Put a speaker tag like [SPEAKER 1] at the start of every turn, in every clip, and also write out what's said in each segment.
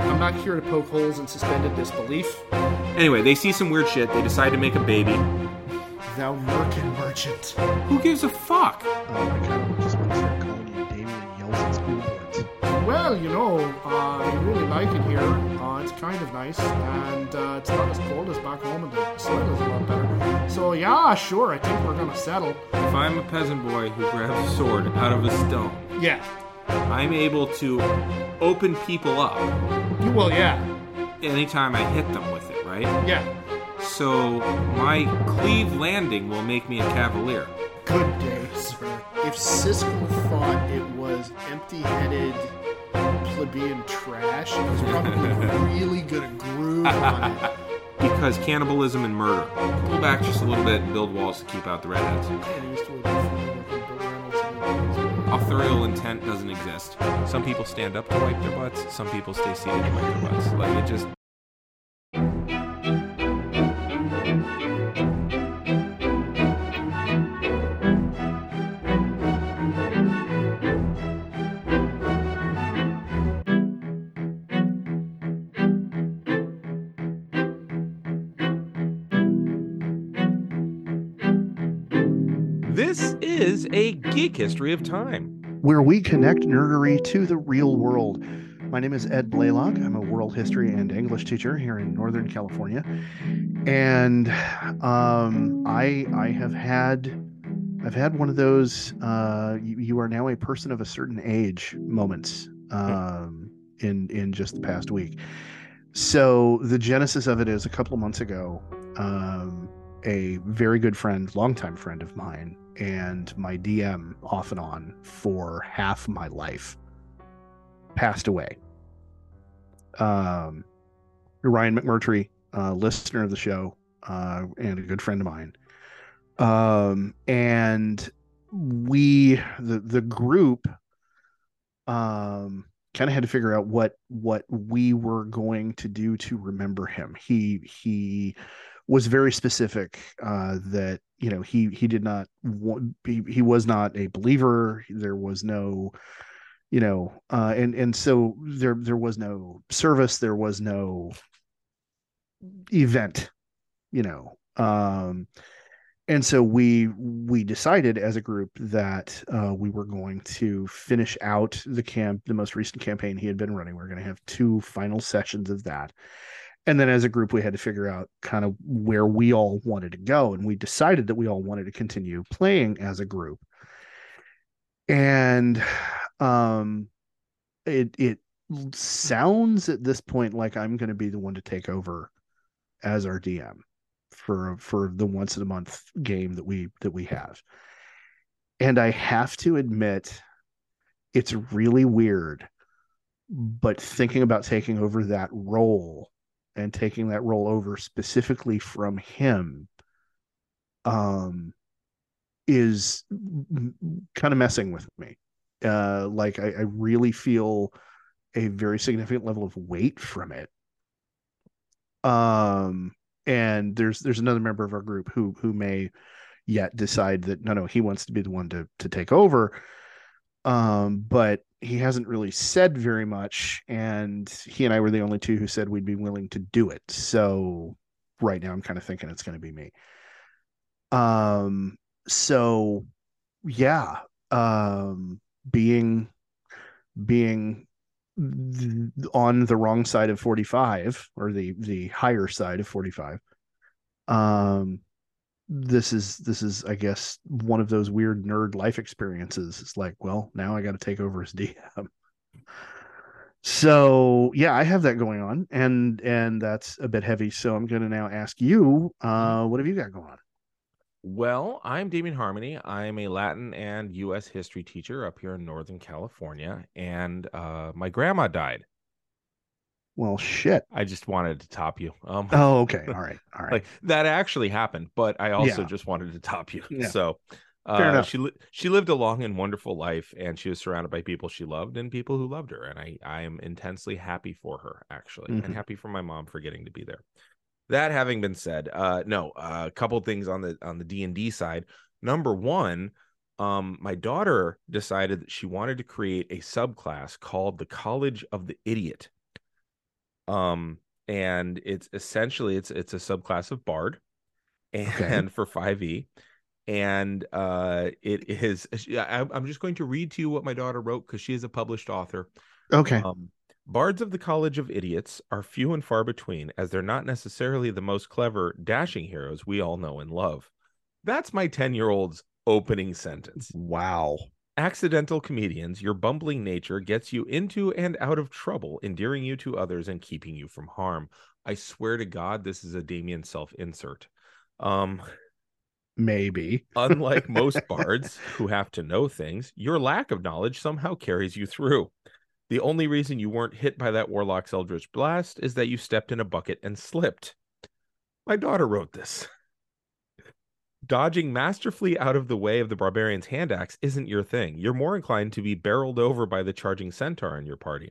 [SPEAKER 1] I'm not here to poke holes in suspended disbelief.
[SPEAKER 2] Anyway, they see some weird shit. They decide to make a baby.
[SPEAKER 1] Thou merkin merchant.
[SPEAKER 2] Who gives a fuck?
[SPEAKER 3] Oh my god, we just went for a colony and Damien yells at school boards.
[SPEAKER 1] Well, you know, uh, I really like it here. Uh, it's kind of nice, and uh, it's not as cold as back home, and the soil is a lot better. So, yeah, sure, I think we're gonna settle.
[SPEAKER 2] If I'm a peasant boy who grabs a sword out of a stone,
[SPEAKER 1] Yeah.
[SPEAKER 2] I'm able to open people up
[SPEAKER 1] You will, yeah.
[SPEAKER 2] anytime I hit them with it, right?
[SPEAKER 1] Yeah.
[SPEAKER 2] So my cleave landing will make me a cavalier.
[SPEAKER 1] Good day,
[SPEAKER 3] sir.
[SPEAKER 1] If Siskel thought it was empty headed plebeian trash, he was probably really gonna groove on it.
[SPEAKER 2] Because cannibalism and murder. Pull back just a little bit and build walls to keep out the redheads.
[SPEAKER 1] Man, he used to work for Bill Reynolds and-
[SPEAKER 2] Authorial intent doesn't exist. Some people stand up to wipe their butts, some people stay seated to wipe their butts. Like it just This is a geek history of time.
[SPEAKER 3] where we connect nerdery to the real world. My name is Ed Blaylock. I'm a world history and English teacher here in Northern California, and um, I I have had I've had one of those uh, you, you are now a person of a certain age moments um, in in just the past week. So the genesis of it is a couple of months ago. Um, a very good friend, longtime friend of mine, and my DM off and on for half my life passed away. Um, Ryan McMurtry, uh, listener of the show, uh, and a good friend of mine. Um, and we, the, the group, um, kind of had to figure out what, what we were going to do to remember him. He, he, was very specific uh, that you know he he did not wa- he, he was not a believer there was no you know uh, and and so there there was no service there was no event you know um and so we we decided as a group that uh, we were going to finish out the camp the most recent campaign he had been running we are going to have two final sessions of that and then as a group we had to figure out kind of where we all wanted to go and we decided that we all wanted to continue playing as a group and um it it sounds at this point like i'm going to be the one to take over as our dm for for the once in a month game that we that we have and i have to admit it's really weird but thinking about taking over that role and taking that role over specifically from him um is kind of messing with me uh like I, I really feel a very significant level of weight from it um and there's there's another member of our group who who may yet decide that no no he wants to be the one to to take over um, but he hasn't really said very much. And he and I were the only two who said we'd be willing to do it. So right now, I'm kind of thinking it's going to be me. Um, so yeah, um, being being th- on the wrong side of 45 or the the higher side of 45 um this is this is i guess one of those weird nerd life experiences it's like well now i got to take over as dm so yeah i have that going on and and that's a bit heavy so i'm going to now ask you uh what have you got going on
[SPEAKER 2] Well, I'm Damien Harmony. I'm a Latin and U.S. history teacher up here in Northern California, and uh, my grandma died.
[SPEAKER 3] well shit
[SPEAKER 2] I just wanted to top you. Um,
[SPEAKER 3] oh okay all right all right
[SPEAKER 2] like that actually happened, but I also
[SPEAKER 3] Yeah.
[SPEAKER 2] just wanted to top you.
[SPEAKER 3] Yeah.
[SPEAKER 2] So,
[SPEAKER 3] Fair
[SPEAKER 2] uh,
[SPEAKER 3] enough.
[SPEAKER 2] she li- she lived a long and wonderful life, and she was surrounded by people she loved and people who loved her. And I I am intensely happy for her, actually,
[SPEAKER 3] Mhm.
[SPEAKER 2] and happy for my mom for getting to be there. That having been said, uh, no, a couple things on the on the D and D side. Number one, um, my daughter decided that she wanted to create a subclass called the College of the Idiot. um and it's essentially it's it's a subclass of bard and
[SPEAKER 3] Okay.
[SPEAKER 2] for 5e and uh it is I, i'm just going to read to you what my daughter wrote because she is a published author
[SPEAKER 3] Okay.
[SPEAKER 2] um, bards of the College of Idiots are few and far between, as they're not necessarily the most clever, dashing heroes we all know and love. That's my 10 year old's opening sentence.
[SPEAKER 3] Wow.
[SPEAKER 2] Accidental comedians, your bumbling nature gets you into and out of trouble, endearing you to others and keeping you from harm. I swear to God, this is a Damien self insert. Um,
[SPEAKER 3] Maybe.
[SPEAKER 2] Unlike most bards who have to know things, your lack of knowledge somehow carries you through. The only reason you weren't hit by that warlock's eldritch blast is that you stepped in a bucket and slipped. My daughter wrote this. Dodging masterfully out of the way of the barbarian's hand axe isn't your thing. You're more inclined to be barreled over by the charging centaur in your party.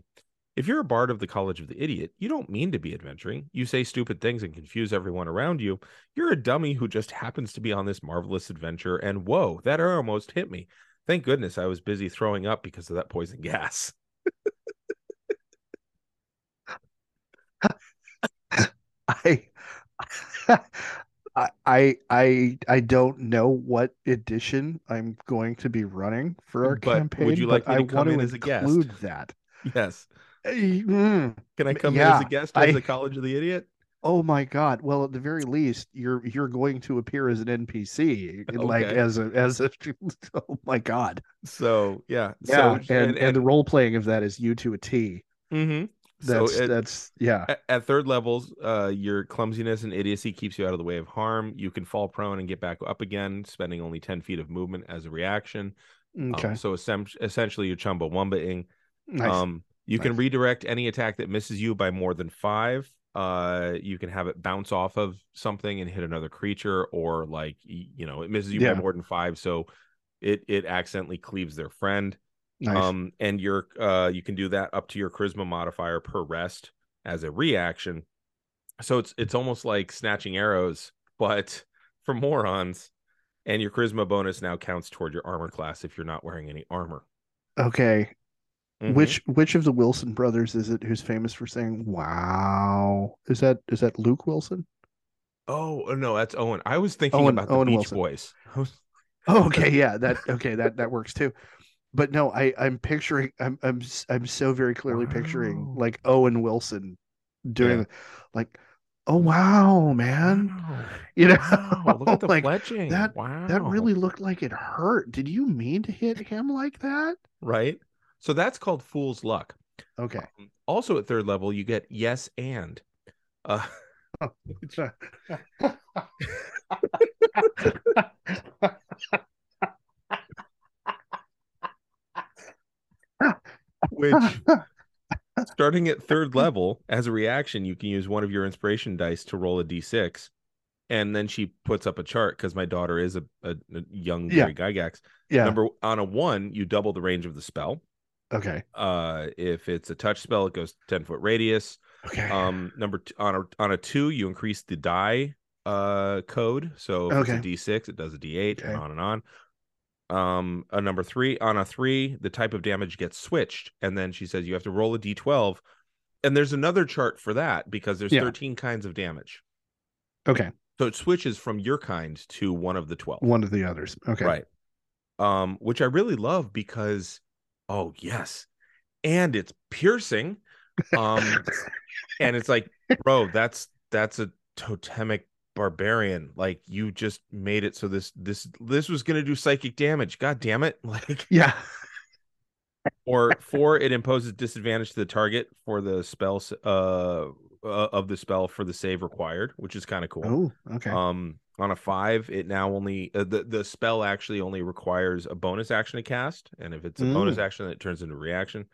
[SPEAKER 2] If you're a bard of the College of the Idiot, you don't mean to be adventuring. You say stupid things and confuse everyone around you. You're a dummy who just happens to be on this marvelous adventure, and whoa, that arrow almost hit me. Thank goodness I was busy throwing up because of that poison gas.
[SPEAKER 3] I, I, I, I, I don't know what edition I'm going to be running for our
[SPEAKER 2] But would
[SPEAKER 3] campaign.
[SPEAKER 2] you like me
[SPEAKER 3] but
[SPEAKER 2] to
[SPEAKER 3] I
[SPEAKER 2] come
[SPEAKER 3] want
[SPEAKER 2] in
[SPEAKER 3] to
[SPEAKER 2] as a guest?
[SPEAKER 3] include that.
[SPEAKER 2] Yes.
[SPEAKER 3] Eh, mm.
[SPEAKER 2] Can I
[SPEAKER 3] M-
[SPEAKER 2] come in as
[SPEAKER 3] yeah,
[SPEAKER 2] a guest
[SPEAKER 3] I-
[SPEAKER 2] of the College of the Idiot?
[SPEAKER 3] Oh my God! Well, at the very least, you're you're going to appear as an NPC, like
[SPEAKER 2] Okay.
[SPEAKER 3] as a as a. Oh my God!
[SPEAKER 2] So, yeah.
[SPEAKER 3] Yeah,
[SPEAKER 2] so,
[SPEAKER 3] and, and the role playing of that is you to a T.
[SPEAKER 2] mhm.
[SPEAKER 3] That's
[SPEAKER 2] so it-
[SPEAKER 3] that's yeah.
[SPEAKER 2] at, at third levels, uh, your clumsiness and idiocy keeps you out of the way of harm. You can fall prone and get back up again, spending only 10 feet of movement as a reaction. Um,
[SPEAKER 3] Okay,
[SPEAKER 2] so, essen- essentially, you're chumbawumbaing.
[SPEAKER 3] nice.
[SPEAKER 2] Um, you can
[SPEAKER 3] Nice.
[SPEAKER 2] redirect any attack that misses you by more than five. Uh, you can have it bounce off of something and hit another creature, or like y- you know, it misses you
[SPEAKER 3] Yeah.
[SPEAKER 2] by more than five, so it it accidentally cleaves their friend.
[SPEAKER 3] nice.
[SPEAKER 2] Um, and your uh, you can do that up to your charisma modifier per rest as a reaction. So it's it's almost like snatching arrows, but for morons. And your charisma bonus now counts toward your armor class if you're not wearing any armor.
[SPEAKER 3] okay,
[SPEAKER 2] Mhm.
[SPEAKER 3] which which of the Wilson brothers is it who's famous for saying "Wow"? Is that is that Luke Wilson?
[SPEAKER 2] Oh uh, no, that's Owen. I was thinking
[SPEAKER 3] Owen-
[SPEAKER 2] about the
[SPEAKER 3] Owen
[SPEAKER 2] Beach
[SPEAKER 3] Wilson.
[SPEAKER 2] Boys. I was-
[SPEAKER 3] Oh, okay, yeah, that okay that that works too. But no, I I'm picturing I'm I'm s- I'm so very clearly picturing
[SPEAKER 2] Wow.
[SPEAKER 3] like Owen Wilson doing
[SPEAKER 2] Yeah.
[SPEAKER 3] like, oh wow, man,
[SPEAKER 2] Wow.
[SPEAKER 3] you know,
[SPEAKER 2] Wow, look at the
[SPEAKER 3] like
[SPEAKER 2] fletching.
[SPEAKER 3] that-
[SPEAKER 2] wow.
[SPEAKER 3] that really looked like it hurt. Did you mean to hit him like that?
[SPEAKER 2] right. So that's called fool's luck.
[SPEAKER 3] Okay.
[SPEAKER 2] Um, Also at third level, you get yes and. Uh, which starting at third level as a reaction you can use one of your inspiration dice to roll a d6 and then she puts up a chart because my daughter is a, a, a young
[SPEAKER 3] Yeah.
[SPEAKER 2] Gary gygax
[SPEAKER 3] yeah.
[SPEAKER 2] number on a one you double the range of the spell
[SPEAKER 3] okay.
[SPEAKER 2] uh if it's a touch spell it goes 10 foot radius
[SPEAKER 3] Okay.
[SPEAKER 2] um number t- on a on a two you increase the die uh code so if
[SPEAKER 3] Okay.
[SPEAKER 2] it's a d6 it does a d8
[SPEAKER 3] Okay.
[SPEAKER 2] and on and on um a number three on a three the type of damage gets switched and then she says you have to roll a d12 and there's another chart for that because there's
[SPEAKER 3] Yeah.
[SPEAKER 2] 13 kinds of damage
[SPEAKER 3] okay.
[SPEAKER 2] so it switches from your kind to one of the 12
[SPEAKER 3] One of the others. Okay.
[SPEAKER 2] Right. Um, which I really love because oh yes. And it's piercing. Um and it's like, bro, that's that's a totemic barbarian. Like you just made it so this this this was gonna do psychic damage. God damn it. Like
[SPEAKER 3] Yeah.
[SPEAKER 2] or four, it imposes disadvantage to the target for the spell s- uh uh, of the spell for the save required, which is kind of cool.
[SPEAKER 3] Oh, okay.
[SPEAKER 2] Um, on a five, it now only uh, the the spell actually only requires a bonus action to cast, and if it's a
[SPEAKER 3] Mm.
[SPEAKER 2] bonus action, then it turns into a reaction.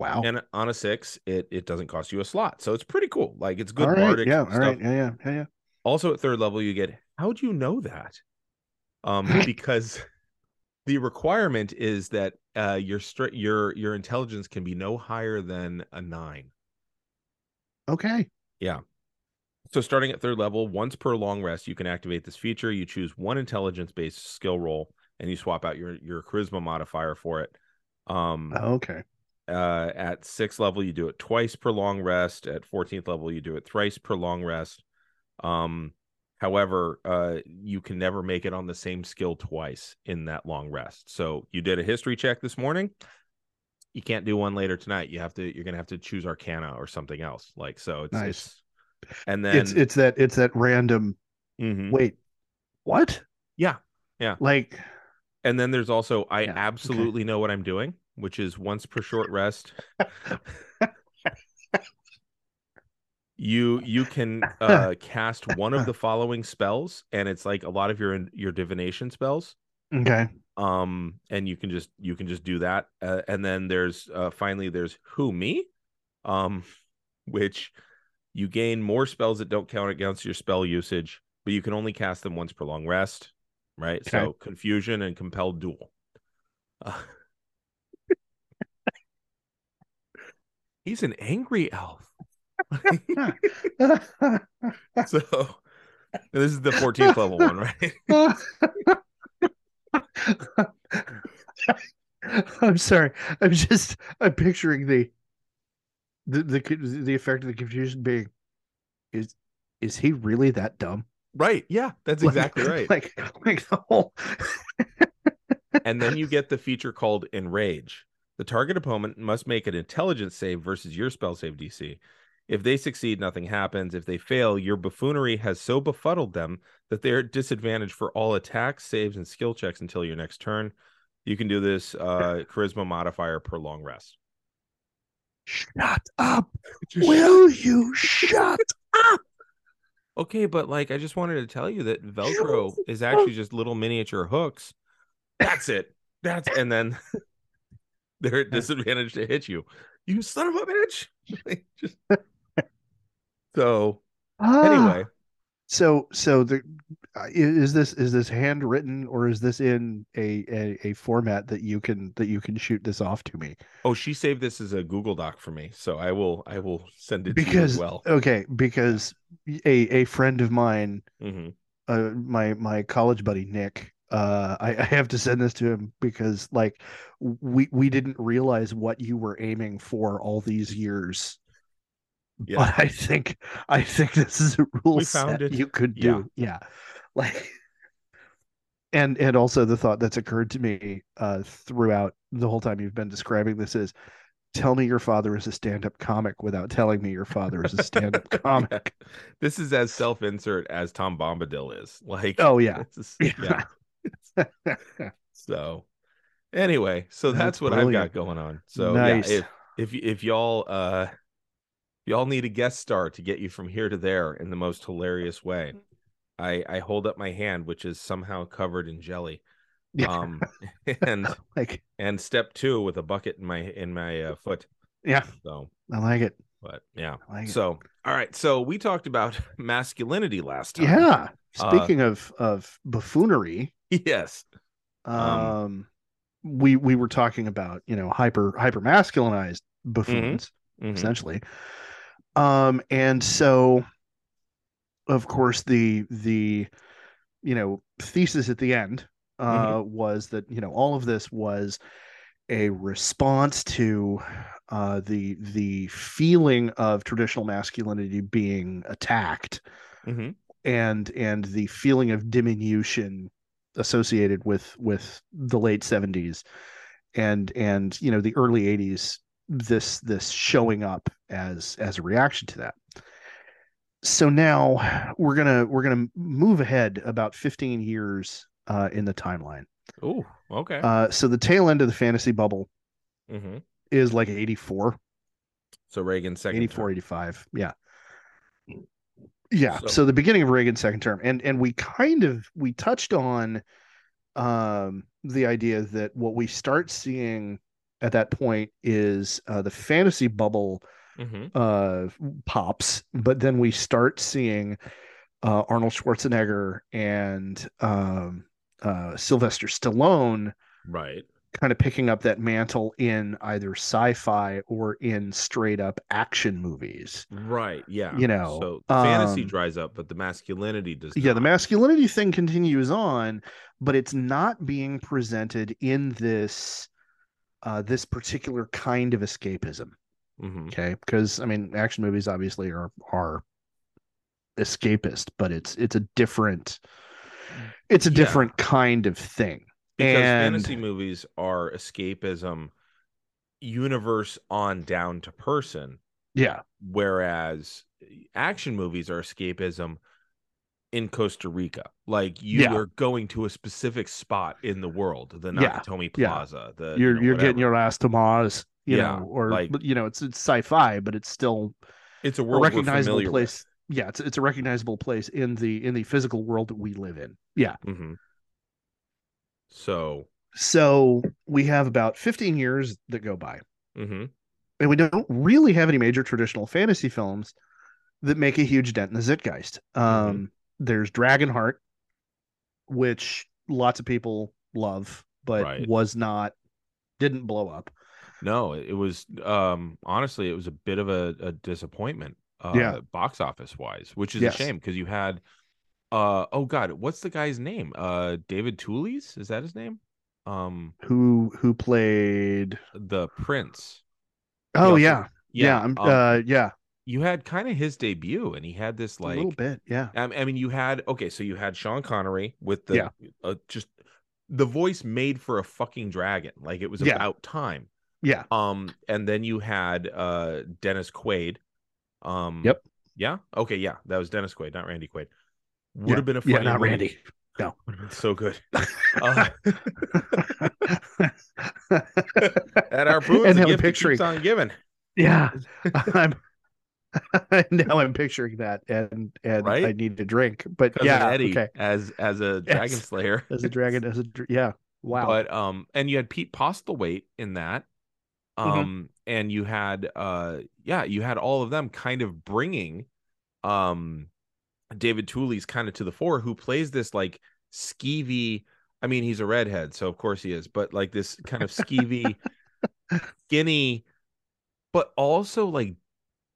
[SPEAKER 3] wow.
[SPEAKER 2] And on a six, it it doesn't cost you a slot, so it's pretty cool. Like it's good
[SPEAKER 3] all right.
[SPEAKER 2] bardic
[SPEAKER 3] Yeah. All
[SPEAKER 2] stuff.
[SPEAKER 3] right. Yeah. Yeah. Yeah. Yeah.
[SPEAKER 2] Also at third level, you get how do you know that? Um, because the requirement is that uh your str- your your intelligence can be no higher than a nine.
[SPEAKER 3] Okay.
[SPEAKER 2] So starting at third level, once per long rest, you can activate this feature. You choose one intelligence-based skill roll and you swap out your your charisma modifier for it. Um
[SPEAKER 3] Oh, Okay.
[SPEAKER 2] Uh, at sixth level, you do it twice per long rest. At 14th level, you do it thrice per long rest. Um, however, uh, you can never make it on the same skill twice in that long rest. So you did a history check this morning. You can't do one later tonight. You have to. You're gonna have to choose Arcana or something else. Like so, it's,
[SPEAKER 3] Nice.
[SPEAKER 2] it's- and then
[SPEAKER 3] it's it's that it's that random
[SPEAKER 2] Mhm.
[SPEAKER 3] wait. What?
[SPEAKER 2] Yeah, yeah.
[SPEAKER 3] Like
[SPEAKER 2] and then there's also I
[SPEAKER 3] Yeah, okay.
[SPEAKER 2] absolutely know what I'm doing, which is once per short rest. you you can uh cast one of the following spells and it's like a lot of your your divination spells
[SPEAKER 3] okay.
[SPEAKER 2] um and you can just you can just do that uh, and then there's uh finally there's who me um which you gain more spells that don't count against your spell usage but you can only cast them once per long rest right so
[SPEAKER 3] Okay.
[SPEAKER 2] confusion and compelled duel Uh, he's an angry elf so this is the 14th level one right
[SPEAKER 3] I'm sorry. I'm just I'm picturing the the the co- the effect of the confusion being is is he really that dumb?
[SPEAKER 2] right yeah that's
[SPEAKER 3] Like-
[SPEAKER 2] exactly right
[SPEAKER 3] Like like oh, the whole
[SPEAKER 2] and then you get the feature called Enrage. The target opponent must make an intelligence save versus your spell save DC. If they succeed, nothing happens. If they fail, your buffoonery has so befuddled them that they are at disadvantage for all attacks, saves, and skill checks until your next turn. You can do this uh, charisma modifier per long rest.
[SPEAKER 3] shut up. Will you shut up?
[SPEAKER 2] Okay, but like I just wanted to tell you that Velcro is actually just little miniature hooks. That's it. That's and then they're at disadvantage to hit you. You son of a bitch. Like, just... So
[SPEAKER 3] Ah.
[SPEAKER 2] anyway,
[SPEAKER 3] So, so the uh, i- is this is this handwritten or is this in a, a a format that you can that you can shoot this off to me?
[SPEAKER 2] oh she saved this as a Google Doc for me, so I will I will send it to you as
[SPEAKER 3] Because uh,
[SPEAKER 2] well.
[SPEAKER 3] okay, because a a friend of mine,
[SPEAKER 2] hmm
[SPEAKER 3] uh, my my college buddy Nick, uh, I, I have to send this to him because like we we didn't realize what you were aiming for all these years.
[SPEAKER 2] Yeah.
[SPEAKER 3] But I think I think this is a rule
[SPEAKER 2] We
[SPEAKER 3] set
[SPEAKER 2] found it.
[SPEAKER 3] you could
[SPEAKER 2] Yeah.
[SPEAKER 3] do. Yeah. Like and and also the thought that's occurred to me uh throughout the whole time you've been describing this is tell me your father is a stand-up comic without telling me your father is a stand-up comic.
[SPEAKER 2] This is as self-insert as Tom Bombadil is. Like
[SPEAKER 3] Oh yeah.
[SPEAKER 2] this is- yeah. So anyway, so that's,
[SPEAKER 3] That's
[SPEAKER 2] what I've
[SPEAKER 3] brilliant.
[SPEAKER 2] got going on. So
[SPEAKER 3] Nice.
[SPEAKER 2] yeah, if if if y'all uh y'all need a guest star to get you from here to there in the most hilarious way, I I hold up my hand which is somehow covered in jelly.
[SPEAKER 3] Yeah.
[SPEAKER 2] Um and
[SPEAKER 3] like
[SPEAKER 2] and step 2 with a bucket in my in my uh, foot.
[SPEAKER 3] yeah,
[SPEAKER 2] So
[SPEAKER 3] I like it.
[SPEAKER 2] but yeah.
[SPEAKER 3] I like it.
[SPEAKER 2] So all right, so we talked about masculinity last time.
[SPEAKER 3] yeah.
[SPEAKER 2] Uh,
[SPEAKER 3] Speaking of of buffoonery,
[SPEAKER 2] Yes.
[SPEAKER 3] um,
[SPEAKER 2] Um,
[SPEAKER 3] we we were talking about you know hyper hyper masculinized buffoons
[SPEAKER 2] Mhm.
[SPEAKER 3] essentially um and so of course the the you know thesis at the end uh
[SPEAKER 2] Mm-hmm.
[SPEAKER 3] was that you know all of this was a response to uh the the feeling of traditional masculinity being attacked
[SPEAKER 2] Mhm.
[SPEAKER 3] and and the feeling of diminution associated with with the late 70s and and you know the early 80s this this showing up as as a reaction to that so now we're gonna we're gonna move ahead about 15 years uh in the timeline
[SPEAKER 2] Ooh, okay.
[SPEAKER 3] uh so the tail end of the fantasy bubble
[SPEAKER 2] mhm.
[SPEAKER 3] is like 84
[SPEAKER 2] So Reagan's second
[SPEAKER 3] 84
[SPEAKER 2] term.
[SPEAKER 3] 85 yeah yeah
[SPEAKER 2] So-
[SPEAKER 3] so, the beginning of reagan's second term and and we kind of we touched on um the idea that what we start seeing at that point is uh, the fantasy bubble
[SPEAKER 2] Mhm.
[SPEAKER 3] uh pops but then we start seeing uh arnold schwarzenegger and um uh sylvester stallone
[SPEAKER 2] Right.
[SPEAKER 3] kind of picking up that mantle in either sci-fi or in straight up action movies
[SPEAKER 2] Right. Yeah.
[SPEAKER 3] You know,
[SPEAKER 2] so the fantasy
[SPEAKER 3] um,
[SPEAKER 2] dries up, but the masculinity does.
[SPEAKER 3] yeah the
[SPEAKER 2] not.
[SPEAKER 3] masculinity thing continues on but it's not being presented in this uh, this particular kind of escapism.
[SPEAKER 2] hmm
[SPEAKER 3] Okay, because I mean, action movies obviously are are escapist, but it's it's a different it's a
[SPEAKER 2] Yeah.
[SPEAKER 3] different kind of thing.
[SPEAKER 2] Because
[SPEAKER 3] And-
[SPEAKER 2] fantasy movies are escapism, universe on down to person,
[SPEAKER 3] Yeah,
[SPEAKER 2] whereas eh, action movies are escapism in Costa Rica. Like you
[SPEAKER 3] Yeah.
[SPEAKER 2] are going to a specific spot in the world, the
[SPEAKER 3] Yeah,
[SPEAKER 2] Nakatomi
[SPEAKER 3] yeah.
[SPEAKER 2] Plaza. The you
[SPEAKER 3] you're
[SPEAKER 2] know,
[SPEAKER 3] you're
[SPEAKER 2] whatever.
[SPEAKER 3] getting your ass to Mars, you
[SPEAKER 2] Yeah,
[SPEAKER 3] know, or
[SPEAKER 2] like-
[SPEAKER 3] you know, it's it's sci-fi, but it's still
[SPEAKER 2] it's a
[SPEAKER 3] a
[SPEAKER 2] world we're
[SPEAKER 3] recognizable
[SPEAKER 2] familiar with.
[SPEAKER 3] place. Yeah, it's it's a recognizable place in the in the physical world that we live in. Yeah.
[SPEAKER 2] Mhm. So,
[SPEAKER 3] So we have about 15 years that go by.
[SPEAKER 2] mhm.
[SPEAKER 3] And we don't really have any major traditional fantasy films that make a huge dent in the Zeitgeist.
[SPEAKER 2] Mm-hmm.
[SPEAKER 3] Um, there's Dragonheart, which lots of people love, but
[SPEAKER 2] Right.
[SPEAKER 3] was not didn't blow up.
[SPEAKER 2] no, it it was um honestly it was a bit of a, a disappointment uh
[SPEAKER 3] Yeah.
[SPEAKER 2] box office wise, which is
[SPEAKER 3] Yes.
[SPEAKER 2] a shame because you had uh oh god, what's the guy's name? Uh David Tooley's? Is that his name? Um
[SPEAKER 3] Who who played
[SPEAKER 2] the Prince.
[SPEAKER 3] Oh
[SPEAKER 2] also-
[SPEAKER 3] yeah. Yeah, I'm
[SPEAKER 2] um,
[SPEAKER 3] uh yeah,
[SPEAKER 2] you had kind of his debut and he had this
[SPEAKER 3] a little
[SPEAKER 2] like
[SPEAKER 3] bit, yeah.
[SPEAKER 2] I I mean you had okay, so you had Sean Connery with the
[SPEAKER 3] Yeah.
[SPEAKER 2] uh, just the voice made for a fucking dragon. Like it was
[SPEAKER 3] Yeah.
[SPEAKER 2] about time.
[SPEAKER 3] Yeah.
[SPEAKER 2] Um, and then you had uh Dennis Quaid. Um
[SPEAKER 3] Yep.
[SPEAKER 2] Yeah? Okay, yeah. That was Dennis Quaid, not Randy Quaid. Would
[SPEAKER 3] Yeah,
[SPEAKER 2] have been a funny
[SPEAKER 3] yeah, not
[SPEAKER 2] movie.
[SPEAKER 3] Randy. No.
[SPEAKER 2] Would've been so good. Uh, that harpoon's
[SPEAKER 3] And
[SPEAKER 2] and
[SPEAKER 3] have a
[SPEAKER 2] gift
[SPEAKER 3] picture.
[SPEAKER 2] picture keeps on giving.
[SPEAKER 3] Yeah, I'm. now I'm picturing that, and and
[SPEAKER 2] Right?
[SPEAKER 3] I need to drink. But
[SPEAKER 2] Cousin
[SPEAKER 3] yeah,
[SPEAKER 2] Eddie
[SPEAKER 3] okay.
[SPEAKER 2] as as a dragon
[SPEAKER 3] Yes.
[SPEAKER 2] slayer.
[SPEAKER 3] As a dragon, as a dr- yeah, wow,
[SPEAKER 2] But um and you had Pete Postlewaite in that.
[SPEAKER 3] Mhm.
[SPEAKER 2] Um and you had uh yeah, you had all of them kind of bringing um David Tooley's kind of to the fore who plays this like skeevy I mean he's a redhead, so of course he is, but like this kind of skeevy skinny but also like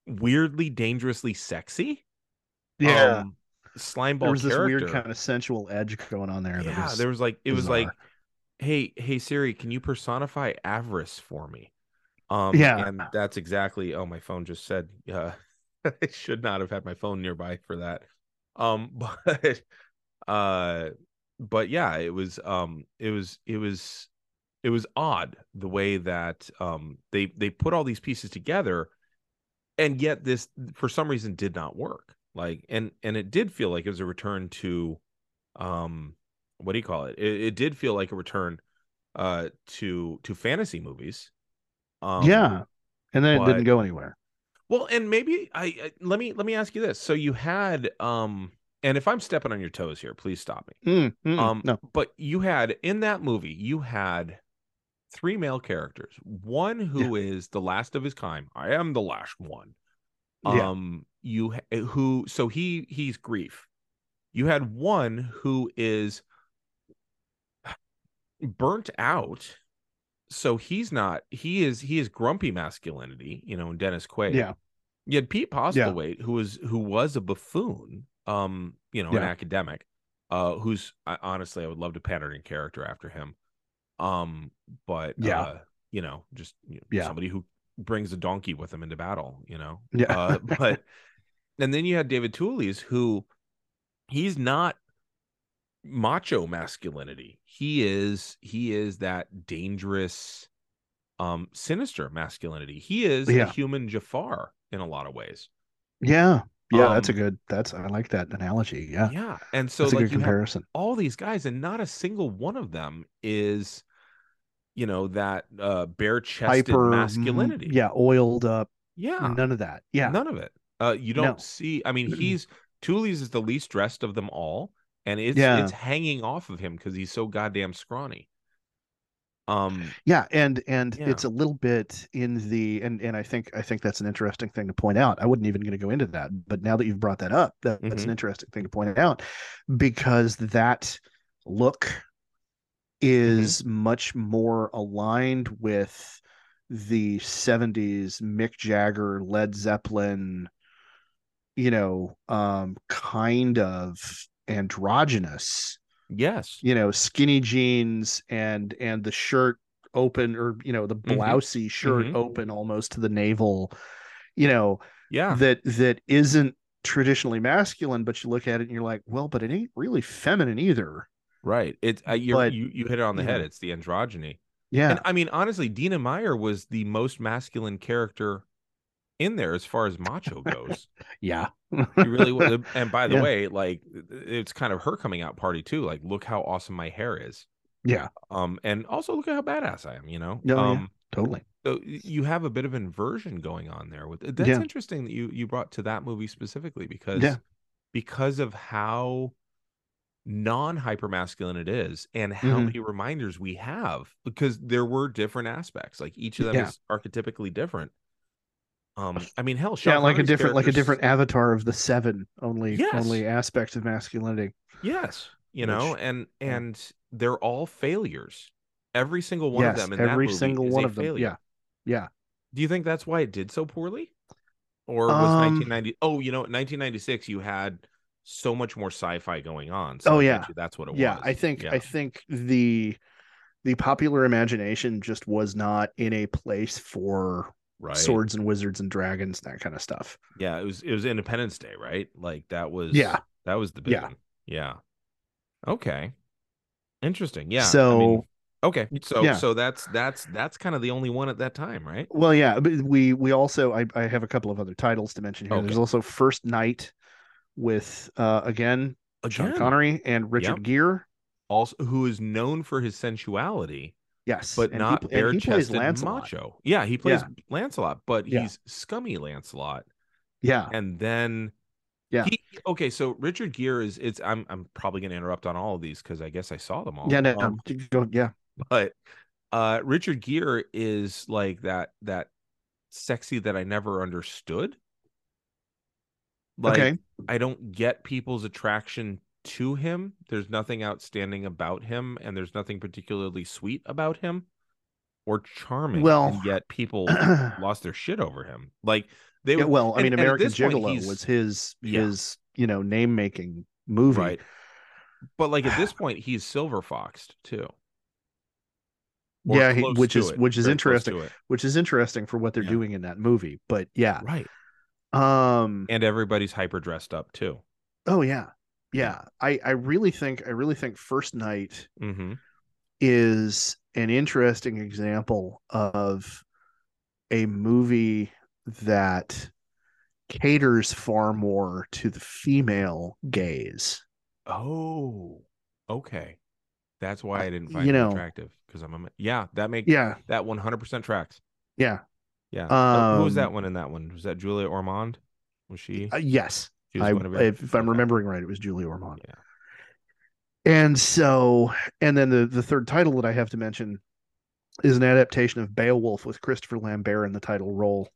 [SPEAKER 2] weirdly dangerously sexy
[SPEAKER 3] yeah.
[SPEAKER 2] um, slime ball
[SPEAKER 3] there was this
[SPEAKER 2] character
[SPEAKER 3] weird kind of sensual edge going on there.
[SPEAKER 2] yeah,
[SPEAKER 3] that was,
[SPEAKER 2] there was like it was like,
[SPEAKER 3] bizarre.
[SPEAKER 2] hey, hey Siri, can you personify avarice for me? Um,
[SPEAKER 3] Yeah.
[SPEAKER 2] and that's exactly. Oh, my phone just said. Uh, I should not have had my phone nearby for that. Um, but uh, but yeah, it was um, it was it was it was odd the way that um they they put all these pieces together, and yet this for some reason did not work. Like and and it did feel like it was a return to, um, what do you call it? It, it did feel like a return, uh, to to fantasy movies. Um,
[SPEAKER 3] yeah, and then it
[SPEAKER 2] but-
[SPEAKER 3] didn't go anywhere.
[SPEAKER 2] well, and maybe I, I let me let me ask you this. So you had um and if I'm stepping on your toes here, please stop me.
[SPEAKER 3] Mm, mm,
[SPEAKER 2] Um,
[SPEAKER 3] no,
[SPEAKER 2] But you had in that movie, you had three male characters. One who is the last of his kind. I am the last one.
[SPEAKER 3] Yeah.
[SPEAKER 2] Um you ha- who so he he's grief. You had one who is burnt out. So he's not he is he is grumpy masculinity, you know, in Dennis Quaid.
[SPEAKER 3] yeah,
[SPEAKER 2] You had Pete Postlewaite, who was who was a buffoon, um, you know, an
[SPEAKER 3] Yeah.
[SPEAKER 2] academic, uh, who's I, honestly I would love to pattern in character after him, um, but
[SPEAKER 3] Yeah.
[SPEAKER 2] uh, you know, just you know,
[SPEAKER 3] Yeah.
[SPEAKER 2] somebody who brings a donkey with him into battle, you know,
[SPEAKER 3] yeah,
[SPEAKER 2] uh, but and then you had David Tooley's who he's not macho masculinity. He is he is that dangerous um sinister masculinity. He is
[SPEAKER 3] Yeah.
[SPEAKER 2] a human Jafar in a lot of ways.
[SPEAKER 3] yeah, yeah. that's a
[SPEAKER 2] um,
[SPEAKER 3] good. That's I like that analogy. Yeah,
[SPEAKER 2] Yeah. And so
[SPEAKER 3] that's a
[SPEAKER 2] like
[SPEAKER 3] good
[SPEAKER 2] you have
[SPEAKER 3] comparison.
[SPEAKER 2] all these guys and not a single one of them is you know that uh bare chested
[SPEAKER 3] Hyper mm,
[SPEAKER 2] masculinity.
[SPEAKER 3] Yeah, oiled up.
[SPEAKER 2] Yeah.
[SPEAKER 3] None of that. Yeah,
[SPEAKER 2] None of it. Uh, you don't
[SPEAKER 3] No.
[SPEAKER 2] see. I mean, he's Tully's is the least dressed of them all, and it's
[SPEAKER 3] Yeah.
[SPEAKER 2] it's hanging off of him because he's so goddamn scrawny. Um,
[SPEAKER 3] yeah and and
[SPEAKER 2] Yeah.
[SPEAKER 3] it's a little bit in the and and i think i think that's an interesting thing to point out i wasn't even going to go into that but now that you've brought that up that, that's an interesting thing to point out because that look is much more aligned with the 70s mick jagger led zeppelin you know um kind of androgynous
[SPEAKER 2] yes,
[SPEAKER 3] you know skinny jeans and and the shirt open or you know the
[SPEAKER 2] Mhm.
[SPEAKER 3] blousey shirt
[SPEAKER 2] Mhm.
[SPEAKER 3] open almost to the navel you know
[SPEAKER 2] Yeah.
[SPEAKER 3] that that isn't traditionally masculine but you look at it and you're like well but it ain't really feminine either
[SPEAKER 2] Right. It uh, you're,
[SPEAKER 3] But,
[SPEAKER 2] you you hit it on the
[SPEAKER 3] you
[SPEAKER 2] head.
[SPEAKER 3] know.
[SPEAKER 2] It's the androgyny.
[SPEAKER 3] yeah
[SPEAKER 2] And I mean, honestly, Dina Meyer was the most masculine character in there as far as macho goes.
[SPEAKER 3] yeah
[SPEAKER 2] She really was. And by the
[SPEAKER 3] Yeah.
[SPEAKER 2] way, like it's kind of her coming out party too. Like, look how awesome my hair is.
[SPEAKER 3] yeah
[SPEAKER 2] Um, and also look at how badass I am. You know.
[SPEAKER 3] No, yeah.
[SPEAKER 2] um,
[SPEAKER 3] totally
[SPEAKER 2] so you have a bit of inversion going on there with that's
[SPEAKER 3] Yeah.
[SPEAKER 2] interesting that you you brought to that movie specifically because
[SPEAKER 3] Yeah.
[SPEAKER 2] because of how non-hypermasculine it is and how
[SPEAKER 3] Mhm.
[SPEAKER 2] many reminders we have because there were different aspects like each of them
[SPEAKER 3] Yeah.
[SPEAKER 2] is archetypically different um i mean hell
[SPEAKER 3] yeah
[SPEAKER 2] Sean
[SPEAKER 3] like a
[SPEAKER 2] Connery's
[SPEAKER 3] different like a
[SPEAKER 2] character's-
[SPEAKER 3] different avatar of the seven only
[SPEAKER 2] Yes.
[SPEAKER 3] only aspect of masculinity
[SPEAKER 2] yes you know
[SPEAKER 3] which-
[SPEAKER 2] and
[SPEAKER 3] yeah.
[SPEAKER 2] and they're all failures every single one
[SPEAKER 3] yes
[SPEAKER 2] of them in that
[SPEAKER 3] every
[SPEAKER 2] movie
[SPEAKER 3] single
[SPEAKER 2] is
[SPEAKER 3] one
[SPEAKER 2] a
[SPEAKER 3] of them
[SPEAKER 2] failure.
[SPEAKER 3] yeah yeah
[SPEAKER 2] Do you think that's why it did so poorly? Or was
[SPEAKER 3] Um,
[SPEAKER 2] 1990 Oh, you know, 1996 you had so much more sci-fi going on. So
[SPEAKER 3] Oh,
[SPEAKER 2] I bet
[SPEAKER 3] yeah.
[SPEAKER 2] you that's what it
[SPEAKER 3] yeah
[SPEAKER 2] was.
[SPEAKER 3] i think
[SPEAKER 2] Yeah.
[SPEAKER 3] i think the the popular imagination just was not in a place for
[SPEAKER 2] right.
[SPEAKER 3] swords and wizards and dragons that kind of stuff
[SPEAKER 2] Yeah, it was it was Independence Day, right? Like that was
[SPEAKER 3] Yeah.
[SPEAKER 2] That was the big
[SPEAKER 3] Yeah.
[SPEAKER 2] one. Yeah. Okay. Interesting. Yeah. I
[SPEAKER 3] So-
[SPEAKER 2] mean, okay. So
[SPEAKER 3] yeah.
[SPEAKER 2] so that's that's that's kind of the only one at that time, right?
[SPEAKER 3] well yeah but we we also i, I have a couple of other titles to mention here
[SPEAKER 2] Okay.
[SPEAKER 3] there's also first night with uh again, sean
[SPEAKER 2] Again,
[SPEAKER 3] connery and richard
[SPEAKER 2] Yep.
[SPEAKER 3] gere
[SPEAKER 2] also who is known for his sensuality.
[SPEAKER 3] yes
[SPEAKER 2] but
[SPEAKER 3] and
[SPEAKER 2] not
[SPEAKER 3] he,
[SPEAKER 2] bare
[SPEAKER 3] and he plays
[SPEAKER 2] chested
[SPEAKER 3] lancelot
[SPEAKER 2] macho. Yeah, he plays
[SPEAKER 3] Yeah.
[SPEAKER 2] Lancelot, but
[SPEAKER 3] Yeah.
[SPEAKER 2] he's scummy Lancelot.
[SPEAKER 3] yeah
[SPEAKER 2] And then
[SPEAKER 3] Yeah.
[SPEAKER 2] he, okay. So Richard Gere is it's. I'm I'm probably going to interrupt on all of these because I guess I saw them all.
[SPEAKER 3] yeah no,
[SPEAKER 2] Um,
[SPEAKER 3] no, go- yeah
[SPEAKER 2] but uh, Richard Gere is like that that sexy that I never understood. Like
[SPEAKER 3] okay
[SPEAKER 2] I don't get people's attraction to him. There's nothing outstanding about him, and there's nothing particularly sweet about him or charming.
[SPEAKER 3] Well-
[SPEAKER 2] and yet people lost their shit over him. Like they
[SPEAKER 3] Yeah,
[SPEAKER 2] were
[SPEAKER 3] well, I
[SPEAKER 2] and-
[SPEAKER 3] mean,
[SPEAKER 2] and at
[SPEAKER 3] American
[SPEAKER 2] this point,
[SPEAKER 3] Gigolo
[SPEAKER 2] he's-
[SPEAKER 3] was his
[SPEAKER 2] Yeah.
[SPEAKER 3] his you know name making movie.
[SPEAKER 2] right, but like at this point, he's silver foxed too. Or
[SPEAKER 3] Yeah, he-
[SPEAKER 2] close
[SPEAKER 3] which
[SPEAKER 2] to
[SPEAKER 3] is-
[SPEAKER 2] it,
[SPEAKER 3] which is
[SPEAKER 2] very close
[SPEAKER 3] interesting.
[SPEAKER 2] to it.
[SPEAKER 3] Which is interesting for what they're
[SPEAKER 2] Yeah.
[SPEAKER 3] doing in that movie. But yeah,
[SPEAKER 2] right?
[SPEAKER 3] um,
[SPEAKER 2] And everybody's hyper dressed up too.
[SPEAKER 3] oh yeah,
[SPEAKER 2] Yeah.
[SPEAKER 3] yeah. I I really think I really think First Night
[SPEAKER 2] Mm-hmm.
[SPEAKER 3] is an interesting example of a movie that caters far more to the female gaze.
[SPEAKER 2] Oh, okay. That's why
[SPEAKER 3] I-
[SPEAKER 2] I didn't find
[SPEAKER 3] you
[SPEAKER 2] him
[SPEAKER 3] know-
[SPEAKER 2] attractive because I'm a ma- yeah. That makes
[SPEAKER 3] Yeah,
[SPEAKER 2] that 100 percent tracks.
[SPEAKER 3] yeah,
[SPEAKER 2] Yeah. Uh, who was that
[SPEAKER 3] Um,
[SPEAKER 2] one in that one? Was that Julia Ormond? Was she?
[SPEAKER 3] uh, yes.
[SPEAKER 2] she was
[SPEAKER 3] I,
[SPEAKER 2] one of your-
[SPEAKER 3] if, if I'm
[SPEAKER 2] okay.
[SPEAKER 3] remembering right, it was Julie Ormond.
[SPEAKER 2] Yeah.
[SPEAKER 3] And so, and then the the third title that I have to mention is an adaptation of Beowulf with Christopher Lambert in the title role,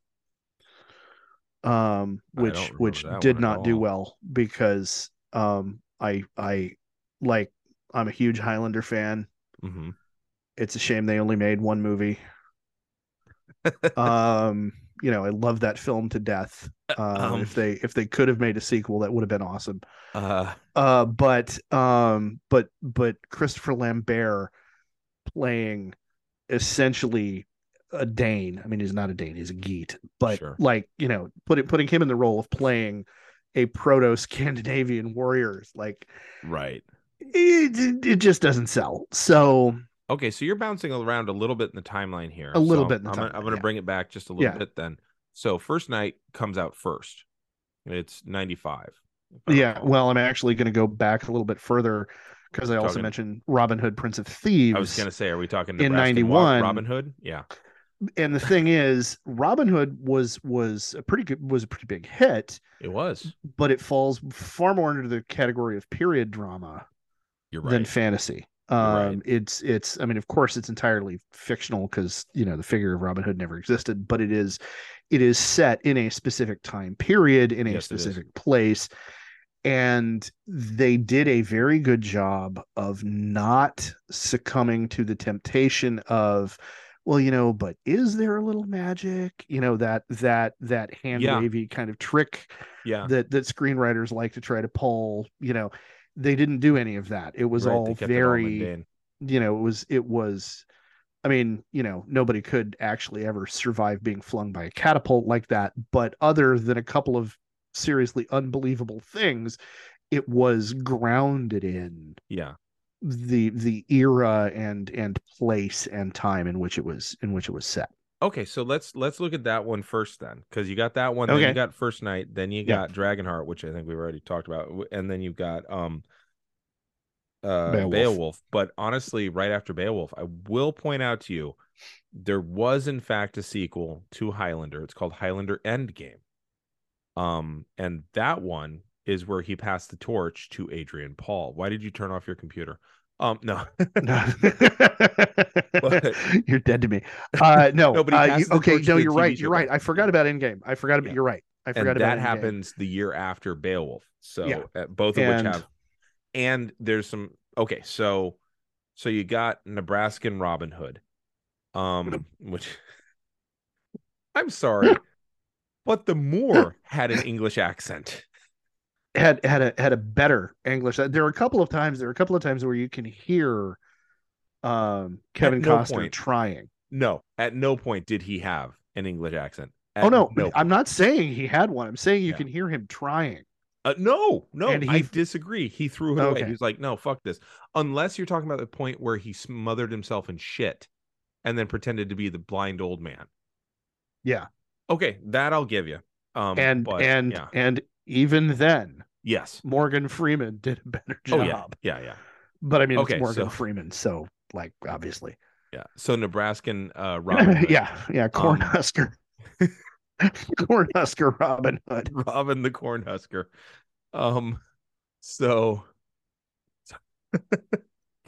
[SPEAKER 3] um,
[SPEAKER 2] I don't
[SPEAKER 3] which
[SPEAKER 2] remember
[SPEAKER 3] which
[SPEAKER 2] that
[SPEAKER 3] did
[SPEAKER 2] one at
[SPEAKER 3] not do
[SPEAKER 2] all.
[SPEAKER 3] well because um, I I like I'm a huge Highlander fan.
[SPEAKER 2] hmm
[SPEAKER 3] It's a shame they only made one movie. um, you know, I love that film to death. Uh,
[SPEAKER 2] um.
[SPEAKER 3] if they if they could have made a sequel, that would have been awesome.
[SPEAKER 2] Uh,
[SPEAKER 3] uh but um but but christopher lambert playing essentially a dane i mean he's not a dane he's a geet but
[SPEAKER 2] Sure.
[SPEAKER 3] like you know putting putting him in the role of playing a proto scandinavian warrior is like
[SPEAKER 2] right.
[SPEAKER 3] it, it just doesn't sell so
[SPEAKER 2] Okay, so you're bouncing around a little bit in the timeline here.
[SPEAKER 3] A little
[SPEAKER 2] so
[SPEAKER 3] bit in the
[SPEAKER 2] I'm, gonna- I'm
[SPEAKER 3] timeline,
[SPEAKER 2] going to
[SPEAKER 3] yeah.
[SPEAKER 2] bring it back just a little
[SPEAKER 3] Yeah.
[SPEAKER 2] bit then. So first night comes out first. It's 95. if I
[SPEAKER 3] yeah
[SPEAKER 2] recall.
[SPEAKER 3] well i'm actually going to go back a little bit further because i also
[SPEAKER 2] Talking-
[SPEAKER 3] mentioned robin hood prince of thieves
[SPEAKER 2] I was going to say, are we talking
[SPEAKER 3] in
[SPEAKER 2] Nebraska
[SPEAKER 3] 91
[SPEAKER 2] Robin Hood? Yeah.
[SPEAKER 3] and the thing is robin hood was was a pretty good was a pretty big hit
[SPEAKER 2] It was.
[SPEAKER 3] but it falls far more under the category of period drama
[SPEAKER 2] You're right.
[SPEAKER 3] than fantasy. Um,
[SPEAKER 2] right.
[SPEAKER 3] it's it's I mean, of course, it's entirely fictional because you know the figure of Robin Hood never existed, but it is it is set in a specific time period in a
[SPEAKER 2] Yes, it is.
[SPEAKER 3] specific place, and they did a very good job of not succumbing to the temptation of. Well, you know, but is there a little magic? You know that that that hand
[SPEAKER 2] Yeah.
[SPEAKER 3] wavy kind of trick
[SPEAKER 2] yeah.
[SPEAKER 3] that that screenwriters like to try to pull you know they didn't do any of that it was
[SPEAKER 2] right, they
[SPEAKER 3] all
[SPEAKER 2] kept it all
[SPEAKER 3] very
[SPEAKER 2] mundane.
[SPEAKER 3] you know it was it was I mean, you know, nobody could actually ever survive being flung by a catapult like that. But other than a couple of seriously unbelievable things, it was grounded in
[SPEAKER 2] Yeah.
[SPEAKER 3] the the era and and place and time in which it was in which it was set.
[SPEAKER 2] Okay, so let's let's look at that one first then, because you got that one. Then you
[SPEAKER 3] Okay.
[SPEAKER 2] got First Night. Then you
[SPEAKER 3] Yeah.
[SPEAKER 2] got Dragonheart, which I think we've already talked about, w- and then you've got um uh Beowulf.
[SPEAKER 3] Beowulf.
[SPEAKER 2] But honestly, right after Beowulf, I will point out to you there was in fact a sequel to Highlander. It's called Highlander Endgame. Um, and that one is where he passed the torch to Adrian Paul. Why did you turn off your computer? Um, no,
[SPEAKER 3] No.
[SPEAKER 2] What?
[SPEAKER 3] you're dead to me. Uh, no,
[SPEAKER 2] Nobody
[SPEAKER 3] uh, you,
[SPEAKER 2] passes the
[SPEAKER 3] okay,
[SPEAKER 2] torch to
[SPEAKER 3] no,
[SPEAKER 2] the
[SPEAKER 3] you're
[SPEAKER 2] TV
[SPEAKER 3] right. You're
[SPEAKER 2] show.
[SPEAKER 3] right. I forgot about Endgame. I forgot about.
[SPEAKER 2] Yeah.
[SPEAKER 3] You're right. I forgot
[SPEAKER 2] and
[SPEAKER 3] about
[SPEAKER 2] that
[SPEAKER 3] Endgame.
[SPEAKER 2] happens the year after Beowulf. So
[SPEAKER 3] Yeah.
[SPEAKER 2] uh, both of
[SPEAKER 3] And-
[SPEAKER 2] which have, and there's some okay. So so you got Nebraskan Robin Hood, um, which I'm sorry, but the Moor had an English accent.
[SPEAKER 3] had had a had a better English. There are a couple of times. There are a couple of times where you can hear um, Kevin
[SPEAKER 2] no
[SPEAKER 3] Costner
[SPEAKER 2] point.
[SPEAKER 3] trying.
[SPEAKER 2] No, at no point did he have an English accent.
[SPEAKER 3] Oh
[SPEAKER 2] At
[SPEAKER 3] no,
[SPEAKER 2] no,
[SPEAKER 3] I'm not saying he had one. I'm saying you
[SPEAKER 2] Yeah.
[SPEAKER 3] can hear him trying.
[SPEAKER 2] Uh, no, no,
[SPEAKER 3] And
[SPEAKER 2] I
[SPEAKER 3] he-
[SPEAKER 2] disagree. He threw it away.
[SPEAKER 3] Okay.
[SPEAKER 2] He was like, "No, fuck this." Unless you're talking about the point where he smothered himself in shit, and then pretended to be the blind old man.
[SPEAKER 3] Yeah.
[SPEAKER 2] Okay, that I'll give you. Um,
[SPEAKER 3] and
[SPEAKER 2] but,
[SPEAKER 3] and
[SPEAKER 2] yeah,
[SPEAKER 3] and even then,
[SPEAKER 2] yes,
[SPEAKER 3] Morgan Freeman did a better
[SPEAKER 2] oh
[SPEAKER 3] job.
[SPEAKER 2] yeah, yeah, yeah,
[SPEAKER 3] But I mean,
[SPEAKER 2] Okay,
[SPEAKER 3] it's Morgan
[SPEAKER 2] so-
[SPEAKER 3] Freeman, so like obviously,
[SPEAKER 2] yeah. So Nebraskan, uh, Robin, Hood. Um,
[SPEAKER 3] yeah, yeah, Cornhusker, Cornhusker Robin Hood.
[SPEAKER 2] Robin the Cornhusker. Um, so,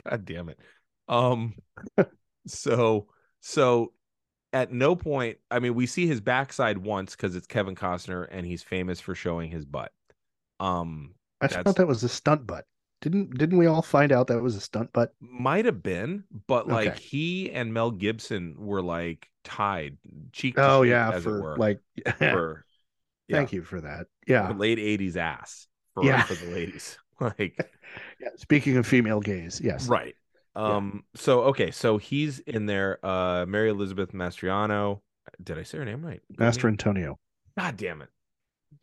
[SPEAKER 2] God damn it. Um, so, so at no point, I mean, we see his backside once because it's Kevin Costner and he's famous for showing his butt. Um,
[SPEAKER 3] I
[SPEAKER 2] That's-
[SPEAKER 3] thought that was a stunt butt. Didn't didn't we all find out that was a stunt butt?
[SPEAKER 2] might have been, but like
[SPEAKER 3] Okay.
[SPEAKER 2] he and Mel Gibson were like tied cheek to
[SPEAKER 3] Oh
[SPEAKER 2] cheek,
[SPEAKER 3] yeah,
[SPEAKER 2] as it
[SPEAKER 3] for
[SPEAKER 2] were,
[SPEAKER 3] like
[SPEAKER 2] for yeah.
[SPEAKER 3] Thank you for that. Yeah.
[SPEAKER 2] for late 80s ass for,
[SPEAKER 3] Yeah.
[SPEAKER 2] for the ladies. Like,
[SPEAKER 3] yeah. Speaking of female gays, yes.
[SPEAKER 2] Right.
[SPEAKER 3] Yeah.
[SPEAKER 2] Um. So okay. So he's in there. Uh, Mary Elizabeth Mastriano. Did I say her name right?
[SPEAKER 3] Master Antonio.
[SPEAKER 2] God damn it.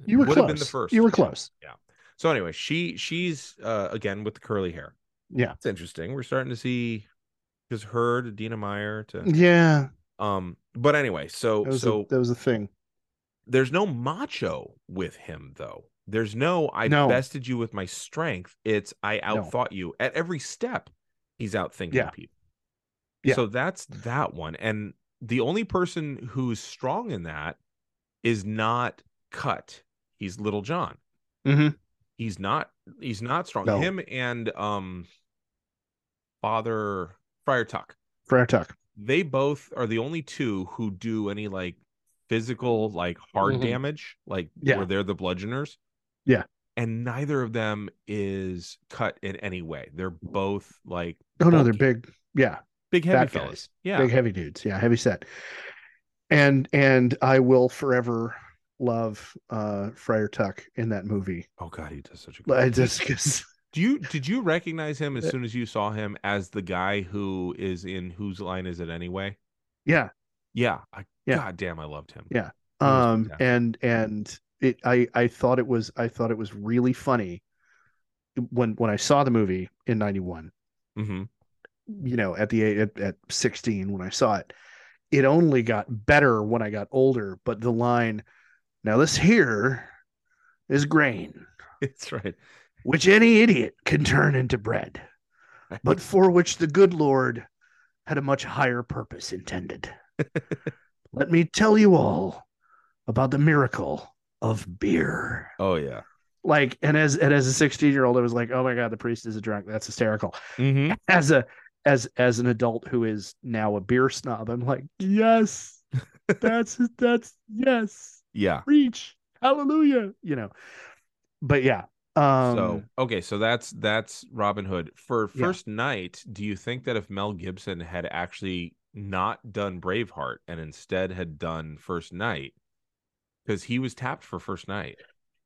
[SPEAKER 3] You were
[SPEAKER 2] Would
[SPEAKER 3] close.
[SPEAKER 2] have been the first.
[SPEAKER 3] You were close.
[SPEAKER 2] So anyway, she she's uh again with the curly hair.
[SPEAKER 3] Yeah.
[SPEAKER 2] It's interesting. We're starting to see because her to Dina Meyer to
[SPEAKER 3] Yeah.
[SPEAKER 2] um. But anyway, so
[SPEAKER 3] Mm. That was
[SPEAKER 2] so
[SPEAKER 3] a, that was a thing.
[SPEAKER 2] there's no macho with him though. There's no I
[SPEAKER 3] No.
[SPEAKER 2] bested you with my strength. It's I outthought you at every step. He's out thinking
[SPEAKER 3] Yeah.
[SPEAKER 2] people.
[SPEAKER 3] Yeah.
[SPEAKER 2] So that's that one. And the only person who's strong in that is not cut. He's Little John.
[SPEAKER 3] Mhm.
[SPEAKER 2] He's not he's not strong.
[SPEAKER 3] No.
[SPEAKER 2] Him and um Father Friar Tuck.
[SPEAKER 3] Friar Tuck.
[SPEAKER 2] They both are the only two who do any like physical like hard
[SPEAKER 3] Mhm.
[SPEAKER 2] damage, like
[SPEAKER 3] Yeah.
[SPEAKER 2] where they're the bludgeoners.
[SPEAKER 3] Yeah.
[SPEAKER 2] And neither of them is cut in any way. They're both like
[SPEAKER 3] Oh no, they're
[SPEAKER 2] Bulky.
[SPEAKER 3] big. Yeah.
[SPEAKER 2] big heavy
[SPEAKER 3] Fat
[SPEAKER 2] fellas.
[SPEAKER 3] guys.
[SPEAKER 2] Yeah.
[SPEAKER 3] Big heavy dudes. Yeah, heavy set. And and I will forever love uh Friar Tuck in that movie.
[SPEAKER 2] Oh god, he does such a good
[SPEAKER 3] I just Uh, because
[SPEAKER 2] Do you did you recognize him as soon as you saw him as the guy who is in whose line is it anyway?
[SPEAKER 3] yeah.
[SPEAKER 2] Yeah, I,
[SPEAKER 3] Yeah.
[SPEAKER 2] God damn, I loved him.
[SPEAKER 3] Yeah.
[SPEAKER 2] It was
[SPEAKER 3] um
[SPEAKER 2] fantastic.
[SPEAKER 3] and and it i i thought it was i thought it was really funny when when i saw the movie in 91
[SPEAKER 2] hmm
[SPEAKER 3] you know at the at, at 16 when i saw it it only got better when i got older but the line now this here is grain
[SPEAKER 2] It's right.
[SPEAKER 3] which any idiot can turn into bread but for which the good lord had a much higher purpose intended let me tell you all about the miracle of beer
[SPEAKER 2] oh yeah.
[SPEAKER 3] like and as and as a 16 year old i was like oh my god the priest is a drunk that's hysterical
[SPEAKER 2] hmm
[SPEAKER 3] as a as as an adult who is now a beer snob i'm like yes that's that's yes
[SPEAKER 2] Yeah.
[SPEAKER 3] preach hallelujah you know but yeah um
[SPEAKER 2] so okay, so that's that's Robin Hood. For
[SPEAKER 3] Yeah.
[SPEAKER 2] first night, do you think that if Mel Gibson had actually not done Braveheart and instead had done First Night, because he was tapped for First Night,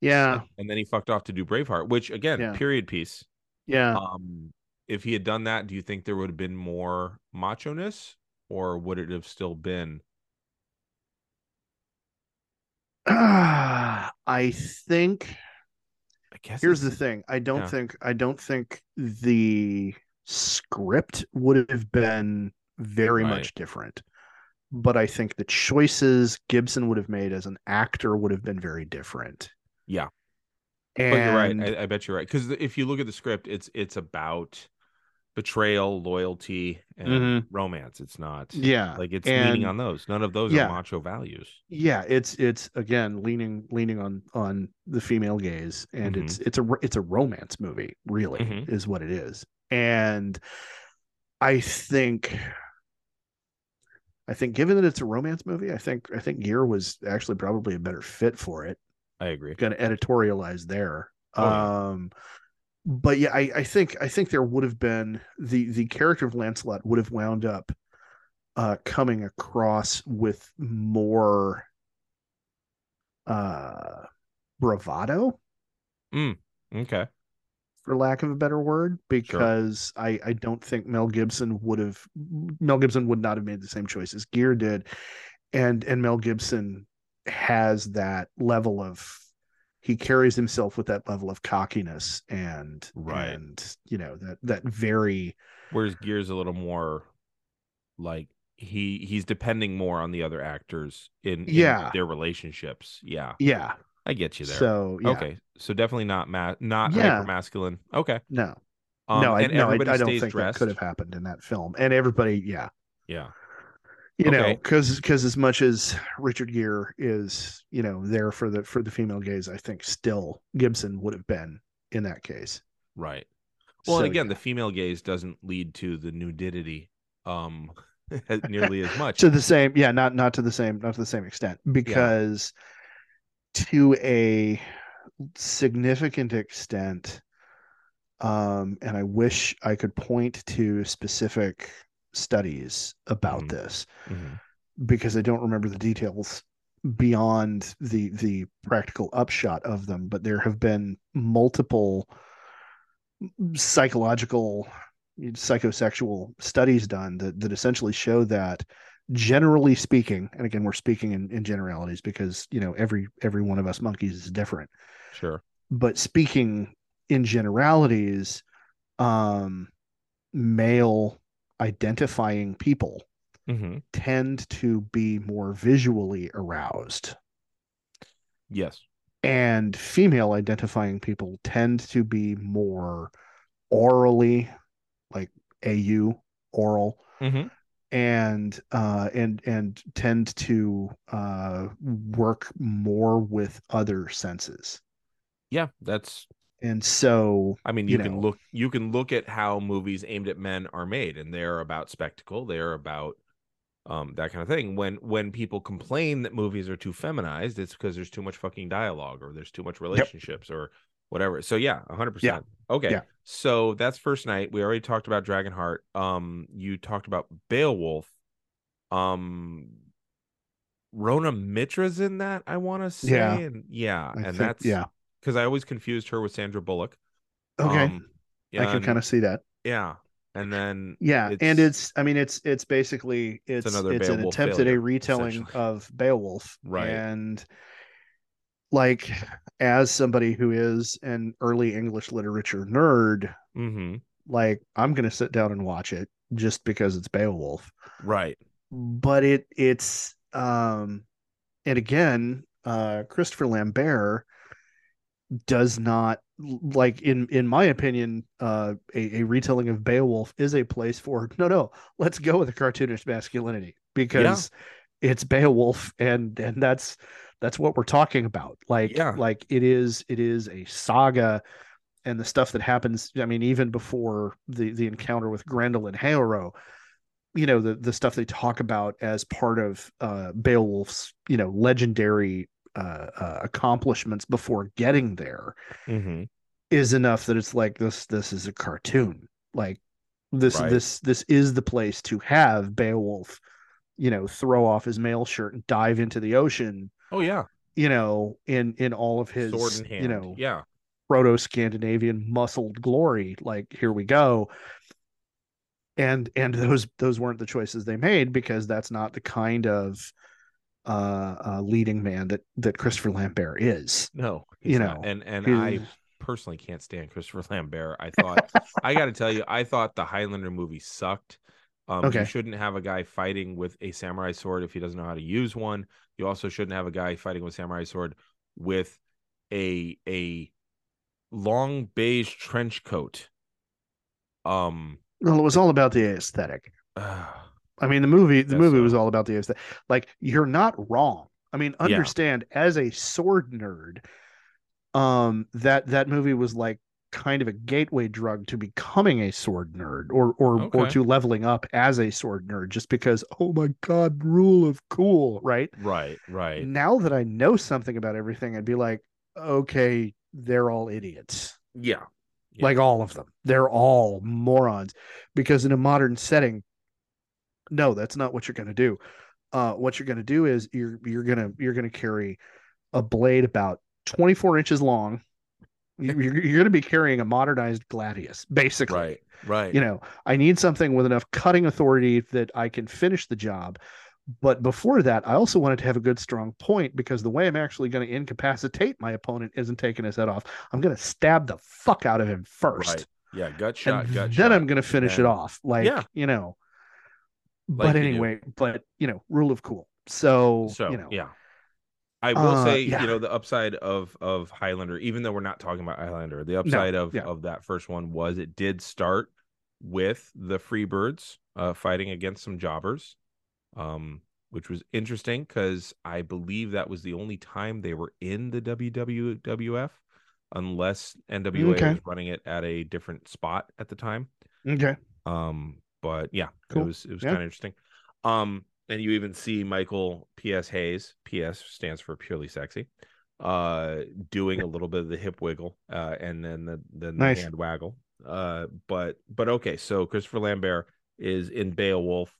[SPEAKER 3] yeah
[SPEAKER 2] and then he fucked off to do Braveheart, which again,
[SPEAKER 3] Yeah.
[SPEAKER 2] period piece.
[SPEAKER 3] yeah
[SPEAKER 2] um if he had done that do you think there would have been more macho ness or would it have still been?
[SPEAKER 3] Ah, I think
[SPEAKER 2] I guess
[SPEAKER 3] here's the
[SPEAKER 2] it's-
[SPEAKER 3] thing i don't
[SPEAKER 2] Yeah.
[SPEAKER 3] think i don't think the script would have been very
[SPEAKER 2] Right.
[SPEAKER 3] much different but i think the choices gibson would have made as an actor would have been very different
[SPEAKER 2] Yeah.
[SPEAKER 3] and
[SPEAKER 2] But you're right. I, I bet you're right because if you look at the script, it's it's about betrayal, loyalty, and
[SPEAKER 3] Mhm.
[SPEAKER 2] romance. It's not
[SPEAKER 3] yeah
[SPEAKER 2] like it's leaning
[SPEAKER 3] and-
[SPEAKER 2] on those. None of those
[SPEAKER 3] yeah.
[SPEAKER 2] are macho values.
[SPEAKER 3] yeah it's it's again leaning leaning on on the female gaze and
[SPEAKER 2] Mhm.
[SPEAKER 3] it's it's a ro- it's a romance movie really
[SPEAKER 2] Mhm.
[SPEAKER 3] is what it is and i think i think given that it's a romance movie i think i think gear was actually probably a better fit for it
[SPEAKER 2] I agree.
[SPEAKER 3] going to editorialize there.
[SPEAKER 2] Oh, yeah.
[SPEAKER 3] Um, but yeah, I, I think I think there would have been the the character of Lancelot would have wound up uh, coming across with more uh, bravado,
[SPEAKER 2] Okay.
[SPEAKER 3] for lack of a better word, because I I don't think Mel Gibson would have Mel Gibson would not have made the same choices Gear did, and and Mel Gibson has that level of he carries himself with that level of cockiness and
[SPEAKER 2] Right.
[SPEAKER 3] and you know that that very
[SPEAKER 2] Whereas Gear's a little more like he he's depending more on the other actors in, in
[SPEAKER 3] Yeah.
[SPEAKER 2] their relationships. Yeah.
[SPEAKER 3] yeah
[SPEAKER 2] I get you there.
[SPEAKER 3] so yeah,
[SPEAKER 2] Okay. So definitely not ma- not
[SPEAKER 3] Yeah.
[SPEAKER 2] hyper masculine. Okay.
[SPEAKER 3] no
[SPEAKER 2] Um,
[SPEAKER 3] no I
[SPEAKER 2] and
[SPEAKER 3] no I,
[SPEAKER 2] everybody
[SPEAKER 3] I don't
[SPEAKER 2] stays
[SPEAKER 3] think
[SPEAKER 2] dressed.
[SPEAKER 3] that could have happened in that film and everybody yeah
[SPEAKER 2] Yeah.
[SPEAKER 3] you know
[SPEAKER 2] Okay.
[SPEAKER 3] because as much as richard gere is you know there for the for the female gaze i think still gibson would have been in that case
[SPEAKER 2] Right. Well,
[SPEAKER 3] So,
[SPEAKER 2] and again,
[SPEAKER 3] yeah.
[SPEAKER 2] the female gaze doesn't lead to the nudity um nearly as much.
[SPEAKER 3] to the same yeah not not to the same not to the same extent because to a significant extent um and i wish i could point to specific studies about
[SPEAKER 2] Mhm.
[SPEAKER 3] this
[SPEAKER 2] Mhm.
[SPEAKER 3] because I don't remember the details beyond the the practical upshot of them, but there have been multiple psychological psychosexual studies done that, that essentially show that generally speaking and again we're speaking in, in generalities because you know every every one of us monkeys is different
[SPEAKER 2] Sure.
[SPEAKER 3] but speaking in generalities um male identifying people
[SPEAKER 2] hmm
[SPEAKER 3] tend to be more visually aroused
[SPEAKER 2] Yes.
[SPEAKER 3] and female identifying people tend to be more orally like au oral
[SPEAKER 2] Mhm.
[SPEAKER 3] and uh and and tend to uh work more with other senses
[SPEAKER 2] Yeah. That's
[SPEAKER 3] and so
[SPEAKER 2] I mean, you,
[SPEAKER 3] you
[SPEAKER 2] can
[SPEAKER 3] know.
[SPEAKER 2] look you can look at how movies aimed at men are made, and they're about spectacle, they're about um that kind of thing. When when people complain that movies are too feminized, it's because there's too much fucking dialogue or there's too much relationships or whatever. So yeah, hundred percent. Okay.
[SPEAKER 3] Yeah.
[SPEAKER 2] So that's first night. We already talked about Dragonheart. Um, you talked about Beowulf. Um Rona Mitra's in that, I wanna say.
[SPEAKER 3] Yeah.
[SPEAKER 2] And yeah,
[SPEAKER 3] I
[SPEAKER 2] and
[SPEAKER 3] think-
[SPEAKER 2] that's
[SPEAKER 3] yeah
[SPEAKER 2] because I always confused her with Sandra Bullock.
[SPEAKER 3] okay
[SPEAKER 2] Um,
[SPEAKER 3] i can
[SPEAKER 2] and-
[SPEAKER 3] kind of see that
[SPEAKER 2] yeah, and then
[SPEAKER 3] yeah and
[SPEAKER 2] it's-
[SPEAKER 3] it's i mean it's it's basically it's it's,
[SPEAKER 2] another
[SPEAKER 3] an
[SPEAKER 2] Beowulf
[SPEAKER 3] attempt at
[SPEAKER 2] failure,
[SPEAKER 3] a retelling
[SPEAKER 2] essentially.
[SPEAKER 3] of beowulf
[SPEAKER 2] Right.
[SPEAKER 3] and like as somebody who is an early english literature nerd Mm-hmm.
[SPEAKER 2] Mhm,
[SPEAKER 3] like i'm gonna sit down and watch it just because it's beowulf
[SPEAKER 2] right,
[SPEAKER 3] but it it's um and again uh christopher lambert does not like in in my opinion uh a, a retelling of beowulf is a place for no no let's go with a cartoonish masculinity because it's beowulf and and that's that's what we're talking about like
[SPEAKER 2] Yeah.
[SPEAKER 3] like it is it is a saga and the stuff that happens i mean even before the the encounter with grendel and Haoro, you know the the stuff they talk about as part of uh beowulf's you know legendary uh, uh accomplishments before getting there Mm-hmm.
[SPEAKER 2] hmm
[SPEAKER 3] is enough that it's like this this is a cartoon like this
[SPEAKER 2] Right.
[SPEAKER 3] this this is the place to have beowulf you know throw off his mail shirt and dive into the ocean
[SPEAKER 2] oh yeah,
[SPEAKER 3] you know in in all of his
[SPEAKER 2] sword in hand,
[SPEAKER 3] you know
[SPEAKER 2] yeah,
[SPEAKER 3] proto Scandinavian muscled glory. Like, here we go. and and those those weren't the choices they made because that's not the kind of uh, uh leading man that that Christopher Lambert is.
[SPEAKER 2] No,
[SPEAKER 3] You
[SPEAKER 2] he's not.
[SPEAKER 3] know,
[SPEAKER 2] and and
[SPEAKER 3] He's-
[SPEAKER 2] I personally can't stand Christopher Lambert. I thought I got to tell you, I thought the Highlander movie sucked. Um,
[SPEAKER 3] Okay.
[SPEAKER 2] You shouldn't have a guy fighting with a samurai sword if he doesn't know how to use one. You also shouldn't have a guy fighting with samurai sword with a a long beige trench coat. Um,
[SPEAKER 3] well, it was all about the aesthetic. I mean, the movie the
[SPEAKER 2] Guess
[SPEAKER 3] movie
[SPEAKER 2] so.
[SPEAKER 3] was all about the aesthetic. Like you're not wrong. I mean,
[SPEAKER 2] Yeah.
[SPEAKER 3] understand as a sword nerd, um, that that movie was like kind of a gateway drug to becoming a sword nerd or or or
[SPEAKER 2] Okay.
[SPEAKER 3] to leveling up as a sword nerd just because oh my god rule of cool right
[SPEAKER 2] right, right.
[SPEAKER 3] now that i know something about everything i'd be like okay they're all idiots
[SPEAKER 2] Yeah. Yeah.
[SPEAKER 3] like all of them. They're all morons because in a modern setting, no, that's not what you're going to do. Uh, what you're going to do is you're you're gonna you're gonna carry a blade about 24 inches long. You- You're, you're going to be carrying a modernized gladius, basically.
[SPEAKER 2] Right, right.
[SPEAKER 3] You know, I need something with enough cutting authority that I can finish the job. But before that, I also wanted to have a good strong point because the way I'm actually going to incapacitate my opponent isn't taking his head off. I'm going to stab the fuck out of him first.
[SPEAKER 2] Right. Yeah, gut shot,
[SPEAKER 3] And
[SPEAKER 2] gut
[SPEAKER 3] then
[SPEAKER 2] shot.
[SPEAKER 3] I'm going to finish
[SPEAKER 2] then-
[SPEAKER 3] it off. Like,
[SPEAKER 2] Yeah.
[SPEAKER 3] you know.
[SPEAKER 2] Like
[SPEAKER 3] but
[SPEAKER 2] you do.
[SPEAKER 3] anyway, but you know, rule of cool. So,
[SPEAKER 2] So
[SPEAKER 3] you know,
[SPEAKER 2] yeah, I will
[SPEAKER 3] Uh,
[SPEAKER 2] say
[SPEAKER 3] yeah.
[SPEAKER 2] you know the upside of of Highlander, even though we're not talking about Highlander, the upside of
[SPEAKER 3] yeah.
[SPEAKER 2] of that first one was it did start with the Freebirds uh, fighting against some jobbers, um, which was interesting because I believe that was the only time they were in the WWF, unless NWA
[SPEAKER 3] Okay.
[SPEAKER 2] was running it at a different spot at the time.
[SPEAKER 3] okay,
[SPEAKER 2] Um, but yeah,
[SPEAKER 3] Cool.
[SPEAKER 2] it was it was
[SPEAKER 3] Yeah.
[SPEAKER 2] kind of interesting. Um, and you even see Michael P.S. Hayes, P.S. stands for purely sexy, uh, doing a little bit of the hip wiggle, uh, and then the then
[SPEAKER 3] Nice.
[SPEAKER 2] the hand waggle. Uh, but but okay, so Christopher Lambert is in Beowulf.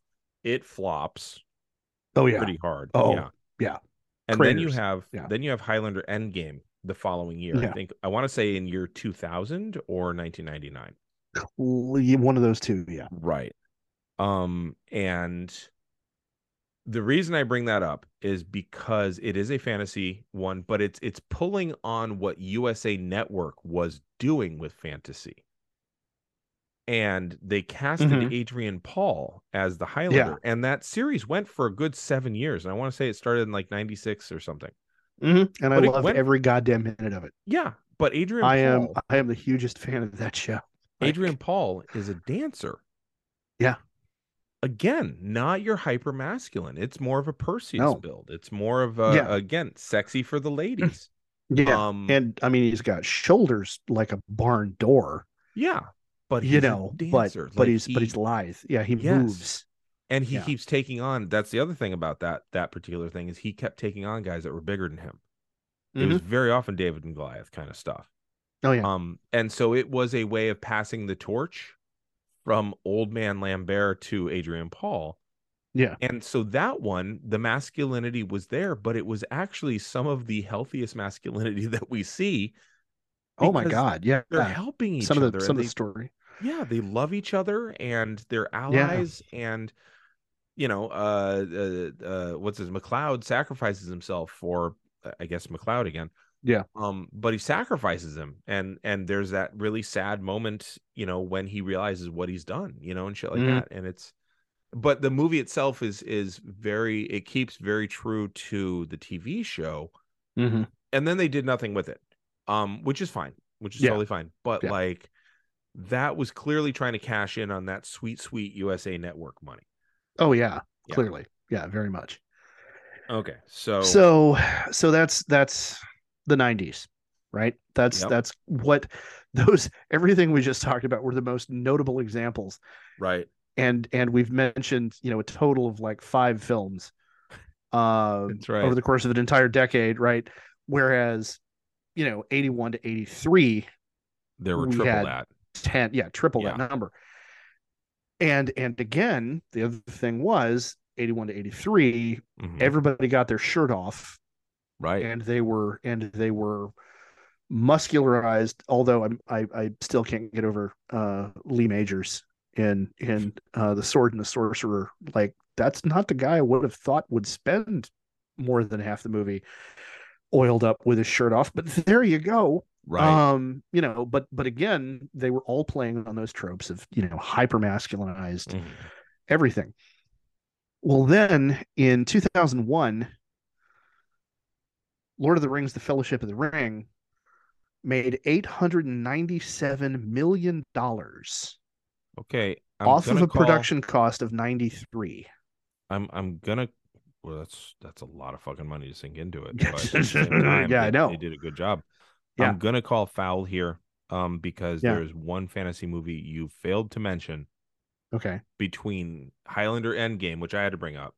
[SPEAKER 2] It flops
[SPEAKER 3] oh yeah,
[SPEAKER 2] pretty hard.
[SPEAKER 3] Oh,
[SPEAKER 2] yeah.
[SPEAKER 3] yeah.
[SPEAKER 2] And then you
[SPEAKER 3] Craters.
[SPEAKER 2] have
[SPEAKER 3] Yeah.
[SPEAKER 2] then you have Highlander Endgame the following year. I
[SPEAKER 3] Yeah.
[SPEAKER 2] think I want to say in year 2000 or 1999.
[SPEAKER 3] Lee- one of those two, yeah,
[SPEAKER 2] Right. Um, and the reason I bring that up is because it is a fantasy one, but it's it's pulling on what USA Network was doing with fantasy. And they casted
[SPEAKER 3] Mhm.
[SPEAKER 2] Adrian Paul as the Highlander, and that series went for a good seven years. And I want to say it started in like '96 or something.
[SPEAKER 3] and I
[SPEAKER 2] But it
[SPEAKER 3] loved
[SPEAKER 2] went-
[SPEAKER 3] every goddamn minute of it.
[SPEAKER 2] Yeah, but Adrian,
[SPEAKER 3] I am
[SPEAKER 2] Paul,
[SPEAKER 3] I am the hugest fan of that show. Like,
[SPEAKER 2] Adrian Paul is a dancer.
[SPEAKER 3] Yeah.
[SPEAKER 2] Again, not your hyper masculine. It's more of a Perseus
[SPEAKER 3] No.
[SPEAKER 2] build. It's more of a
[SPEAKER 3] Yeah.
[SPEAKER 2] again sexy for the ladies.
[SPEAKER 3] yeah,
[SPEAKER 2] Um,
[SPEAKER 3] and I mean he's got shoulders like a barn door,
[SPEAKER 2] yeah, but
[SPEAKER 3] you
[SPEAKER 2] he's a
[SPEAKER 3] know, but
[SPEAKER 2] dancer.
[SPEAKER 3] but
[SPEAKER 2] Like,
[SPEAKER 3] he's but
[SPEAKER 2] he-
[SPEAKER 3] he's lithe. Yeah, he
[SPEAKER 2] Yes.
[SPEAKER 3] moves.
[SPEAKER 2] and he
[SPEAKER 3] yeah.
[SPEAKER 2] keeps taking on. That's the other thing about that that particular thing is he kept taking on guys that were bigger than him. It was very often David and Goliath kind of stuff.
[SPEAKER 3] Mm-hmm. Oh yeah,
[SPEAKER 2] Um, and so it was a way of passing the torch from old man Lambert to Adrian Paul.
[SPEAKER 3] Yeah.
[SPEAKER 2] And so that one, the masculinity was there, but it was actually some of the healthiest masculinity that we see.
[SPEAKER 3] oh my
[SPEAKER 2] because
[SPEAKER 3] god, yeah.
[SPEAKER 2] They're helping each
[SPEAKER 3] Some of
[SPEAKER 2] other.
[SPEAKER 3] the
[SPEAKER 2] and
[SPEAKER 3] some of
[SPEAKER 2] they-
[SPEAKER 3] the story.
[SPEAKER 2] yeah, they love each other and they're allies and you know, uh, uh, uh, what's his McLeod sacrifices himself for, uh, I guess McLeod again.
[SPEAKER 3] Yeah.
[SPEAKER 2] Um, but he sacrifices him, and and there's that really sad moment, you know, when he realizes what he's done, you know, and shit like
[SPEAKER 3] Mhm.
[SPEAKER 2] that. And it's, but the movie itself is is very, it keeps very true to the TV show,
[SPEAKER 3] Mm-hmm.
[SPEAKER 2] and then they did nothing with it um which is fine which is
[SPEAKER 3] Yeah.
[SPEAKER 2] totally fine but
[SPEAKER 3] Yeah.
[SPEAKER 2] like that was clearly trying to cash in on that sweet sweet usa network money
[SPEAKER 3] Oh yeah,
[SPEAKER 2] Yeah.
[SPEAKER 3] clearly, yeah, very much.
[SPEAKER 2] okay so
[SPEAKER 3] So so that's that's the nineties, right? That's
[SPEAKER 2] Yep.
[SPEAKER 3] that's what those everything we just talked about were the most notable examples,
[SPEAKER 2] right
[SPEAKER 3] and and we've mentioned you know a total of like five films, uh,
[SPEAKER 2] that's right
[SPEAKER 3] over the course of an entire decade, right? Whereas, you know, eighty one to eighty three
[SPEAKER 2] there were
[SPEAKER 3] we
[SPEAKER 2] triple
[SPEAKER 3] had-
[SPEAKER 2] that
[SPEAKER 3] 10 yeah triple that number and and again the other thing was 81 to 83
[SPEAKER 2] Mhm.
[SPEAKER 3] everybody got their shirt off
[SPEAKER 2] right
[SPEAKER 3] and they were and they were muscularized although I'm, i i still can't get over uh lee majors in in uh, the Sword and the Sorcerer. Like that's not the guy I would have thought would spend more than half the movie oiled up with his shirt off. But there you go.
[SPEAKER 2] Right.
[SPEAKER 3] Um, you know, but but again, they were all playing on those tropes of you know hyper masculinized
[SPEAKER 2] Mhm.
[SPEAKER 3] everything. Well, then in 2001, Lord of the Rings, The Fellowship of the Ring made $897 million
[SPEAKER 2] Okay. I'm
[SPEAKER 3] off of
[SPEAKER 2] gonna
[SPEAKER 3] a
[SPEAKER 2] call-
[SPEAKER 3] production cost of 93.
[SPEAKER 2] I'm I'm gonna. Well, that's that's a lot of fucking money to sink into it.
[SPEAKER 3] Yeah.
[SPEAKER 2] But at the same time,
[SPEAKER 3] Yeah, I
[SPEAKER 2] they,
[SPEAKER 3] know.
[SPEAKER 2] they did a good job.
[SPEAKER 3] Yeah.
[SPEAKER 2] I'm gonna call foul here, um, because
[SPEAKER 3] Yeah.
[SPEAKER 2] there's one fantasy movie you failed to mention
[SPEAKER 3] Okay.
[SPEAKER 2] between Highlander Endgame, which I had to bring up,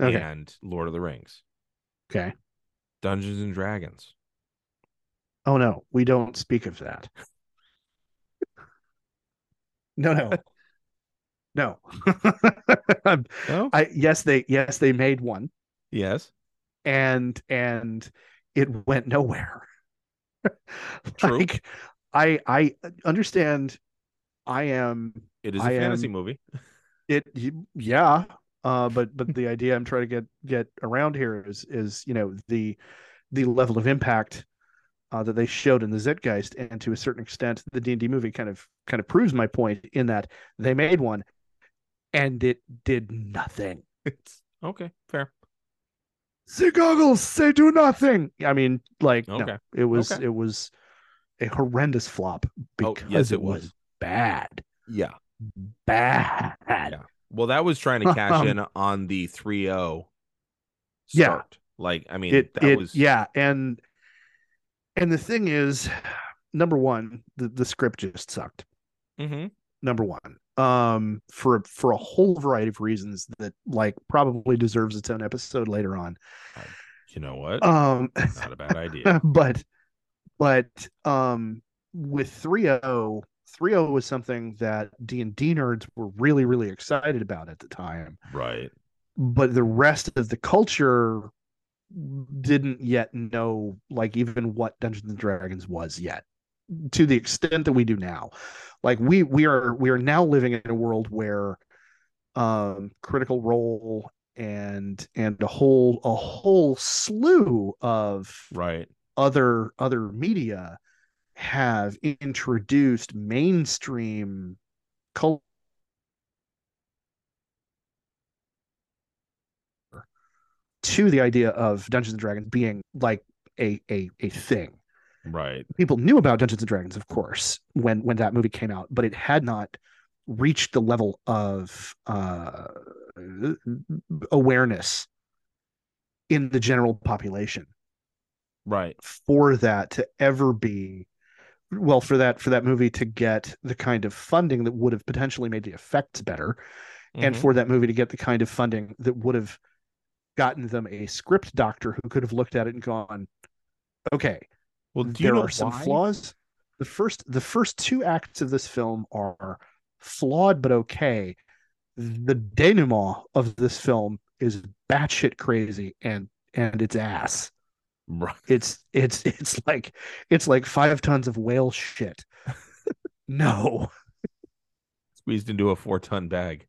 [SPEAKER 3] Okay.
[SPEAKER 2] and Lord of the Rings,
[SPEAKER 3] Okay.
[SPEAKER 2] Dungeons and Dragons.
[SPEAKER 3] Oh no, we don't speak of that. No, no. No.
[SPEAKER 2] Oh,
[SPEAKER 3] I yes, they yes, they made one.
[SPEAKER 2] yes,
[SPEAKER 3] and and it went nowhere.
[SPEAKER 2] True.
[SPEAKER 3] Like, I I understand. I am
[SPEAKER 2] it is a
[SPEAKER 3] I
[SPEAKER 2] fantasy
[SPEAKER 3] am-
[SPEAKER 2] movie.
[SPEAKER 3] it. y- Yeah. Uh, but but the idea I'm trying to get get around here is is you know the the level of impact uh, that they showed in the Zitgeist, and to a certain extent, the D and D movie kind of kind of proves my point in that they made one, and it did nothing.
[SPEAKER 2] It's okay, fair.
[SPEAKER 3] the goggles they do nothing i mean like
[SPEAKER 2] Okay.
[SPEAKER 3] no it was
[SPEAKER 2] Okay.
[SPEAKER 3] it was a horrendous flop
[SPEAKER 2] Oh,
[SPEAKER 3] because
[SPEAKER 2] yes,
[SPEAKER 3] it,
[SPEAKER 2] it
[SPEAKER 3] was
[SPEAKER 2] was.
[SPEAKER 3] bad
[SPEAKER 2] Yeah.
[SPEAKER 3] bad
[SPEAKER 2] Well, that was trying to cash
[SPEAKER 3] Um,
[SPEAKER 2] in on the 3 0
[SPEAKER 3] Yeah.
[SPEAKER 2] start. Like, I mean,
[SPEAKER 3] it,
[SPEAKER 2] that
[SPEAKER 3] it
[SPEAKER 2] was.
[SPEAKER 3] yeah and and the thing is number one the, the script just sucked
[SPEAKER 2] hmm
[SPEAKER 3] number one um for for a whole variety of reasons that like probably deserves its own episode later on
[SPEAKER 2] You know what?
[SPEAKER 3] um
[SPEAKER 2] Not a bad idea.
[SPEAKER 3] but but um with 3.0 3.0 was something that d&d nerds were really really excited about at the time
[SPEAKER 2] right.
[SPEAKER 3] but the rest of the culture didn't yet know like even what dungeons and dragons was yet to the extent that we do now like we we are we are now living in a world where um critical role and and a whole a whole slew of
[SPEAKER 2] Right.
[SPEAKER 3] other other media have introduced mainstream culture to the idea of Dungeons and Dragons being like a a a thing.
[SPEAKER 2] Right.
[SPEAKER 3] People knew about Dungeons and Dragons, of course, when when that movie came out, but it had not reached the level of uh, awareness in the general population
[SPEAKER 2] Right.
[SPEAKER 3] for that to ever be well for that for that movie to get the kind of funding that would have potentially made the effects better and
[SPEAKER 2] Mhm.
[SPEAKER 3] for that movie to get the kind of funding that would have gotten them a script doctor who could have looked at it and gone okay
[SPEAKER 2] well, do you
[SPEAKER 3] there
[SPEAKER 2] know
[SPEAKER 3] are some
[SPEAKER 2] why?
[SPEAKER 3] flaws the first the first two acts of this film are flawed but okay the denouement of this film is batshit crazy and and it's ass
[SPEAKER 2] Right.
[SPEAKER 3] it's it's it's like it's like five tons of whale shit no
[SPEAKER 2] Squeezed into a four ton bag.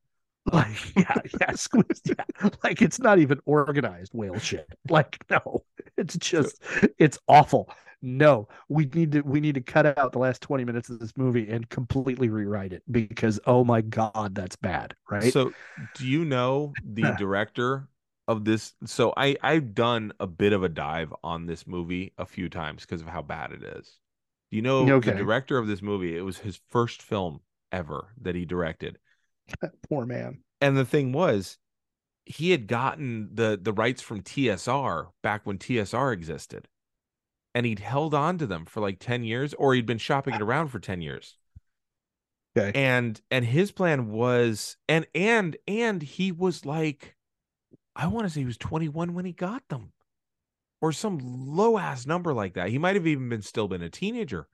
[SPEAKER 3] like yeah yeah, squeeze, yeah like it's not even organized whale shit like no it's just it's awful no we need to we need to cut out the last 20 minutes of this movie and completely rewrite it because oh my god that's bad right
[SPEAKER 2] So, do you know the director of this? So, I I've done a bit of a dive on this movie a few times because of how bad it is. Do you know
[SPEAKER 3] Okay.
[SPEAKER 2] the director of this movie? It was his first film ever that he directed,
[SPEAKER 3] poor man
[SPEAKER 2] and the thing was, he had gotten the the rights from TSR back when TSR existed, and he'd held on to them for like ten years, or he'd been shopping it around for ten years
[SPEAKER 3] okay
[SPEAKER 2] and and his plan was and and and he was like i want to say he was 21 when he got them or some low ass number like that he might have even been still been a teenager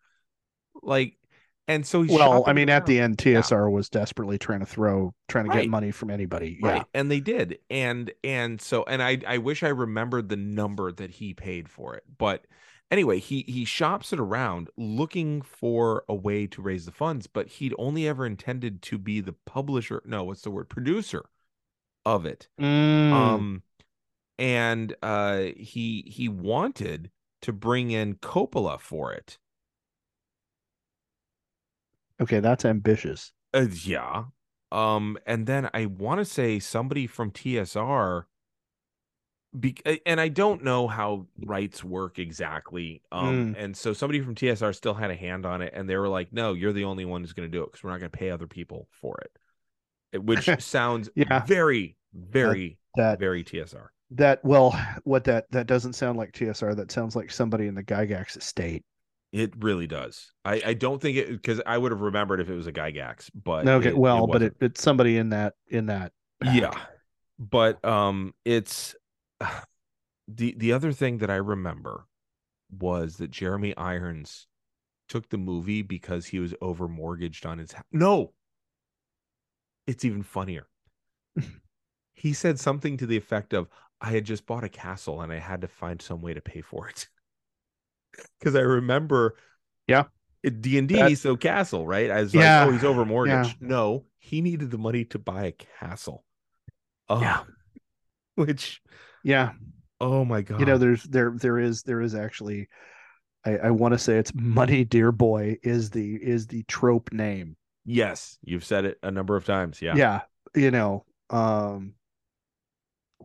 [SPEAKER 2] like and so he's
[SPEAKER 3] well
[SPEAKER 2] shopping
[SPEAKER 3] i mean
[SPEAKER 2] it
[SPEAKER 3] at the
[SPEAKER 2] around.
[SPEAKER 3] end tsr was desperately trying to throw trying to
[SPEAKER 2] Right.
[SPEAKER 3] get money from anybody yeah
[SPEAKER 2] right and they did and and so and i i wish i remembered the number that he paid for it but Anyway, he he shops it around looking for a way to raise the funds, but he'd only ever intended to be the publisher. No, what's the word? Producer of it.
[SPEAKER 3] Mm. Hmm.
[SPEAKER 2] Um, and uh, he he wanted to bring in Coppola for it.
[SPEAKER 3] okay, that's ambitious.
[SPEAKER 2] Uh, yeah. Um, and then I want to say somebody from TSR. Be- and I don't know how rights work exactly. Um,
[SPEAKER 3] Mm.
[SPEAKER 2] and so somebody from TSR still had a hand on it, and they were like, "No, you're the only one who's going to do it because we're not going to pay other people for it," It- which sounds
[SPEAKER 3] Yeah.
[SPEAKER 2] very, very,
[SPEAKER 3] That
[SPEAKER 2] very TSR.
[SPEAKER 3] that well, what that that doesn't sound like TSR. That sounds like somebody in the Gygax estate.
[SPEAKER 2] It really does. I, I don't think it because I would have remembered if it was a Gygax, but
[SPEAKER 3] okay,
[SPEAKER 2] it-
[SPEAKER 3] well, but
[SPEAKER 2] wasn't.
[SPEAKER 3] it, it's somebody in that in that. pack.
[SPEAKER 2] yeah but um it's the the other thing that i remember was that jeremy irons took the movie because he was over mortgaged on his house no it's even funnier he said something to the effect of i had just bought a castle and i had to find some way to pay for it because i remember
[SPEAKER 3] Yeah.
[SPEAKER 2] it- d&d
[SPEAKER 3] That-
[SPEAKER 2] so castle right i was
[SPEAKER 3] Yeah.
[SPEAKER 2] like oh he's over mortgaged no he needed the money to buy a castle Oh,
[SPEAKER 3] Yeah.
[SPEAKER 2] Which,
[SPEAKER 3] yeah.
[SPEAKER 2] oh my god,
[SPEAKER 3] You know, there's there there is there is actually, I, I want to say it's Money Dear Boy is the is the trope name.
[SPEAKER 2] yes, you've said it a number of times. Yeah,
[SPEAKER 3] yeah you know um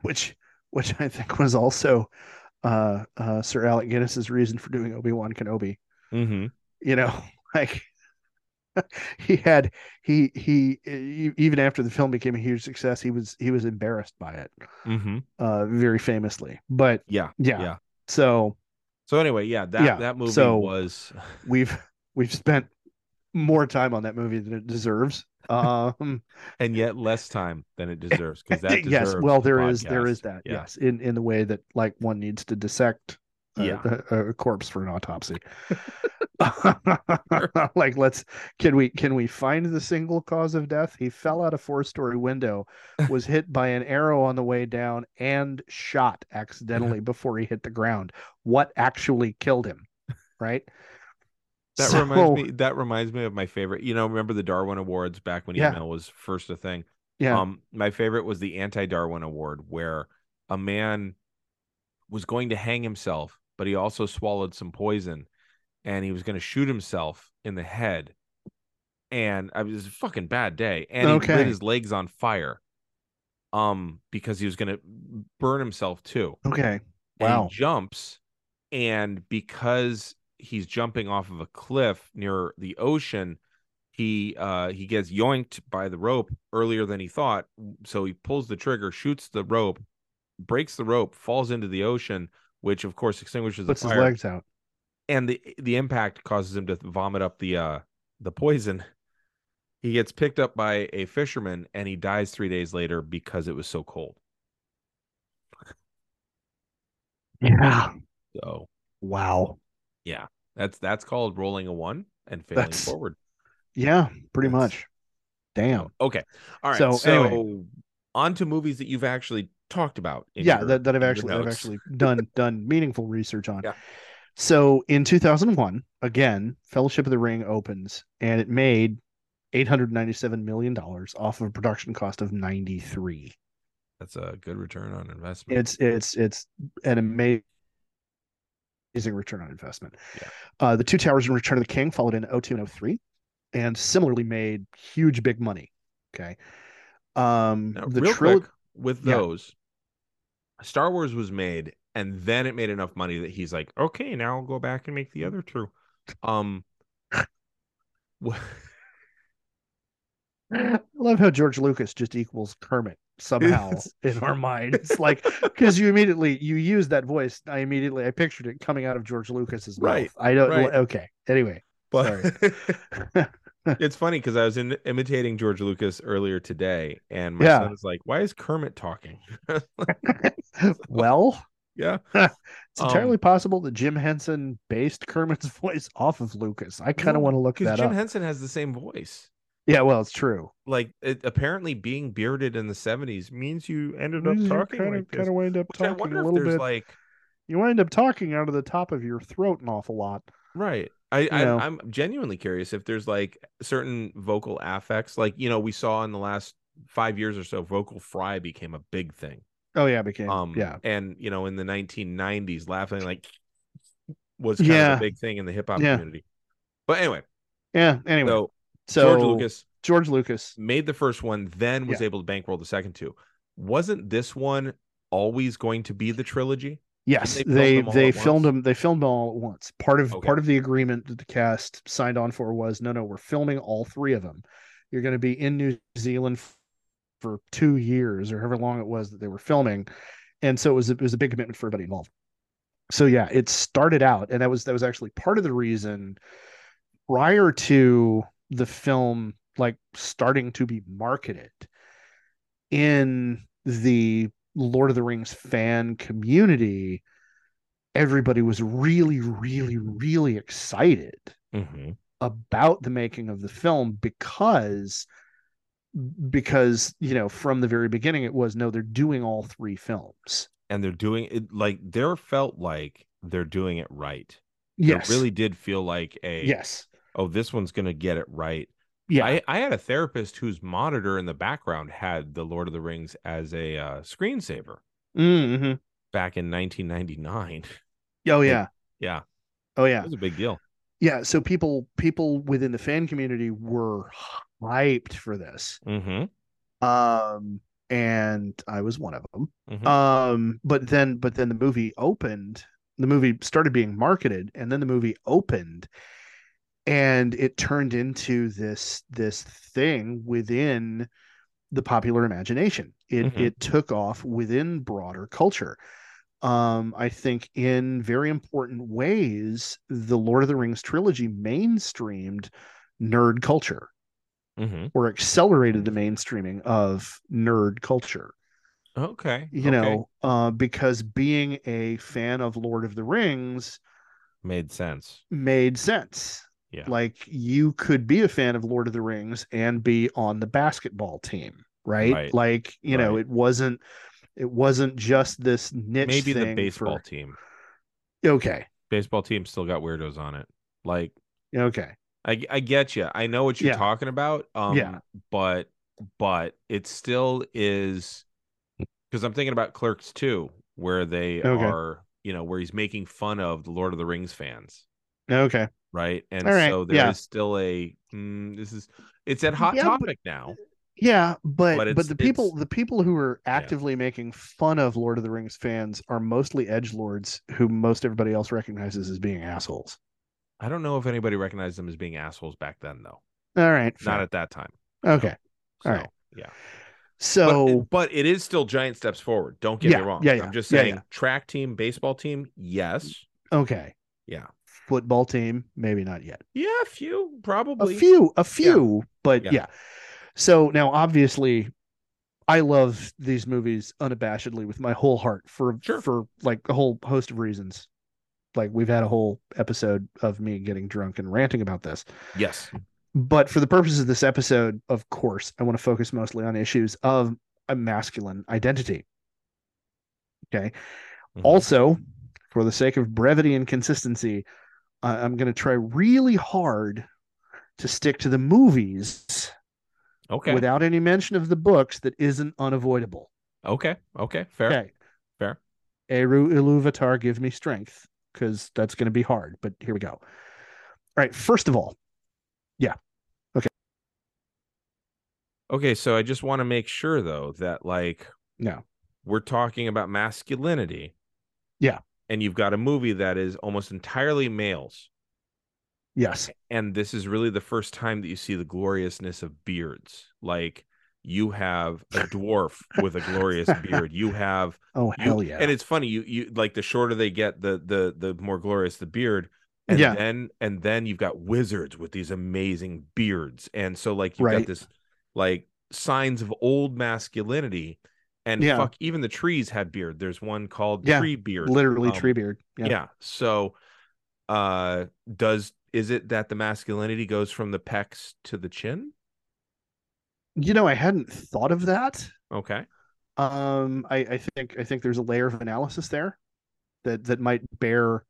[SPEAKER 3] which which i think was also uh uh sir alec guinness's reason for doing obi-wan kenobi
[SPEAKER 2] hmm
[SPEAKER 3] you know like he had he he e- even after the film became a huge success he was he was embarrassed by it
[SPEAKER 2] hmm
[SPEAKER 3] uh very famously but
[SPEAKER 2] yeah,
[SPEAKER 3] yeah,
[SPEAKER 2] Yeah.
[SPEAKER 3] so
[SPEAKER 2] So anyway, yeah, that
[SPEAKER 3] Yeah,
[SPEAKER 2] that movie
[SPEAKER 3] so-
[SPEAKER 2] was
[SPEAKER 3] we've we've spent more time on that movie than it deserves um
[SPEAKER 2] and yet less time than it deserves because that deserves
[SPEAKER 3] yes well
[SPEAKER 2] a
[SPEAKER 3] there is there
[SPEAKER 2] podcast.
[SPEAKER 3] is that
[SPEAKER 2] Yeah.
[SPEAKER 3] yes in in the way that like one needs to dissect uh,
[SPEAKER 2] Yeah.
[SPEAKER 3] a, a corpse for an autopsy like let's can we can we find the single cause of death he fell out a four story window was hit by an arrow on the way down and shot accidentally before he hit the ground what actually killed him right
[SPEAKER 2] that
[SPEAKER 3] So-
[SPEAKER 2] reminds me that reminds me of my favorite you know remember the darwin awards back when
[SPEAKER 3] Yeah.
[SPEAKER 2] email was first a thing
[SPEAKER 3] yeah
[SPEAKER 2] Um, my favorite was the anti-Darwin award, where a man was going to hang himself, but he also swallowed some poison, and he was going to shoot himself in the head. And I was a fucking bad day, and he
[SPEAKER 3] Okay.
[SPEAKER 2] lit his legs on fire, um, because he was going to burn himself too.
[SPEAKER 3] okay
[SPEAKER 2] And he
[SPEAKER 3] Wow.
[SPEAKER 2] jumps, and because he's jumping off of a cliff near the ocean, he uh he gets yoinked by the rope earlier than he thought. So he pulls the trigger, shoots the rope, breaks the rope, falls into the ocean, which of course extinguishes the
[SPEAKER 3] puts his
[SPEAKER 2] fire.
[SPEAKER 3] legs out
[SPEAKER 2] And the the impact causes him to vomit up the uh the poison. He gets picked up by a fisherman and he dies three days later because it was so cold.
[SPEAKER 3] yeah
[SPEAKER 2] So
[SPEAKER 3] wow
[SPEAKER 2] That's that's called rolling a one and failing
[SPEAKER 3] That's-
[SPEAKER 2] forward.
[SPEAKER 3] yeah pretty
[SPEAKER 2] That's-
[SPEAKER 3] much damn
[SPEAKER 2] Okay. All right. So,
[SPEAKER 3] So,
[SPEAKER 2] on to movies that you've actually talked about. in
[SPEAKER 3] yeah
[SPEAKER 2] your-
[SPEAKER 3] that, that
[SPEAKER 2] in
[SPEAKER 3] i've
[SPEAKER 2] your
[SPEAKER 3] actually i've
[SPEAKER 2] notes.
[SPEAKER 3] actually done done meaningful research on
[SPEAKER 2] Yeah.
[SPEAKER 3] so in 2001 again fellowship of the ring opens and it made 897 million dollars off of a production cost of 93
[SPEAKER 2] That's a good return on investment.
[SPEAKER 3] it's it's it's an amazing return on investment
[SPEAKER 2] Yeah.
[SPEAKER 3] uh the two towers and return of the king followed in 02 and 03 and similarly made huge big money okay um
[SPEAKER 2] Now,
[SPEAKER 3] the
[SPEAKER 2] real
[SPEAKER 3] tril-
[SPEAKER 2] quick with
[SPEAKER 3] Yeah.
[SPEAKER 2] those, Star Wars was made, and then it made enough money that he's like, okay, now I'll go back and make the other two. Um. wh-
[SPEAKER 3] I love how George Lucas just equals Kermit somehow
[SPEAKER 2] It's-
[SPEAKER 3] in our mind. It's like because you immediately you use that voice. I immediately I pictured it coming out of George Lucas's mouth.
[SPEAKER 2] Right,
[SPEAKER 3] I don't.
[SPEAKER 2] right.
[SPEAKER 3] Okay. Anyway.
[SPEAKER 2] But it's funny because I was in, imitating George Lucas earlier today, and my
[SPEAKER 3] Yeah.
[SPEAKER 2] son is like, "Why is Kermit talking?"
[SPEAKER 3] Well,
[SPEAKER 2] yeah,
[SPEAKER 3] it's entirely
[SPEAKER 2] Um,
[SPEAKER 3] possible that Jim Henson based Kermit's voice off of Lucas. I kind
[SPEAKER 2] No,
[SPEAKER 3] of want to look
[SPEAKER 2] because
[SPEAKER 3] that
[SPEAKER 2] Jim
[SPEAKER 3] up.
[SPEAKER 2] Henson has the same voice.
[SPEAKER 3] yeah. Well, it's true.
[SPEAKER 2] Like it, apparently, being bearded in the seventies means you ended up
[SPEAKER 3] You
[SPEAKER 2] talking
[SPEAKER 3] kind
[SPEAKER 2] like
[SPEAKER 3] of kind
[SPEAKER 2] this.
[SPEAKER 3] of wind up
[SPEAKER 2] Which I
[SPEAKER 3] talking
[SPEAKER 2] wonder
[SPEAKER 3] a
[SPEAKER 2] if
[SPEAKER 3] little
[SPEAKER 2] there's
[SPEAKER 3] bit.
[SPEAKER 2] like
[SPEAKER 3] you wind up talking out of the top of your throat an awful lot.
[SPEAKER 2] Right. I, I
[SPEAKER 3] know.
[SPEAKER 2] I'm genuinely curious if there's like certain vocal affects, like you know we saw in the last five years or so, vocal fry became a big thing.
[SPEAKER 3] Oh yeah, became
[SPEAKER 2] Um,
[SPEAKER 3] yeah.
[SPEAKER 2] and you know in the 1990s, laughing like was kind of
[SPEAKER 3] Yeah.
[SPEAKER 2] a big thing in the hip hop
[SPEAKER 3] Yeah.
[SPEAKER 2] community. But anyway,
[SPEAKER 3] Yeah. Anyway, so,
[SPEAKER 2] so, George Lucas
[SPEAKER 3] George Lucas.
[SPEAKER 2] made the first one, then was able to bankroll the second two. Wasn't this one always going to be the trilogy?
[SPEAKER 3] Yes,
[SPEAKER 2] they filmed
[SPEAKER 3] they
[SPEAKER 2] them all
[SPEAKER 3] they
[SPEAKER 2] at
[SPEAKER 3] filmed
[SPEAKER 2] once?
[SPEAKER 3] them. They filmed them all at once. Part of
[SPEAKER 2] Okay.
[SPEAKER 3] part of the agreement that the cast signed on for was no, no, we're filming all three of them. You're going to be in New Zealand f- for two years or however long it was that they were filming, and so it was it was a big commitment for everybody involved. So yeah, it started out, and that was that was actually part of the reason prior to the film like starting to be marketed in the Lord of the Rings fan community, everybody was really, really, really excited
[SPEAKER 2] Mm-hmm.
[SPEAKER 3] about the making of the film because because you know from the very beginning it was no they're doing all three films
[SPEAKER 2] And they're doing it like there felt like they're doing it right.
[SPEAKER 3] yes
[SPEAKER 2] It really did feel like a
[SPEAKER 3] yes
[SPEAKER 2] oh, this one's gonna get it right.
[SPEAKER 3] yeah
[SPEAKER 2] I, I had a therapist whose monitor in the background had the Lord of the Rings as a uh, screensaver
[SPEAKER 3] hmm
[SPEAKER 2] back in 1999.
[SPEAKER 3] oh yeah
[SPEAKER 2] yeah.
[SPEAKER 3] oh yeah
[SPEAKER 2] It was a big deal.
[SPEAKER 3] yeah so people people within the fan community were hyped for this
[SPEAKER 2] Mm-hmm.
[SPEAKER 3] um and i was one of them
[SPEAKER 2] Mhm.
[SPEAKER 3] um but then but then the movie opened the movie started being marketed and then the movie opened and it turned into this this thing within the popular imagination it
[SPEAKER 2] Mhm.
[SPEAKER 3] it took off within broader culture um i think in very important ways the lord of the rings trilogy mainstreamed nerd culture
[SPEAKER 2] Mm-hmm.
[SPEAKER 3] or accelerated the mainstreaming of nerd culture
[SPEAKER 2] Okay.
[SPEAKER 3] you
[SPEAKER 2] okay.
[SPEAKER 3] know uh, because being a fan of lord of the rings
[SPEAKER 2] made sense.
[SPEAKER 3] made sense
[SPEAKER 2] Yeah.
[SPEAKER 3] like you could be a fan of lord of the rings and be on the basketball team right,
[SPEAKER 2] Right.
[SPEAKER 3] like you know
[SPEAKER 2] Right.
[SPEAKER 3] it wasn't it wasn't just this niche
[SPEAKER 2] Maybe the
[SPEAKER 3] thing
[SPEAKER 2] baseball
[SPEAKER 3] for-
[SPEAKER 2] team.
[SPEAKER 3] okay
[SPEAKER 2] Baseball team still got weirdos on it. Like
[SPEAKER 3] okay
[SPEAKER 2] I I get you. I know what you're
[SPEAKER 3] Yeah.
[SPEAKER 2] talking about. Um
[SPEAKER 3] Yeah.
[SPEAKER 2] but but it still is because I'm thinking about Clerks too, where they
[SPEAKER 3] Okay.
[SPEAKER 2] are, you know, where he's making fun of the Lord of the Rings fans,
[SPEAKER 3] okay
[SPEAKER 2] right? And
[SPEAKER 3] All right,
[SPEAKER 2] so there is
[SPEAKER 3] yeah.
[SPEAKER 2] still a mm, this is it's at hot
[SPEAKER 3] Yeah, but-
[SPEAKER 2] topic now.
[SPEAKER 3] yeah but
[SPEAKER 2] But
[SPEAKER 3] but,
[SPEAKER 2] it's-
[SPEAKER 3] the people
[SPEAKER 2] it's-
[SPEAKER 3] the people who are actively making fun of lord of the rings fans are mostly edge lords who most everybody else recognizes as being assholes
[SPEAKER 2] I don't know if anybody recognized them as being assholes back then though.
[SPEAKER 3] all right
[SPEAKER 2] Not
[SPEAKER 3] fair.
[SPEAKER 2] at that time.
[SPEAKER 3] okay
[SPEAKER 2] So
[SPEAKER 3] All right.
[SPEAKER 2] yeah. But-
[SPEAKER 3] So
[SPEAKER 2] but, it is still giant steps forward. Don't get
[SPEAKER 3] Yeah,
[SPEAKER 2] me wrong.
[SPEAKER 3] yeah, yeah,
[SPEAKER 2] I'm just
[SPEAKER 3] yeah,
[SPEAKER 2] saying
[SPEAKER 3] yeah.
[SPEAKER 2] track team, baseball team, yes.
[SPEAKER 3] okay,
[SPEAKER 2] Yeah.
[SPEAKER 3] football team maybe not yet.
[SPEAKER 2] Yeah, a few,
[SPEAKER 3] A
[SPEAKER 2] probably.
[SPEAKER 3] few, a few, but
[SPEAKER 2] Yeah.
[SPEAKER 3] yeah. So now, obviously, I love these movies unabashedly with my whole heart for
[SPEAKER 2] Sure.
[SPEAKER 3] for like a whole host of reasons. Like we've had a whole episode of me getting drunk and ranting about this.
[SPEAKER 2] Yes.
[SPEAKER 3] But for the purposes of this episode, of course, I want to focus mostly on issues of a masculine identity.
[SPEAKER 2] Mhm.
[SPEAKER 3] Also, for the sake of brevity and consistency, I I'm going to try really hard to stick to the movies
[SPEAKER 2] Okay.
[SPEAKER 3] without any mention of the books that isn't unavoidable.
[SPEAKER 2] okay. Okay. Fair.
[SPEAKER 3] Okay.
[SPEAKER 2] Fair.
[SPEAKER 3] Eru Iluvatar, give me strength because that's going to be hard, but here we go. All right. First of all,
[SPEAKER 2] Okay. So I just want to make sure though that like
[SPEAKER 3] no.
[SPEAKER 2] we're talking about masculinity.
[SPEAKER 3] Yeah.
[SPEAKER 2] And you've got a movie that is almost entirely males.
[SPEAKER 3] Yes.
[SPEAKER 2] and this is really the first time that you see the gloriousness of beards like you have a dwarf with a glorious beard you have
[SPEAKER 3] Oh,
[SPEAKER 2] you,
[SPEAKER 3] hell yeah.
[SPEAKER 2] and it's funny you you like the shorter they get the the the more glorious the beard and
[SPEAKER 3] Yeah.
[SPEAKER 2] then and then you've got wizards with these amazing beards and so like you've got
[SPEAKER 3] Right.
[SPEAKER 2] this like signs of old masculinity and
[SPEAKER 3] Yeah.
[SPEAKER 2] fuck even the trees had beard there's one called
[SPEAKER 3] Yeah,
[SPEAKER 2] tree beard
[SPEAKER 3] Literally
[SPEAKER 2] um,
[SPEAKER 3] tree beard.
[SPEAKER 2] yeah. So uh does is it that the masculinity goes from the pecs to the chin?
[SPEAKER 3] You know, I hadn't thought of that.
[SPEAKER 2] Okay.
[SPEAKER 3] Um, I, I think I think there's a layer of analysis there that that might bear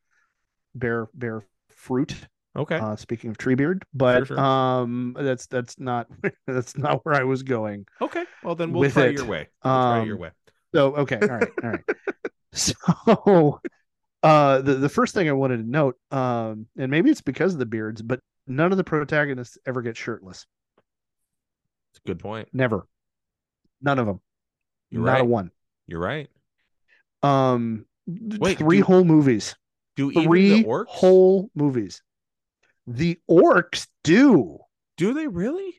[SPEAKER 3] bear bear fruit.
[SPEAKER 2] Okay.
[SPEAKER 3] Uh, speaking of Treebeard, but
[SPEAKER 2] sure.
[SPEAKER 3] um, that's that's not that's not where I was going.
[SPEAKER 2] okay. Well, then we'll
[SPEAKER 3] with
[SPEAKER 2] try
[SPEAKER 3] it,
[SPEAKER 2] your way. We'll try
[SPEAKER 3] um,
[SPEAKER 2] your way.
[SPEAKER 3] So okay, all right, all right. so uh the, the first thing I wanted to note, um, and maybe it's because of the beards, but none of the protagonists ever get shirtless.
[SPEAKER 2] It's a good point.
[SPEAKER 3] Never. None of them.
[SPEAKER 2] You're
[SPEAKER 3] Not a
[SPEAKER 2] right.
[SPEAKER 3] one.
[SPEAKER 2] You're right.
[SPEAKER 3] Um th-
[SPEAKER 2] Wait,
[SPEAKER 3] three
[SPEAKER 2] do-
[SPEAKER 3] whole movies.
[SPEAKER 2] Do even
[SPEAKER 3] Three
[SPEAKER 2] the orcs?
[SPEAKER 3] whole movies. The orcs do.
[SPEAKER 2] Do they really?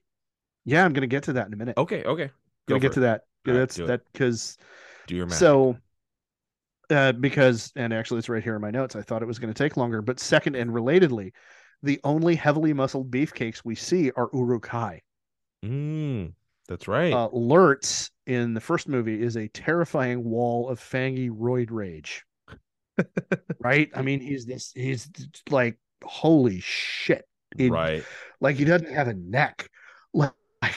[SPEAKER 3] Yeah, I'm gonna get to that in a minute.
[SPEAKER 2] Okay. Okay.
[SPEAKER 3] I'm
[SPEAKER 2] Oh, Go
[SPEAKER 3] gonna get to
[SPEAKER 2] for it.
[SPEAKER 3] that.
[SPEAKER 2] All right,
[SPEAKER 3] that's
[SPEAKER 2] do it.
[SPEAKER 3] that because
[SPEAKER 2] Do your math.
[SPEAKER 3] So, uh, because, and actually, it's right here in my notes. I thought it was going to take longer, but second and relatedly, the only heavily muscled beefcakes we see are urukai.
[SPEAKER 2] Mm, that's right.
[SPEAKER 3] Uh, Lurtz in the first movie is a terrifying wall of fangy roid rage. right? I mean, he's this, he's like, holy shit. He,
[SPEAKER 2] right.
[SPEAKER 3] Like, he doesn't have a neck. Like,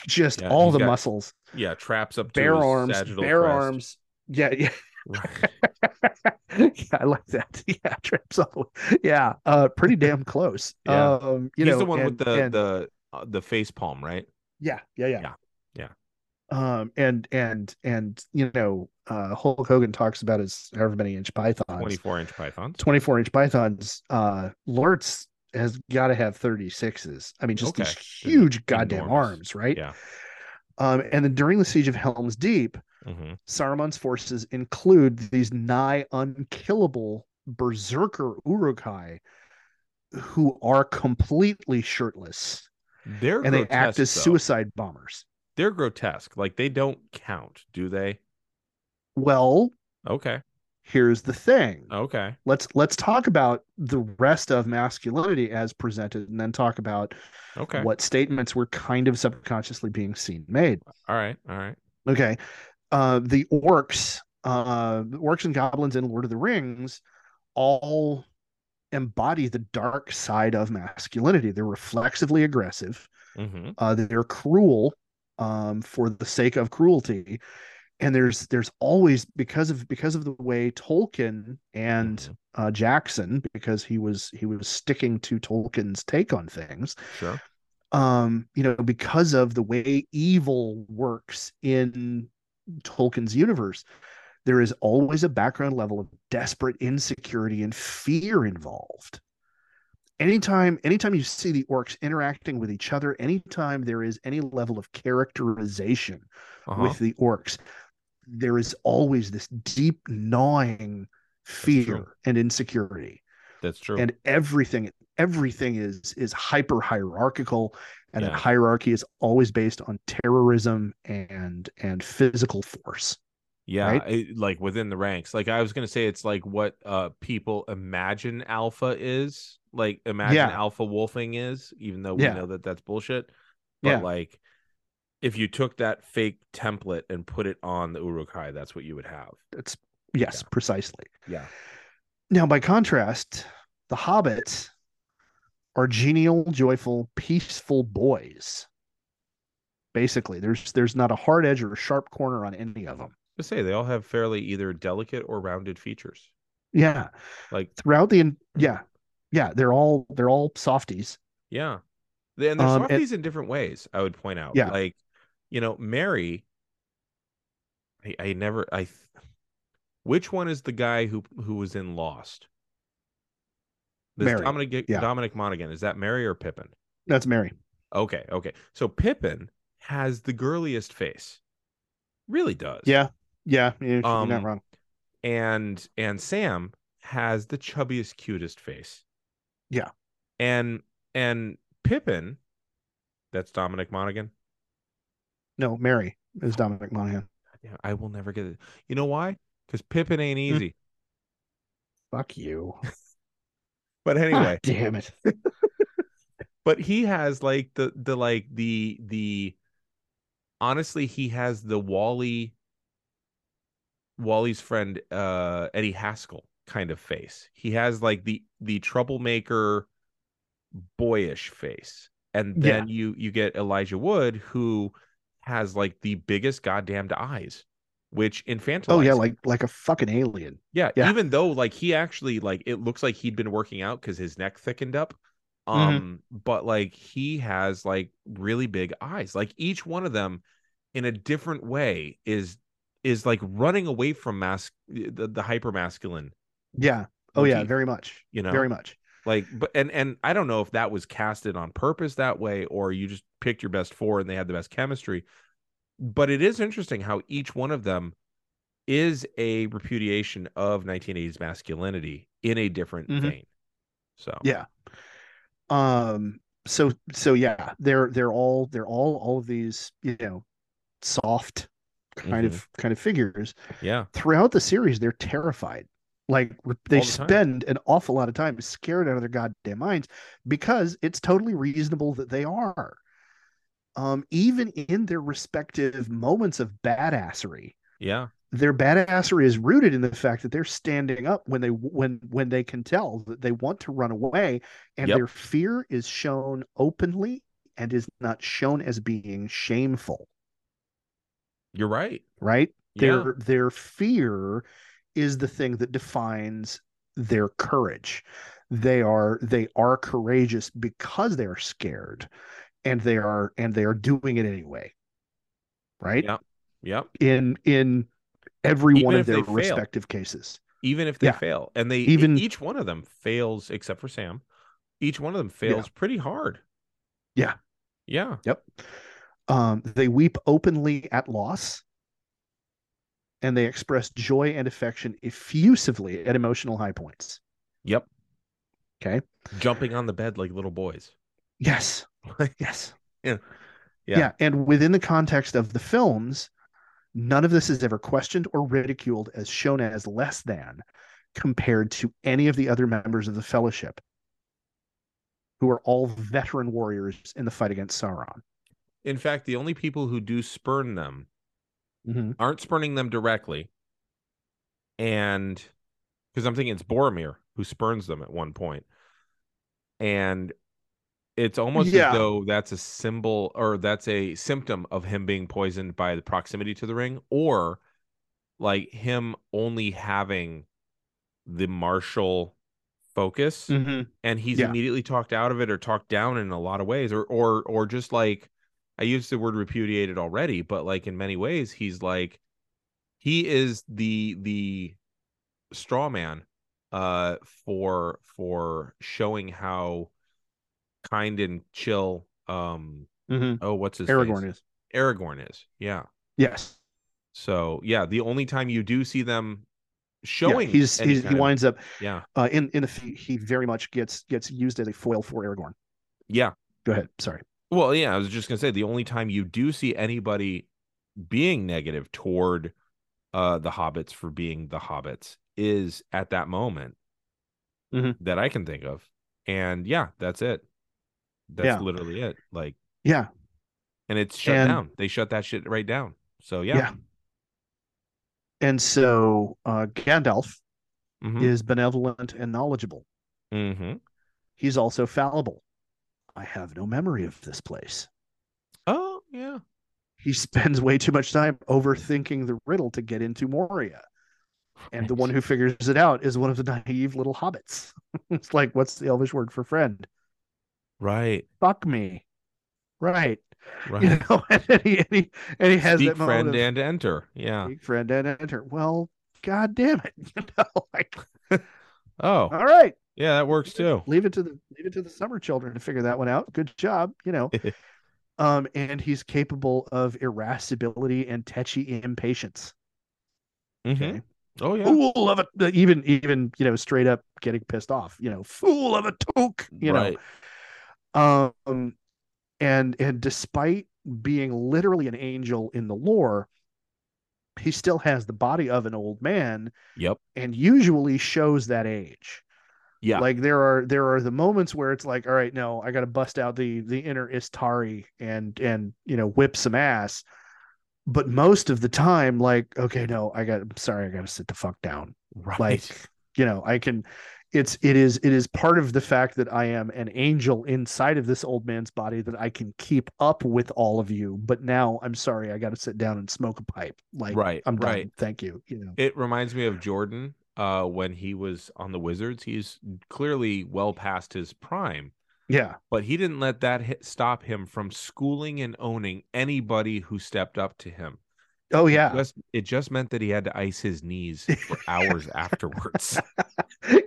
[SPEAKER 3] just
[SPEAKER 2] Yeah,
[SPEAKER 3] all
[SPEAKER 2] he's
[SPEAKER 3] the
[SPEAKER 2] got
[SPEAKER 3] muscles,
[SPEAKER 2] Yeah. Traps up to
[SPEAKER 3] bare
[SPEAKER 2] his
[SPEAKER 3] arms,
[SPEAKER 2] sagittal
[SPEAKER 3] bare
[SPEAKER 2] crest.
[SPEAKER 3] arms. Yeah, yeah.
[SPEAKER 2] Right.
[SPEAKER 3] yeah, I like that. Yeah, trips all the way. Yeah, uh, pretty damn close.
[SPEAKER 2] Yeah.
[SPEAKER 3] Um, you
[SPEAKER 2] He's
[SPEAKER 3] know,
[SPEAKER 2] the one with
[SPEAKER 3] and-
[SPEAKER 2] the
[SPEAKER 3] and-
[SPEAKER 2] the uh, the face palm, right?
[SPEAKER 3] yeah, yeah, yeah,
[SPEAKER 2] Yeah,
[SPEAKER 3] Um, and and and you know, uh, Hulk Hogan talks about his however many inch pythons,
[SPEAKER 2] Twenty-four inch pythons.
[SPEAKER 3] twenty four inch pythons. Uh, Lurtz has got to have thirty sixes. I mean, just
[SPEAKER 2] Okay.
[SPEAKER 3] these huge goddamn
[SPEAKER 2] enormous.
[SPEAKER 3] arms, right?
[SPEAKER 2] Yeah.
[SPEAKER 3] Um, and then during the siege of Helm's Deep,
[SPEAKER 2] hmm
[SPEAKER 3] Saruman's forces include these nigh unkillable berserker Urukai who are completely shirtless
[SPEAKER 2] They're
[SPEAKER 3] and they
[SPEAKER 2] grotesque,
[SPEAKER 3] act as
[SPEAKER 2] though.
[SPEAKER 3] suicide bombers.
[SPEAKER 2] They're grotesque. Like they don't count, do they?
[SPEAKER 3] Well,
[SPEAKER 2] Okay.
[SPEAKER 3] here's the thing.
[SPEAKER 2] Okay.
[SPEAKER 3] Let's let's talk about the rest of masculinity as presented and then talk about
[SPEAKER 2] Okay.
[SPEAKER 3] what statements were kind of subconsciously being seen made.
[SPEAKER 2] All right. All right.
[SPEAKER 3] Okay. Uh, the orcs, uh, the orcs and goblins in Lord of the Rings all embody the dark side of masculinity. They're reflexively aggressive,
[SPEAKER 2] Mm-hmm.
[SPEAKER 3] uh, they're cruel um, for the sake of cruelty. And there's there's always because of because of the way Tolkien and
[SPEAKER 2] Mhm.
[SPEAKER 3] uh, Jackson because he was he was sticking to Tolkien's take on things
[SPEAKER 2] Sure.
[SPEAKER 3] um you know because of the way evil works in Tolkien's universe there is always a background level of desperate insecurity and fear involved anytime anytime you see the orcs interacting with each other anytime there is any level of characterization
[SPEAKER 2] Uh-huh.
[SPEAKER 3] with the orcs there is always this deep gnawing
[SPEAKER 2] true.
[SPEAKER 3] fear and insecurity
[SPEAKER 2] That's true.
[SPEAKER 3] and everything everything is is hyper hierarchical and
[SPEAKER 2] Yeah.
[SPEAKER 3] that hierarchy is always based on terrorism and and physical force
[SPEAKER 2] yeah.
[SPEAKER 3] right?
[SPEAKER 2] it- like within the ranks. Like I was gonna say, it's like what uh people imagine alpha is. Like imagine
[SPEAKER 3] Yeah.
[SPEAKER 2] alpha wolfing is, even though we
[SPEAKER 3] Yeah.
[SPEAKER 2] know that that's bullshit. But
[SPEAKER 3] Yeah.
[SPEAKER 2] like, if you took that fake template and put it on the urukai, that's what you would have.
[SPEAKER 3] it's yes
[SPEAKER 2] Yeah.
[SPEAKER 3] precisely
[SPEAKER 2] Yeah.
[SPEAKER 3] now by contrast the hobbits are genial joyful peaceful boys basically there's there's not a hard edge or a sharp corner on any of them
[SPEAKER 2] To say they all have fairly either delicate or rounded features.
[SPEAKER 3] yeah
[SPEAKER 2] Like
[SPEAKER 3] throughout the en- yeah yeah they're all they're all softies
[SPEAKER 2] Yeah. They- And they're
[SPEAKER 3] Um, and-
[SPEAKER 2] softies in different ways, I would point out.
[SPEAKER 3] Yeah.
[SPEAKER 2] Like, you know, Mary, I, I never I th- which one is the guy who who was in Lost? This
[SPEAKER 3] Mary,
[SPEAKER 2] Dominic
[SPEAKER 3] yeah.
[SPEAKER 2] Dominic Monaghan. Is that Mary or Pippin?
[SPEAKER 3] that's mary
[SPEAKER 2] Okay, okay. So Pippin has the girliest face. Really does.
[SPEAKER 3] yeah yeah, yeah you're
[SPEAKER 2] Um,
[SPEAKER 3] not wrong
[SPEAKER 2] and and Sam has the chubbiest, cutest face.
[SPEAKER 3] Yeah.
[SPEAKER 2] And and Pippin, that's Dominic Monaghan.
[SPEAKER 3] No, Mary is Dominic Monaghan.
[SPEAKER 2] Yeah, I will never get it. You know why? Because Pippin ain't
[SPEAKER 3] Hmm.
[SPEAKER 2] easy.
[SPEAKER 3] Fuck you.
[SPEAKER 2] But anyway,
[SPEAKER 3] damn it.
[SPEAKER 2] but he has like the the like the the honestly he has the Wally Wally's friend uh Eddie Haskell kind of face. He has like the the troublemaker boyish face. And
[SPEAKER 3] Yeah.
[SPEAKER 2] then you you get Elijah Wood who has like the biggest goddamned eyes. which infantilized.
[SPEAKER 3] Oh yeah,
[SPEAKER 2] him.
[SPEAKER 3] like like a fucking alien.
[SPEAKER 2] yeah,
[SPEAKER 3] yeah.
[SPEAKER 2] Even though like he actually like it looks like he'd been working out because his neck thickened up. Um, but like he has like really big eyes. Like each one of them, in a different way, is is like running away from mask the, the hyper masculine.
[SPEAKER 3] Yeah. Oh yeah,
[SPEAKER 2] motif,
[SPEAKER 3] very much.
[SPEAKER 2] you know
[SPEAKER 3] Very much.
[SPEAKER 2] like but and and i don't know if that was casted on purpose that way or you just picked your best four and they had the best chemistry but it is interesting how each one of them is a repudiation of 1980s masculinity in a different
[SPEAKER 3] Mhm.
[SPEAKER 2] vein so
[SPEAKER 3] Yeah. Um so so yeah, they're they're all they're all all of these, you know, soft kind
[SPEAKER 2] Mm-hmm.
[SPEAKER 3] of kind of figures.
[SPEAKER 2] yeah
[SPEAKER 3] Throughout the series they're terrified. Like re- they
[SPEAKER 2] All the time.
[SPEAKER 3] spend an awful lot of time scared out of their goddamn minds because it's totally reasonable that they are. Um even in their respective moments of badassery,
[SPEAKER 2] yeah
[SPEAKER 3] their badassery is rooted in the fact that they're standing up when they when when they can tell that they want to run away and
[SPEAKER 2] Yep.
[SPEAKER 3] their fear is shown openly and is not shown as being shameful
[SPEAKER 2] you're right
[SPEAKER 3] right
[SPEAKER 2] yeah
[SPEAKER 3] their their fear is the thing that defines their courage they are they are courageous because they are scared and they are and they are doing it anyway right
[SPEAKER 2] Yeah. yep
[SPEAKER 3] in in every
[SPEAKER 2] Even
[SPEAKER 3] one of
[SPEAKER 2] if they
[SPEAKER 3] their
[SPEAKER 2] fail.
[SPEAKER 3] respective cases
[SPEAKER 2] even if they
[SPEAKER 3] Yeah.
[SPEAKER 2] fail and they
[SPEAKER 3] Even-
[SPEAKER 2] even each one of them fails except for sam each one of them fails pretty hard
[SPEAKER 3] Yeah.
[SPEAKER 2] yeah
[SPEAKER 3] Yep. Um, they weep openly at loss, and they express joy and affection effusively at emotional high points.
[SPEAKER 2] yep
[SPEAKER 3] Okay.
[SPEAKER 2] jumping on the bed like little boys
[SPEAKER 3] Yes. yes.
[SPEAKER 2] Yeah.
[SPEAKER 3] yeah.
[SPEAKER 2] Yeah.
[SPEAKER 3] And within the context of the films, none of this is ever questioned or ridiculed as shown as less than compared to any of the other members of the fellowship who are all veteran warriors in the fight against Sauron.
[SPEAKER 2] In fact, the only people who do spurn them aren't spurning them directly. And because I'm thinking it's Boromir who spurns them at one point. And it's almost
[SPEAKER 3] Yeah.
[SPEAKER 2] as though that's a symbol or that's a symptom of him being poisoned by the proximity to the ring or like him only having the martial focus
[SPEAKER 3] Mm-hmm.
[SPEAKER 2] and he's
[SPEAKER 3] Yeah.
[SPEAKER 2] immediately talked out of it or talked down in a lot of ways or or or just like i used the word repudiated already but like in many ways he's like he is the the straw man uh for for showing how kind and chill um
[SPEAKER 3] Mm-hmm.
[SPEAKER 2] oh what's his
[SPEAKER 3] Aragorn
[SPEAKER 2] face?
[SPEAKER 3] is.
[SPEAKER 2] aragorn is yeah
[SPEAKER 3] Yes.
[SPEAKER 2] so yeah the only time you do see them
[SPEAKER 3] Yeah,
[SPEAKER 2] showing
[SPEAKER 3] he's,
[SPEAKER 2] any
[SPEAKER 3] he's he
[SPEAKER 2] kind of-
[SPEAKER 3] winds up
[SPEAKER 2] yeah
[SPEAKER 3] uh, in in the f- he very much gets gets used as a foil for Aragorn.
[SPEAKER 2] yeah
[SPEAKER 3] Go ahead. Sorry.
[SPEAKER 2] Well, yeah, I was just gonna say the only time you do see anybody being negative toward uh the hobbits for being the hobbits is at that moment
[SPEAKER 3] Mhm.
[SPEAKER 2] that I can think of. And yeah, that's it. That's
[SPEAKER 3] Yeah.
[SPEAKER 2] literally it. Like
[SPEAKER 3] Yeah.
[SPEAKER 2] and it's shut
[SPEAKER 3] And-
[SPEAKER 2] down. They shut that shit right down. So yeah.
[SPEAKER 3] Yeah. And so uh, Gandalf
[SPEAKER 2] Mm-hmm.
[SPEAKER 3] is benevolent and knowledgeable.
[SPEAKER 2] Mm-hmm.
[SPEAKER 3] He's also fallible. I have no memory of this place.
[SPEAKER 2] Oh, yeah.
[SPEAKER 3] He spends way too much time overthinking the riddle to get into Moria. And the one who figures it out is one of the naive little hobbits. it's like, what's the Elvish word for friend?
[SPEAKER 2] Right.
[SPEAKER 3] Fuck me. Right.
[SPEAKER 2] Right.
[SPEAKER 3] you know, and he, and he, and he has
[SPEAKER 2] Speak
[SPEAKER 3] that
[SPEAKER 2] friend
[SPEAKER 3] moment of,
[SPEAKER 2] and enter. Yeah.
[SPEAKER 3] "Speak friend and enter. Well, god damn it, you know, like
[SPEAKER 2] Oh,
[SPEAKER 3] all right,
[SPEAKER 2] yeah, that works too.
[SPEAKER 3] leave it to the leave it to the summer children to figure that one out. Good job, you know. um, and he's capable of irascibility and tetchy impatience.
[SPEAKER 2] hmm
[SPEAKER 3] Okay,
[SPEAKER 2] Oh yeah.
[SPEAKER 3] fool of a even even you know straight up getting pissed off. You know, fool of a toke. You know,
[SPEAKER 2] right.
[SPEAKER 3] um and and despite being literally an angel in the lore he still has the body of an old man
[SPEAKER 2] Yep.
[SPEAKER 3] and usually shows that age
[SPEAKER 2] Yeah.
[SPEAKER 3] like there are there are the moments where it's like all right no i gotta bust out the the inner istari and and you know whip some ass but most of the time like okay no i got i'm sorry i gotta sit the fuck down
[SPEAKER 2] right.
[SPEAKER 3] like you know i can it's it is it is part of the fact that I am an angel inside of this old man's body that I can keep up with all of you. But now I'm sorry, I got to sit down and smoke a pipe. Like
[SPEAKER 2] Right,
[SPEAKER 3] I'm done.
[SPEAKER 2] right.
[SPEAKER 3] Thank you. You know,
[SPEAKER 2] It reminds me of Jordan uh, when he was on the Wizards. He's clearly well past his prime,
[SPEAKER 3] yeah,
[SPEAKER 2] but he didn't let that hit stop him from schooling and owning anybody who stepped up to him.
[SPEAKER 3] oh
[SPEAKER 2] It
[SPEAKER 3] yeah,
[SPEAKER 2] just- it just meant that he had to ice his knees for hours afterwards.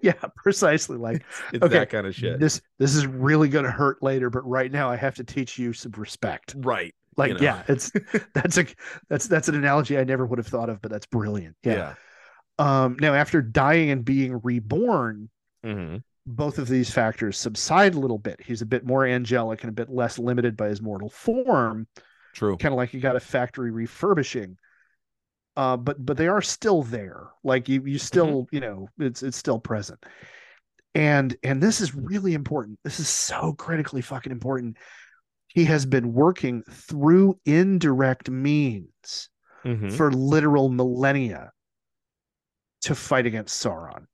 [SPEAKER 3] yeah, precisely. Like
[SPEAKER 2] It's
[SPEAKER 3] Okay,
[SPEAKER 2] that kind of shit.
[SPEAKER 3] this this is really gonna hurt later, but right now I have to teach you some respect.
[SPEAKER 2] right.
[SPEAKER 3] Like
[SPEAKER 2] know.
[SPEAKER 3] yeah, it's that's a that's that's an analogy I never would have thought of, but that's brilliant. Yeah. Um. Now after dying and being reborn,
[SPEAKER 2] Mhm.
[SPEAKER 3] both of these factors subside a little bit. He's a bit more angelic and a bit less limited by his mortal form,
[SPEAKER 2] True.
[SPEAKER 3] kind of like you got a factory refurbishing. Uh, but but they are still there. Like you you still
[SPEAKER 2] Mm-hmm.
[SPEAKER 3] you know it's it's still present. And and this is really important. This is so critically fucking important. He has been working through indirect means
[SPEAKER 2] Mhm.
[SPEAKER 3] for literal millennia to fight against Sauron.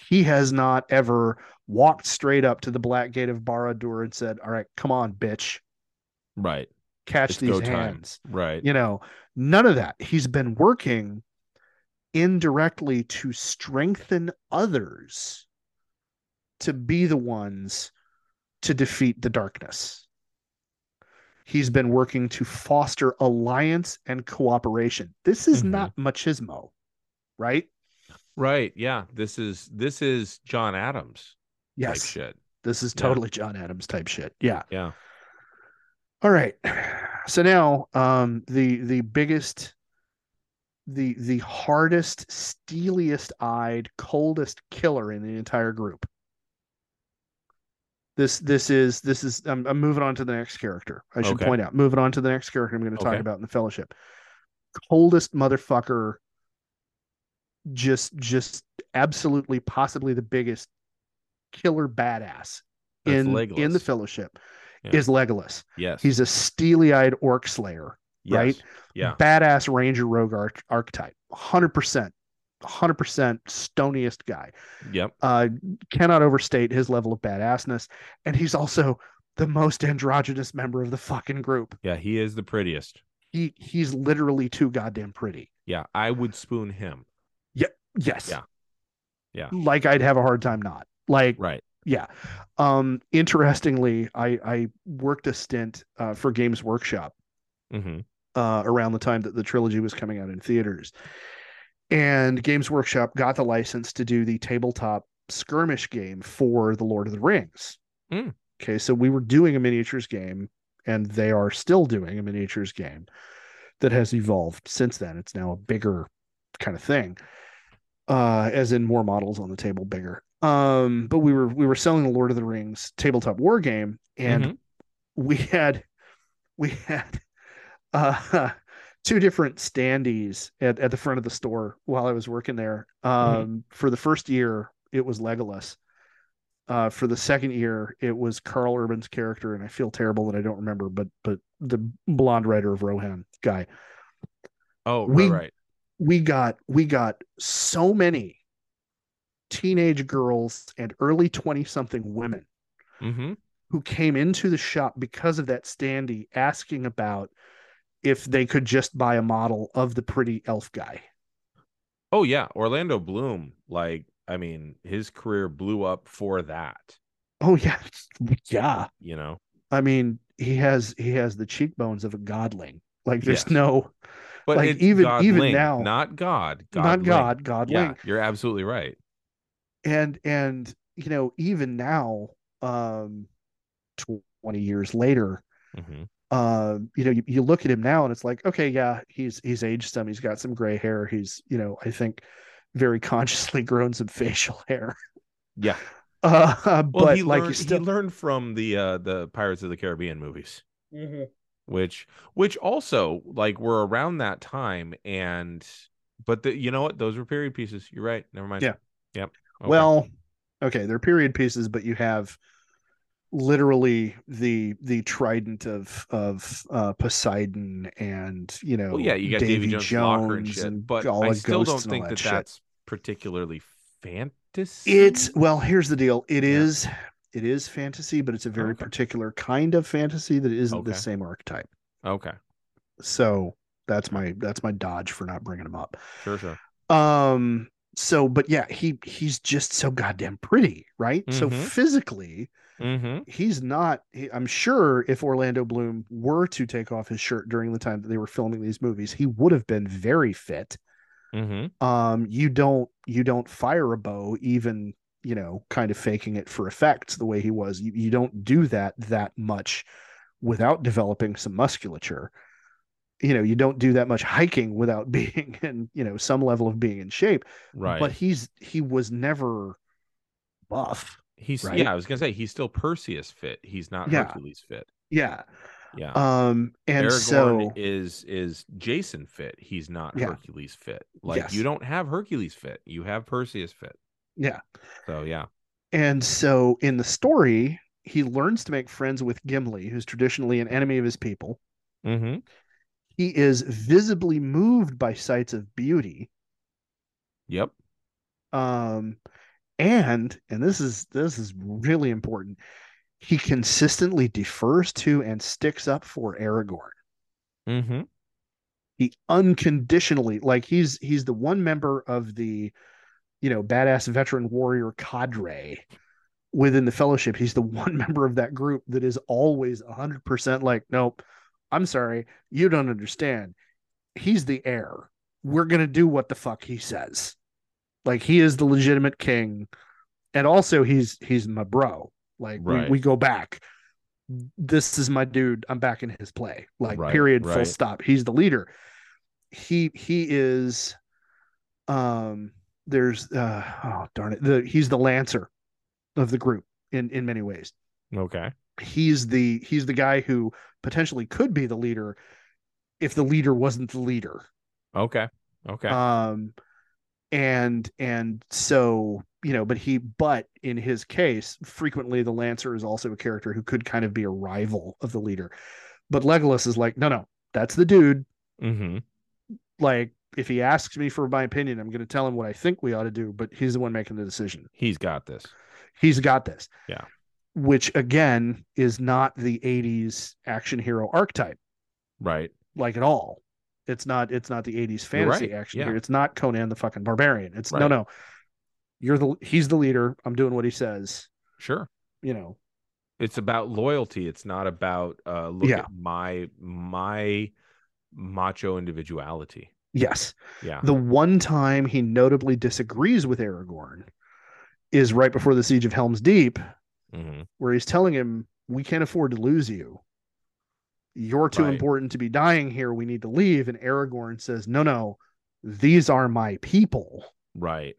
[SPEAKER 3] He has not ever walked straight up to the black gate of Barad-dûr and said, "All right, come on, bitch,
[SPEAKER 2] Right.
[SPEAKER 3] catch
[SPEAKER 2] It's go
[SPEAKER 3] these
[SPEAKER 2] time.
[SPEAKER 3] hands."
[SPEAKER 2] Right.
[SPEAKER 3] You know, none of that. He's been working indirectly to strengthen others to be the ones to defeat the darkness. He's been working to foster alliance and cooperation. This is
[SPEAKER 2] Mhm.
[SPEAKER 3] not machismo, right?
[SPEAKER 2] Right. Yeah. This is this is John Adams
[SPEAKER 3] Yes.
[SPEAKER 2] type shit.
[SPEAKER 3] This is
[SPEAKER 2] Yeah.
[SPEAKER 3] totally John Adams type shit. Yeah.
[SPEAKER 2] Yeah.
[SPEAKER 3] All right. So now um the the biggest the the hardest, steeliest eyed, coldest killer in the entire group. This this is this is I'm, I'm moving on to the next character. I should
[SPEAKER 2] Okay.
[SPEAKER 3] point out. Moving on to the next character I'm going to talk
[SPEAKER 2] Okay.
[SPEAKER 3] about in the fellowship. Coldest motherfucker just just absolutely possibly the biggest killer badass
[SPEAKER 2] That's
[SPEAKER 3] in in the
[SPEAKER 2] Legolas.
[SPEAKER 3] fellowship
[SPEAKER 2] Yeah.
[SPEAKER 3] is Legolas.
[SPEAKER 2] Yes.
[SPEAKER 3] He's a steely-eyed orc slayer,
[SPEAKER 2] Yes.
[SPEAKER 3] right?
[SPEAKER 2] Yeah.
[SPEAKER 3] badass ranger rogue arch- archetype, hundred percent, hundred percent stoniest guy.
[SPEAKER 2] Yep.
[SPEAKER 3] Uh, cannot overstate his level of badassness, and he's also the most androgynous member of the fucking group.
[SPEAKER 2] Yeah. He is the prettiest.
[SPEAKER 3] He he's literally too goddamn pretty.
[SPEAKER 2] Yeah. I would spoon him.
[SPEAKER 3] Yes.
[SPEAKER 2] Yeah. Yeah.
[SPEAKER 3] Like I'd have a hard time not. Like
[SPEAKER 2] Right.
[SPEAKER 3] yeah um interestingly i i worked a stint uh, for games workshop
[SPEAKER 2] hmm
[SPEAKER 3] uh, around the time that the trilogy was coming out in theaters and games workshop got the license to do the tabletop skirmish game for the lord of the rings
[SPEAKER 2] Mm.
[SPEAKER 3] okay so we were doing a miniatures game and they are still doing a miniatures game that has evolved since then it's now a bigger kind of thing uh as in more models on the table bigger um but we were we were selling the lord of the rings tabletop war game and
[SPEAKER 2] Mhm.
[SPEAKER 3] we had we had uh two different standees at, at the front of the store while i was working there um for the first year it was legolas uh for the second year it was carl urban's character and i feel terrible that i don't remember but but the blonde writer of rohan guy
[SPEAKER 2] Oh,
[SPEAKER 3] We-
[SPEAKER 2] right, right.
[SPEAKER 3] we got we got so many teenage girls and early 20 something women
[SPEAKER 2] Mm-hmm.
[SPEAKER 3] who came into the shop because of that standee asking about if they could just buy a model of the pretty elf guy
[SPEAKER 2] Oh yeah. Orlando Bloom, like, I mean, his career blew up for that,
[SPEAKER 3] oh yeah yeah
[SPEAKER 2] you know?
[SPEAKER 3] i mean he has he has the cheekbones of a godling like there's
[SPEAKER 2] Yes.
[SPEAKER 3] no
[SPEAKER 2] But
[SPEAKER 3] Like,
[SPEAKER 2] it's
[SPEAKER 3] even- even
[SPEAKER 2] Godling,
[SPEAKER 3] now-
[SPEAKER 2] not God.
[SPEAKER 3] not
[SPEAKER 2] Godling.
[SPEAKER 3] god godling
[SPEAKER 2] Yeah, you're absolutely right.
[SPEAKER 3] and and you know even now um 20 years later
[SPEAKER 2] hmm
[SPEAKER 3] uh, you know, you, you look at him now and it's like, okay, yeah, he's he's aged some, he's got some gray hair, he's you know, I think very consciously grown some facial hair.
[SPEAKER 2] Yeah.
[SPEAKER 3] Uh,
[SPEAKER 2] Well,
[SPEAKER 3] but
[SPEAKER 2] he
[SPEAKER 3] like
[SPEAKER 2] learned,
[SPEAKER 3] you still,
[SPEAKER 2] he learned from the uh, the Pirates of the Caribbean movies. which which also like were around that time and but the, you know what those were period pieces you're right never mind
[SPEAKER 3] Yeah.
[SPEAKER 2] yep Okay.
[SPEAKER 3] well, okay, they're period pieces, but you have literally the the trident of of uh Poseidon and you know
[SPEAKER 2] well yeah you got davy, jones, locker and shit but
[SPEAKER 3] all
[SPEAKER 2] i
[SPEAKER 3] the
[SPEAKER 2] still
[SPEAKER 3] ghosts
[SPEAKER 2] don't
[SPEAKER 3] and all
[SPEAKER 2] think that,
[SPEAKER 3] shit.
[SPEAKER 2] that's particularly fan fantasy?
[SPEAKER 3] It's well, here's the deal. It
[SPEAKER 2] Yeah.
[SPEAKER 3] is it is fantasy, but it's a very
[SPEAKER 2] Okay.
[SPEAKER 3] particular kind of fantasy that isn't the
[SPEAKER 2] Okay.
[SPEAKER 3] same archetype.
[SPEAKER 2] okay.
[SPEAKER 3] So that's my that's my dodge for not bringing him up.
[SPEAKER 2] Sure, sure.
[SPEAKER 3] Um so but yeah, he he's just so goddamn pretty, right? So
[SPEAKER 2] Mhm.
[SPEAKER 3] physically,
[SPEAKER 2] Mm-hmm.
[SPEAKER 3] he's not he, I'm sure if Orlando Bloom were to take off his shirt during the time that they were filming these movies, he would have been very fit.
[SPEAKER 2] Mm-hmm.
[SPEAKER 3] um you don't you don't fire a bow even you know kind of faking it for effect the way he was you, you don't do that that much without developing some musculature you know you don't do that much hiking without being in you know some level of being in shape
[SPEAKER 2] Right.
[SPEAKER 3] but he's he was never buff
[SPEAKER 2] he's
[SPEAKER 3] right?
[SPEAKER 2] yeah, I was gonna say he's still Perseus fit. He's not
[SPEAKER 3] Yeah.
[SPEAKER 2] Hercules fit.
[SPEAKER 3] yeah
[SPEAKER 2] Yeah.
[SPEAKER 3] um and
[SPEAKER 2] Aragorn
[SPEAKER 3] so
[SPEAKER 2] is is Jason fit. He's not
[SPEAKER 3] Yeah.
[SPEAKER 2] Hercules fit. Like
[SPEAKER 3] Yes.
[SPEAKER 2] you don't have Hercules fit. You have Perseus fit.
[SPEAKER 3] yeah
[SPEAKER 2] So yeah.
[SPEAKER 3] And so in the story, he learns to make friends with Gimli, who's traditionally an enemy of his people.
[SPEAKER 2] Mm-hmm.
[SPEAKER 3] He is visibly moved by sights of beauty.
[SPEAKER 2] Yep.
[SPEAKER 3] Um, and and this is this is really important. He consistently defers to and sticks up for Aragorn.
[SPEAKER 2] Mm-hmm.
[SPEAKER 3] He unconditionally, like he's he's the one member of the, you know, badass veteran warrior cadre within the fellowship he's the one member of that group that is always 100% like nope i'm sorry you don't understand he's the heir we're going to do what the fuck he says like he is the legitimate king and also he's he's my bro like we-
[SPEAKER 2] Right.
[SPEAKER 3] we, go back this is my dude i'm back in his play like
[SPEAKER 2] Right,
[SPEAKER 3] period full
[SPEAKER 2] right.
[SPEAKER 3] stop he's the leader he he is um there's uh oh darn it the he's the lancer of the group in in many ways
[SPEAKER 2] Okay.
[SPEAKER 3] he's the he's the guy who potentially could be the leader if the leader wasn't the leader
[SPEAKER 2] Okay. Okay.
[SPEAKER 3] um and and so you know but he but in his case frequently the lancer is also a character who could kind of be a rival of the leader but legolas is like no no that's the dude
[SPEAKER 2] mm-hmm.
[SPEAKER 3] like if he asks me for my opinion i'm going to tell him what i think we ought to do but he's the one making the decision
[SPEAKER 2] He's got this.
[SPEAKER 3] he's got this.
[SPEAKER 2] Yeah.
[SPEAKER 3] Which again is not the 80s action hero archetype
[SPEAKER 2] Right.
[SPEAKER 3] like at all. It's not it's not the 80s fantasy
[SPEAKER 2] right.
[SPEAKER 3] action
[SPEAKER 2] Yeah.
[SPEAKER 3] hero. It's not Conan the fucking barbarian. It's no
[SPEAKER 2] Right.
[SPEAKER 3] no. You're the he's the leader. I'm doing what he says,
[SPEAKER 2] Sure.
[SPEAKER 3] you know.
[SPEAKER 2] It's about loyalty. It's not about uh look
[SPEAKER 3] Yeah.
[SPEAKER 2] at my my macho individuality.
[SPEAKER 3] Yes.
[SPEAKER 2] Yeah.
[SPEAKER 3] The one time he notably disagrees with Aragorn is right before the siege of Helm's Deep
[SPEAKER 2] Mm-hmm.
[SPEAKER 3] where he's telling him, "We can't afford to lose you. You're too
[SPEAKER 2] Right.
[SPEAKER 3] important to be dying here. We need to leave." And Aragorn says, "No, no, these are my people."
[SPEAKER 2] Right.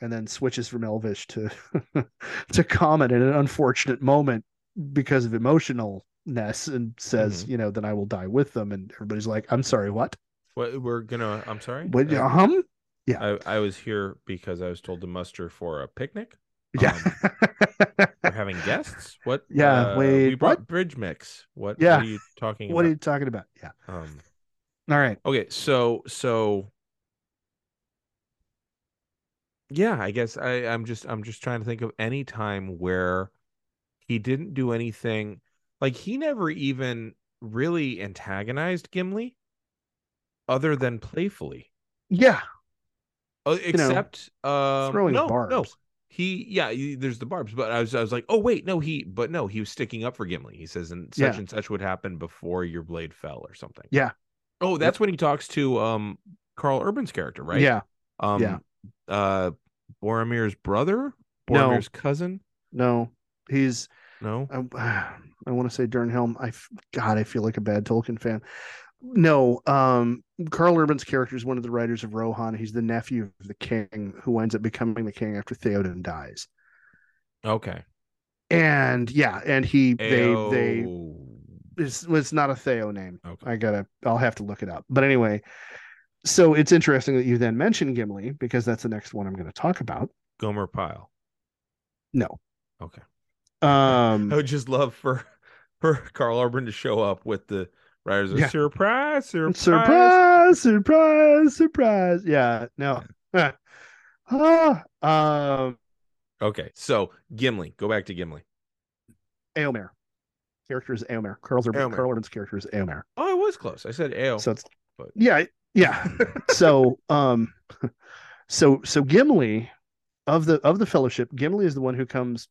[SPEAKER 3] And then switches from Elvish to to Common in an unfortunate moment because of emotionalness, and says,
[SPEAKER 2] Mm-hmm.
[SPEAKER 3] "You know, then I will die with them." And everybody's like, "I'm sorry, what?
[SPEAKER 2] What we're gonna I'm sorry.
[SPEAKER 3] What?
[SPEAKER 2] Uh,
[SPEAKER 3] Um,
[SPEAKER 2] I, I was here because I was told to muster for a picnic.
[SPEAKER 3] yeah,
[SPEAKER 2] Um, we're having guests. What?
[SPEAKER 3] Yeah,
[SPEAKER 2] uh, we
[SPEAKER 3] wait,
[SPEAKER 2] brought
[SPEAKER 3] what?
[SPEAKER 2] bridge mix. What?
[SPEAKER 3] Yeah.
[SPEAKER 2] What are you talking
[SPEAKER 3] what are you
[SPEAKER 2] about?
[SPEAKER 3] talking about? Yeah,
[SPEAKER 2] Um,
[SPEAKER 3] all right,
[SPEAKER 2] okay, so so. Yeah, I guess I, I'm just I'm just trying to think of any time where he didn't do anything like he never even really antagonized Gimli other than playfully.
[SPEAKER 3] yeah,
[SPEAKER 2] Uh,
[SPEAKER 3] know,
[SPEAKER 2] except um,
[SPEAKER 3] throwing
[SPEAKER 2] no,
[SPEAKER 3] barbs.
[SPEAKER 2] No, he yeah, he- there's the barbs, but I was I was like, oh wait, no, he but no, he was sticking up for Gimli. He says, and such
[SPEAKER 3] Yeah.
[SPEAKER 2] and such would happen before your blade fell or something.
[SPEAKER 3] Yeah.
[SPEAKER 2] Oh, that's when he talks to um Carl Urban's character, right?
[SPEAKER 3] yeah,
[SPEAKER 2] Um,
[SPEAKER 3] yeah.
[SPEAKER 2] Uh, Boromir's brother,
[SPEAKER 3] No.
[SPEAKER 2] Boromir's cousin.
[SPEAKER 3] no, he's."
[SPEAKER 2] No.
[SPEAKER 3] I, I want to say Dernhelm. I f- God, I feel like a bad Tolkien fan. No, um, Carl Urban's character is one of the writers of Rohan. He's the nephew of the king who ends up becoming the king after Theoden dies.
[SPEAKER 2] Okay.
[SPEAKER 3] And yeah, and he they they
[SPEAKER 2] Ayo.
[SPEAKER 3] it's, it's not a Theo name.
[SPEAKER 2] Okay.
[SPEAKER 3] I gotta I'll have to look it up. But anyway, so it's interesting that you then mentioned Gimli because that's the next one I'm going to talk about.
[SPEAKER 2] Gomer Pyle.
[SPEAKER 3] No,
[SPEAKER 2] Okay.
[SPEAKER 3] um,
[SPEAKER 2] I would just love for for Carl Urban to show up with the writers of
[SPEAKER 3] Yeah.
[SPEAKER 2] surprise, surprise.
[SPEAKER 3] surprise, surprise, surprise. Yeah, no. Uh, Ah, um,
[SPEAKER 2] Okay, so Gimli, go back to Gimli.
[SPEAKER 3] Aomer. Character is Aomer. Carl, Urban,
[SPEAKER 2] Aomer.
[SPEAKER 3] Carl Urban's character is Aomer.
[SPEAKER 2] Oh, I was close. I said Ao.
[SPEAKER 3] So it's
[SPEAKER 2] but-
[SPEAKER 3] yeah, yeah. so um, so so Gimli of the of the Fellowship, Gimli is the one who comes,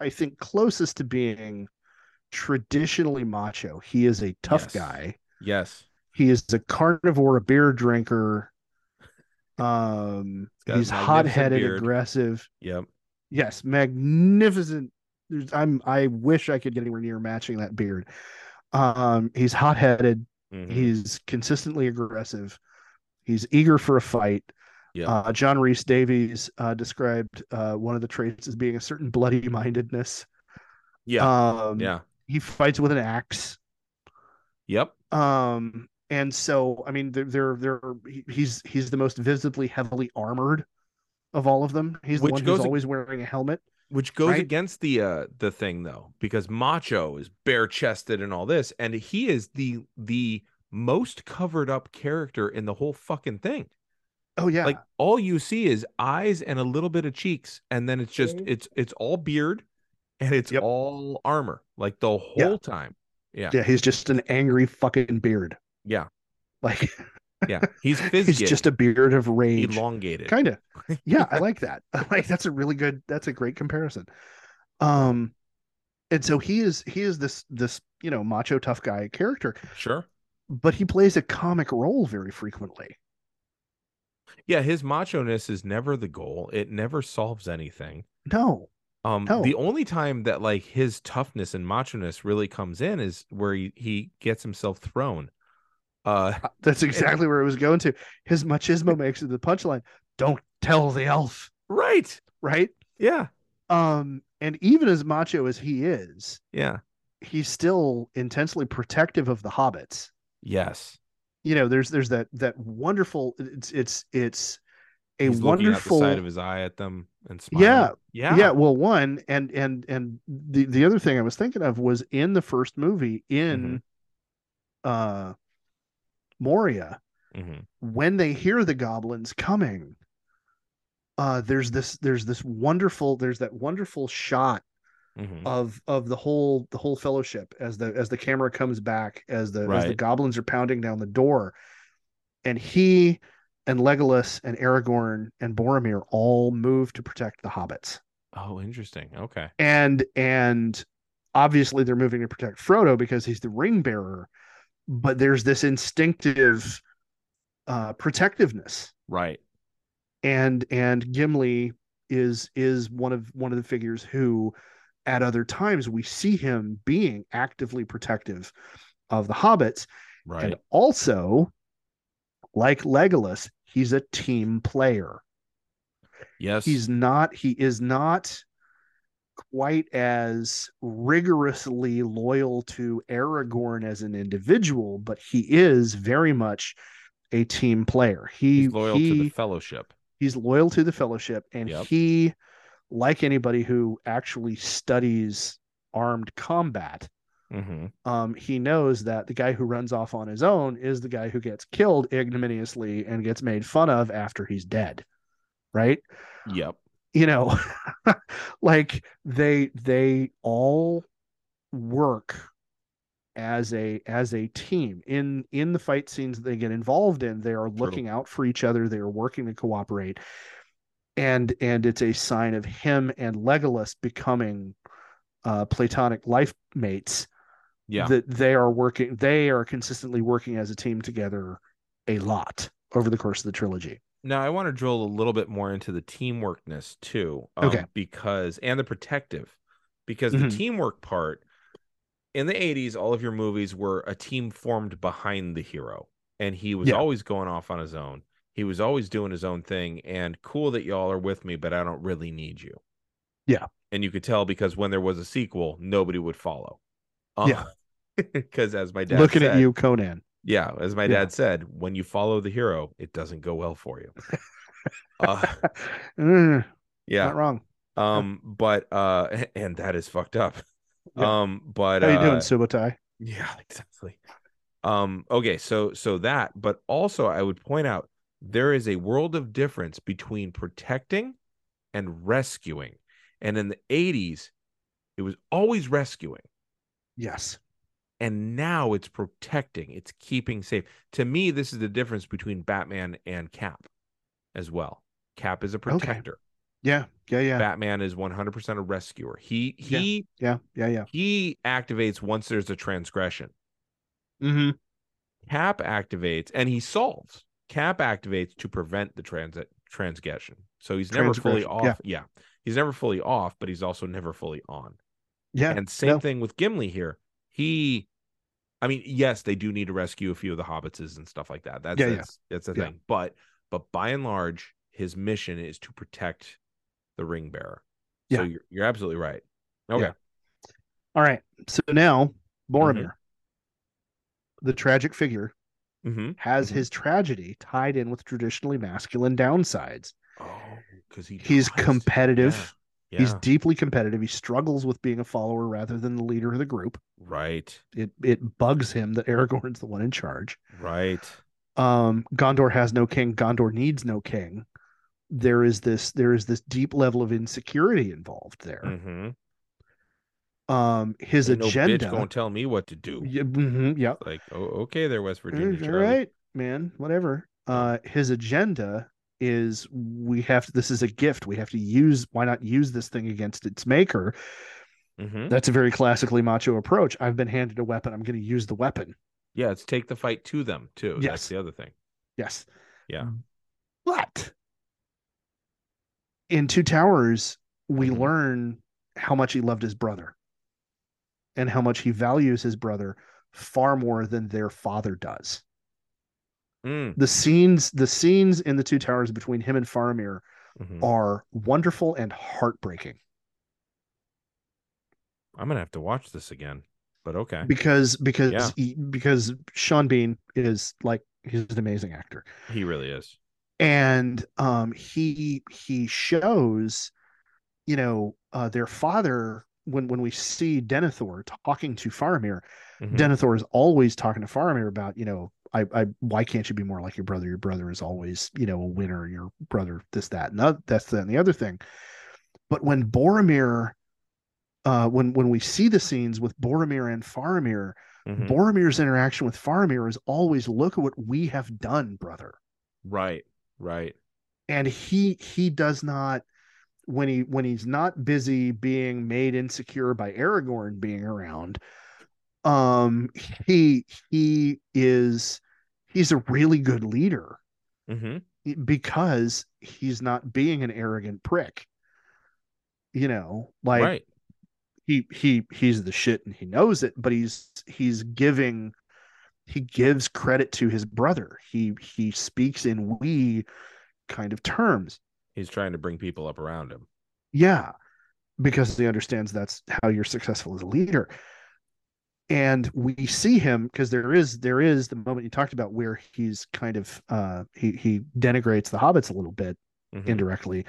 [SPEAKER 3] I think, closest to being traditionally macho. He is a tough
[SPEAKER 2] Yes.
[SPEAKER 3] guy.
[SPEAKER 2] yes,
[SPEAKER 3] He is a carnivore, a beer drinker. Um,
[SPEAKER 2] got a
[SPEAKER 3] he's
[SPEAKER 2] magnificent
[SPEAKER 3] hot headed,
[SPEAKER 2] beard.
[SPEAKER 3] aggressive.
[SPEAKER 2] yep.
[SPEAKER 3] Yes, magnificent. There's, I'm. I wish I could get anywhere near matching that beard. Um, he's hot headed.
[SPEAKER 2] Mhm.
[SPEAKER 3] He's consistently aggressive. He's eager for a fight.
[SPEAKER 2] Yeah.
[SPEAKER 3] Uh, John Reese Davies uh, described uh, one of the traits as being a certain bloody mindedness.
[SPEAKER 2] yeah,
[SPEAKER 3] Um,
[SPEAKER 2] yeah,
[SPEAKER 3] He fights with an axe.
[SPEAKER 2] yep.
[SPEAKER 3] Um, and so, I mean, they're, they're, they're he- he's he's the most visibly heavily armored of all of them. He's
[SPEAKER 2] Which
[SPEAKER 3] the one
[SPEAKER 2] goes
[SPEAKER 3] who's
[SPEAKER 2] ag-
[SPEAKER 3] always wearing a helmet.
[SPEAKER 2] Which goes
[SPEAKER 3] Right?
[SPEAKER 2] against the uh the thing though, because Macho is bare chested and all this, and he is the the most covered up character in the whole fucking thing.
[SPEAKER 3] Oh yeah,
[SPEAKER 2] Like all you see is eyes and a little bit of cheeks, and then it's just
[SPEAKER 1] Mhm.
[SPEAKER 2] it's it's all beard, and it's
[SPEAKER 3] Yep.
[SPEAKER 2] all armor like the whole
[SPEAKER 3] Yeah.
[SPEAKER 2] time.
[SPEAKER 3] yeah. He's just an angry fucking beard.
[SPEAKER 2] Yeah.
[SPEAKER 3] Like
[SPEAKER 2] Yeah, he's
[SPEAKER 3] he's
[SPEAKER 2] fizzy,
[SPEAKER 3] just a beard of rage.
[SPEAKER 2] elongated.
[SPEAKER 3] kind of yeah i like that like that's a really good that's a great comparison um and so he is he is this this you know macho tough guy character
[SPEAKER 2] Sure.
[SPEAKER 3] but he plays a comic role very frequently
[SPEAKER 2] Yeah, his macho ness is never the goal. It never solves anything.
[SPEAKER 3] no
[SPEAKER 2] Um,
[SPEAKER 3] No.
[SPEAKER 2] the only time that like his toughness and macho ness really comes in is where he, he gets himself thrown. Uh,
[SPEAKER 3] that's exactly where it was going to his machismo makes it the punchline don't tell the elf
[SPEAKER 2] right.
[SPEAKER 3] right
[SPEAKER 2] Yeah.
[SPEAKER 3] um and even as macho as he is
[SPEAKER 2] Yeah.
[SPEAKER 3] he's still intensely protective of the hobbits
[SPEAKER 2] Yes.
[SPEAKER 3] you know there's there's that that wonderful it's it's it's a
[SPEAKER 2] He's looking out
[SPEAKER 3] wonderful
[SPEAKER 2] the side of his eye at them and smiling.
[SPEAKER 3] Yeah,
[SPEAKER 2] Yeah.
[SPEAKER 3] yeah well one and and and the the other thing i was thinking of was in the first movie in
[SPEAKER 2] Mm-hmm.
[SPEAKER 3] uh moria
[SPEAKER 2] Mhm.
[SPEAKER 3] when they hear the goblins coming uh there's this there's this wonderful there's that wonderful shot
[SPEAKER 2] Mhm.
[SPEAKER 3] of of the whole the whole fellowship as the as the camera comes back as the as the
[SPEAKER 2] Right.
[SPEAKER 3] goblins are pounding down the door and he and legolas and aragorn and boromir all move to protect the hobbits
[SPEAKER 2] Oh, interesting. Okay.
[SPEAKER 3] and and obviously they're moving to protect Frodo because he's the ring bearer, but there's this instinctive uh, protectiveness,
[SPEAKER 2] Right.
[SPEAKER 3] and and Gimli is is one of one of the figures who, at other times, we see him being actively protective of the hobbits,
[SPEAKER 2] Right.
[SPEAKER 3] and also, like Legolas, he's a team player
[SPEAKER 2] yes.
[SPEAKER 3] he's not he is not quite as rigorously loyal to Aragorn as an individual, but he is very much a team player. He
[SPEAKER 2] He's loyal
[SPEAKER 3] he,
[SPEAKER 2] to the fellowship.
[SPEAKER 3] he's loyal to the fellowship and
[SPEAKER 2] Yep.
[SPEAKER 3] he like anybody who actually studies armed combat
[SPEAKER 2] Mhm.
[SPEAKER 3] um, he knows that the guy who runs off on his own is the guy who gets killed ignominiously and gets made fun of after he's dead right
[SPEAKER 2] Yep.
[SPEAKER 3] you know like they they all work as a as a team in in the fight scenes that they get involved in they are looking out for each other they are working to cooperate and and it's a sign of him and legolas becoming uh platonic life mates
[SPEAKER 2] Yeah.
[SPEAKER 3] that they are working they are consistently working as a team together a lot over the course of the trilogy
[SPEAKER 2] Now I want to drill a little bit more into the teamworkness too, um,
[SPEAKER 3] Okay.
[SPEAKER 2] Because and the protective, because the
[SPEAKER 3] Mhm.
[SPEAKER 2] teamwork part in the '80s, all of your movies were a team formed behind the hero, and he was
[SPEAKER 3] Yeah.
[SPEAKER 2] always going off on his own. He was always doing his own thing, and cool that y'all are with me, but I don't really need you.
[SPEAKER 3] Yeah.
[SPEAKER 2] and you could tell because when there was a sequel, nobody would follow. Um,
[SPEAKER 3] Yeah.
[SPEAKER 2] because as my dad
[SPEAKER 3] looking
[SPEAKER 2] said,
[SPEAKER 3] at you conan
[SPEAKER 2] yeah, as my
[SPEAKER 3] Yeah.
[SPEAKER 2] dad said, when you follow the hero, it doesn't go well for you. uh,
[SPEAKER 3] Mm.
[SPEAKER 2] yeah.
[SPEAKER 3] Not wrong.
[SPEAKER 2] Um, but uh and that is fucked up.
[SPEAKER 3] Yeah.
[SPEAKER 2] Um, but
[SPEAKER 3] How you
[SPEAKER 2] uh,
[SPEAKER 3] doing, Subotai?
[SPEAKER 2] yeah, exactly. Um, okay, so so that, but also I would point out there is a world of difference between protecting and rescuing. And in the 80s, it was always rescuing.
[SPEAKER 1] Yes.
[SPEAKER 2] And now it's protecting, it's keeping safe. To me, this is the difference between Batman and Cap as well. Cap is a protector.
[SPEAKER 1] Yeah. Yeah. Yeah.
[SPEAKER 2] Batman is 100% a rescuer. He he
[SPEAKER 1] yeah. Yeah. Yeah.
[SPEAKER 2] he activates once there's a transgression.
[SPEAKER 1] Mm-hmm.
[SPEAKER 2] Cap activates and he solves. Cap activates to prevent the transit transgression. So he's never fully off.
[SPEAKER 1] Transgression,
[SPEAKER 2] yeah. He's never fully off, but he's also never fully on.
[SPEAKER 1] Yeah.
[SPEAKER 2] And same
[SPEAKER 1] no.
[SPEAKER 2] thing with Gimli here. He, I mean, yes, they do need to rescue a few of the hobbitses and stuff like that. That's
[SPEAKER 1] Yeah, yeah.
[SPEAKER 2] that's, that's the
[SPEAKER 1] Yeah.
[SPEAKER 2] thing. But but by and large, his mission is to protect the ring bearer. So
[SPEAKER 1] Yeah.
[SPEAKER 2] you're, you're absolutely right. Okay.
[SPEAKER 1] Yeah. All right. So now Boromir, the tragic figure,
[SPEAKER 2] Mm-hmm.
[SPEAKER 1] has
[SPEAKER 2] Mhm.
[SPEAKER 1] his tragedy tied in with traditionally masculine downsides.
[SPEAKER 2] Oh, because he
[SPEAKER 1] He's
[SPEAKER 2] tries to-
[SPEAKER 1] competitive.
[SPEAKER 2] Yeah.
[SPEAKER 1] He's deeply competitive. He struggles with being a follower rather than the leader of the group.
[SPEAKER 2] right.
[SPEAKER 1] It it bugs him that Aragorn's the one in charge.
[SPEAKER 2] Right.
[SPEAKER 1] Um, Gondor has no king. Gondor needs no king. There is this there is this deep level of insecurity involved there.
[SPEAKER 2] Mm-hmm.
[SPEAKER 1] Um, his
[SPEAKER 2] Mm. Ain't
[SPEAKER 1] agenda.
[SPEAKER 2] No bitch gonna tell me what to do.
[SPEAKER 1] yeah, mhm, yeah.
[SPEAKER 2] Like, oh, okay, there, West Virginia.
[SPEAKER 1] All
[SPEAKER 2] Charlie.
[SPEAKER 1] right, man. Whatever. Uh, his agenda is we have this is a gift. We have to use. Why not use this thing against its maker?
[SPEAKER 2] Mhm.
[SPEAKER 1] That's a very classically macho approach. I've been handed a weapon. I'm going to use the weapon.
[SPEAKER 2] Yeah, it's take the fight to them too.
[SPEAKER 1] Yes.
[SPEAKER 2] That's the other thing.
[SPEAKER 1] Yes.
[SPEAKER 2] Yeah.
[SPEAKER 1] But in Two Towers, we
[SPEAKER 2] Mhm.
[SPEAKER 1] learn how much he loved his brother and how much he values his brother far more than their father does.
[SPEAKER 2] Mm.
[SPEAKER 1] The scenes, the scenes in the Two Towers between him and Faramir
[SPEAKER 2] Mhm.
[SPEAKER 1] are wonderful and heartbreaking
[SPEAKER 2] I'm gonna have to watch this again. But okay.
[SPEAKER 1] because because
[SPEAKER 2] Yeah.
[SPEAKER 1] he- because Sean Bean is like he's an amazing actor.
[SPEAKER 2] He really is.
[SPEAKER 1] and um he he shows you know uh their father when when we see denethor talking to faramir
[SPEAKER 2] Mhm.
[SPEAKER 1] denethor is always talking to faramir about you know I, I why can't you be more like your brother your brother is always you know a winner your brother this that and that, that's that and the other thing but when boromir uh when when we see the scenes with boromir and faramir
[SPEAKER 2] Mhm.
[SPEAKER 1] boromir's interaction with faramir is always look at what we have done brother
[SPEAKER 2] Right. Right.
[SPEAKER 1] and he he does not when he when he's not busy being made insecure by Aragorn being around um he he is he's a really good leader
[SPEAKER 2] hmm
[SPEAKER 1] because he's not being an arrogant prick you know like
[SPEAKER 2] right.
[SPEAKER 1] he he he's the shit and he knows it but he's he's giving he gives credit to his brother he he speaks in we kind of terms
[SPEAKER 2] He's trying to bring people up around him.
[SPEAKER 1] Yeah, because he understands that's how you're successful as a leader. And we see him because there is there is the moment you talked about where he's kind of uh he he denigrates the hobbits a little bit
[SPEAKER 2] Mhm.
[SPEAKER 1] indirectly,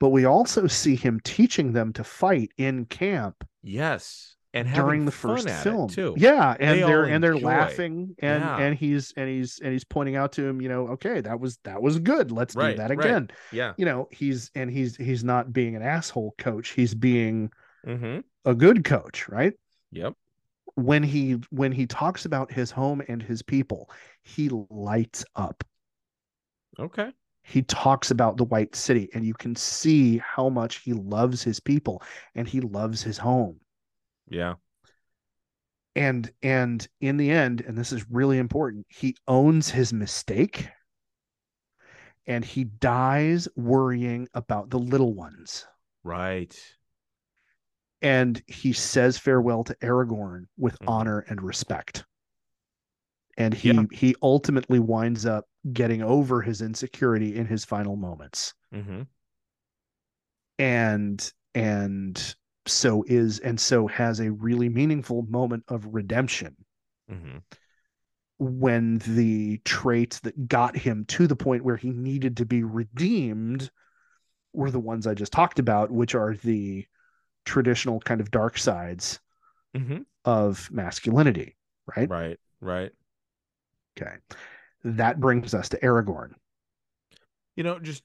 [SPEAKER 1] but we also see him teaching them to fight in camp
[SPEAKER 2] Yes. And having
[SPEAKER 1] during the
[SPEAKER 2] fun
[SPEAKER 1] first
[SPEAKER 2] at it,
[SPEAKER 1] film.
[SPEAKER 2] too.
[SPEAKER 1] Yeah, and
[SPEAKER 2] They
[SPEAKER 1] they are
[SPEAKER 2] all
[SPEAKER 1] and they're
[SPEAKER 2] enjoy.
[SPEAKER 1] laughing and
[SPEAKER 2] Yeah.
[SPEAKER 1] and he's and he's and he's pointing out to him, you know, okay, that was that was good. Let's
[SPEAKER 2] Right,
[SPEAKER 1] do that
[SPEAKER 2] right.
[SPEAKER 1] again
[SPEAKER 2] Yeah.
[SPEAKER 1] you know he's and he's he's not being an asshole coach he's being
[SPEAKER 2] Mm-hmm.
[SPEAKER 1] a good coach right
[SPEAKER 2] Yep.
[SPEAKER 1] when he when he talks about his home and his people he lights up
[SPEAKER 2] Okay.
[SPEAKER 1] he talks about the white city and you can see how much he loves his people and he loves his home
[SPEAKER 2] Yeah.
[SPEAKER 1] and and in the end and this is really important he owns his mistake and he dies worrying about the little ones
[SPEAKER 2] Right.
[SPEAKER 1] and he says farewell to Aragorn with
[SPEAKER 2] Mhm.
[SPEAKER 1] honor and respect. And he
[SPEAKER 2] Yeah.
[SPEAKER 1] he ultimately winds up getting over his insecurity in his final moments.
[SPEAKER 2] Mm-hmm.
[SPEAKER 1] And and so is and so has a really meaningful moment of redemption
[SPEAKER 2] Mm-hmm.
[SPEAKER 1] when the traits that got him to the point where he needed to be redeemed were the ones I just talked about, which are the traditional kind of dark sides
[SPEAKER 2] Mm-hmm.
[SPEAKER 1] of masculinity, right?
[SPEAKER 2] Right. Right.
[SPEAKER 1] Okay. That brings us to Aragorn.
[SPEAKER 2] You know, just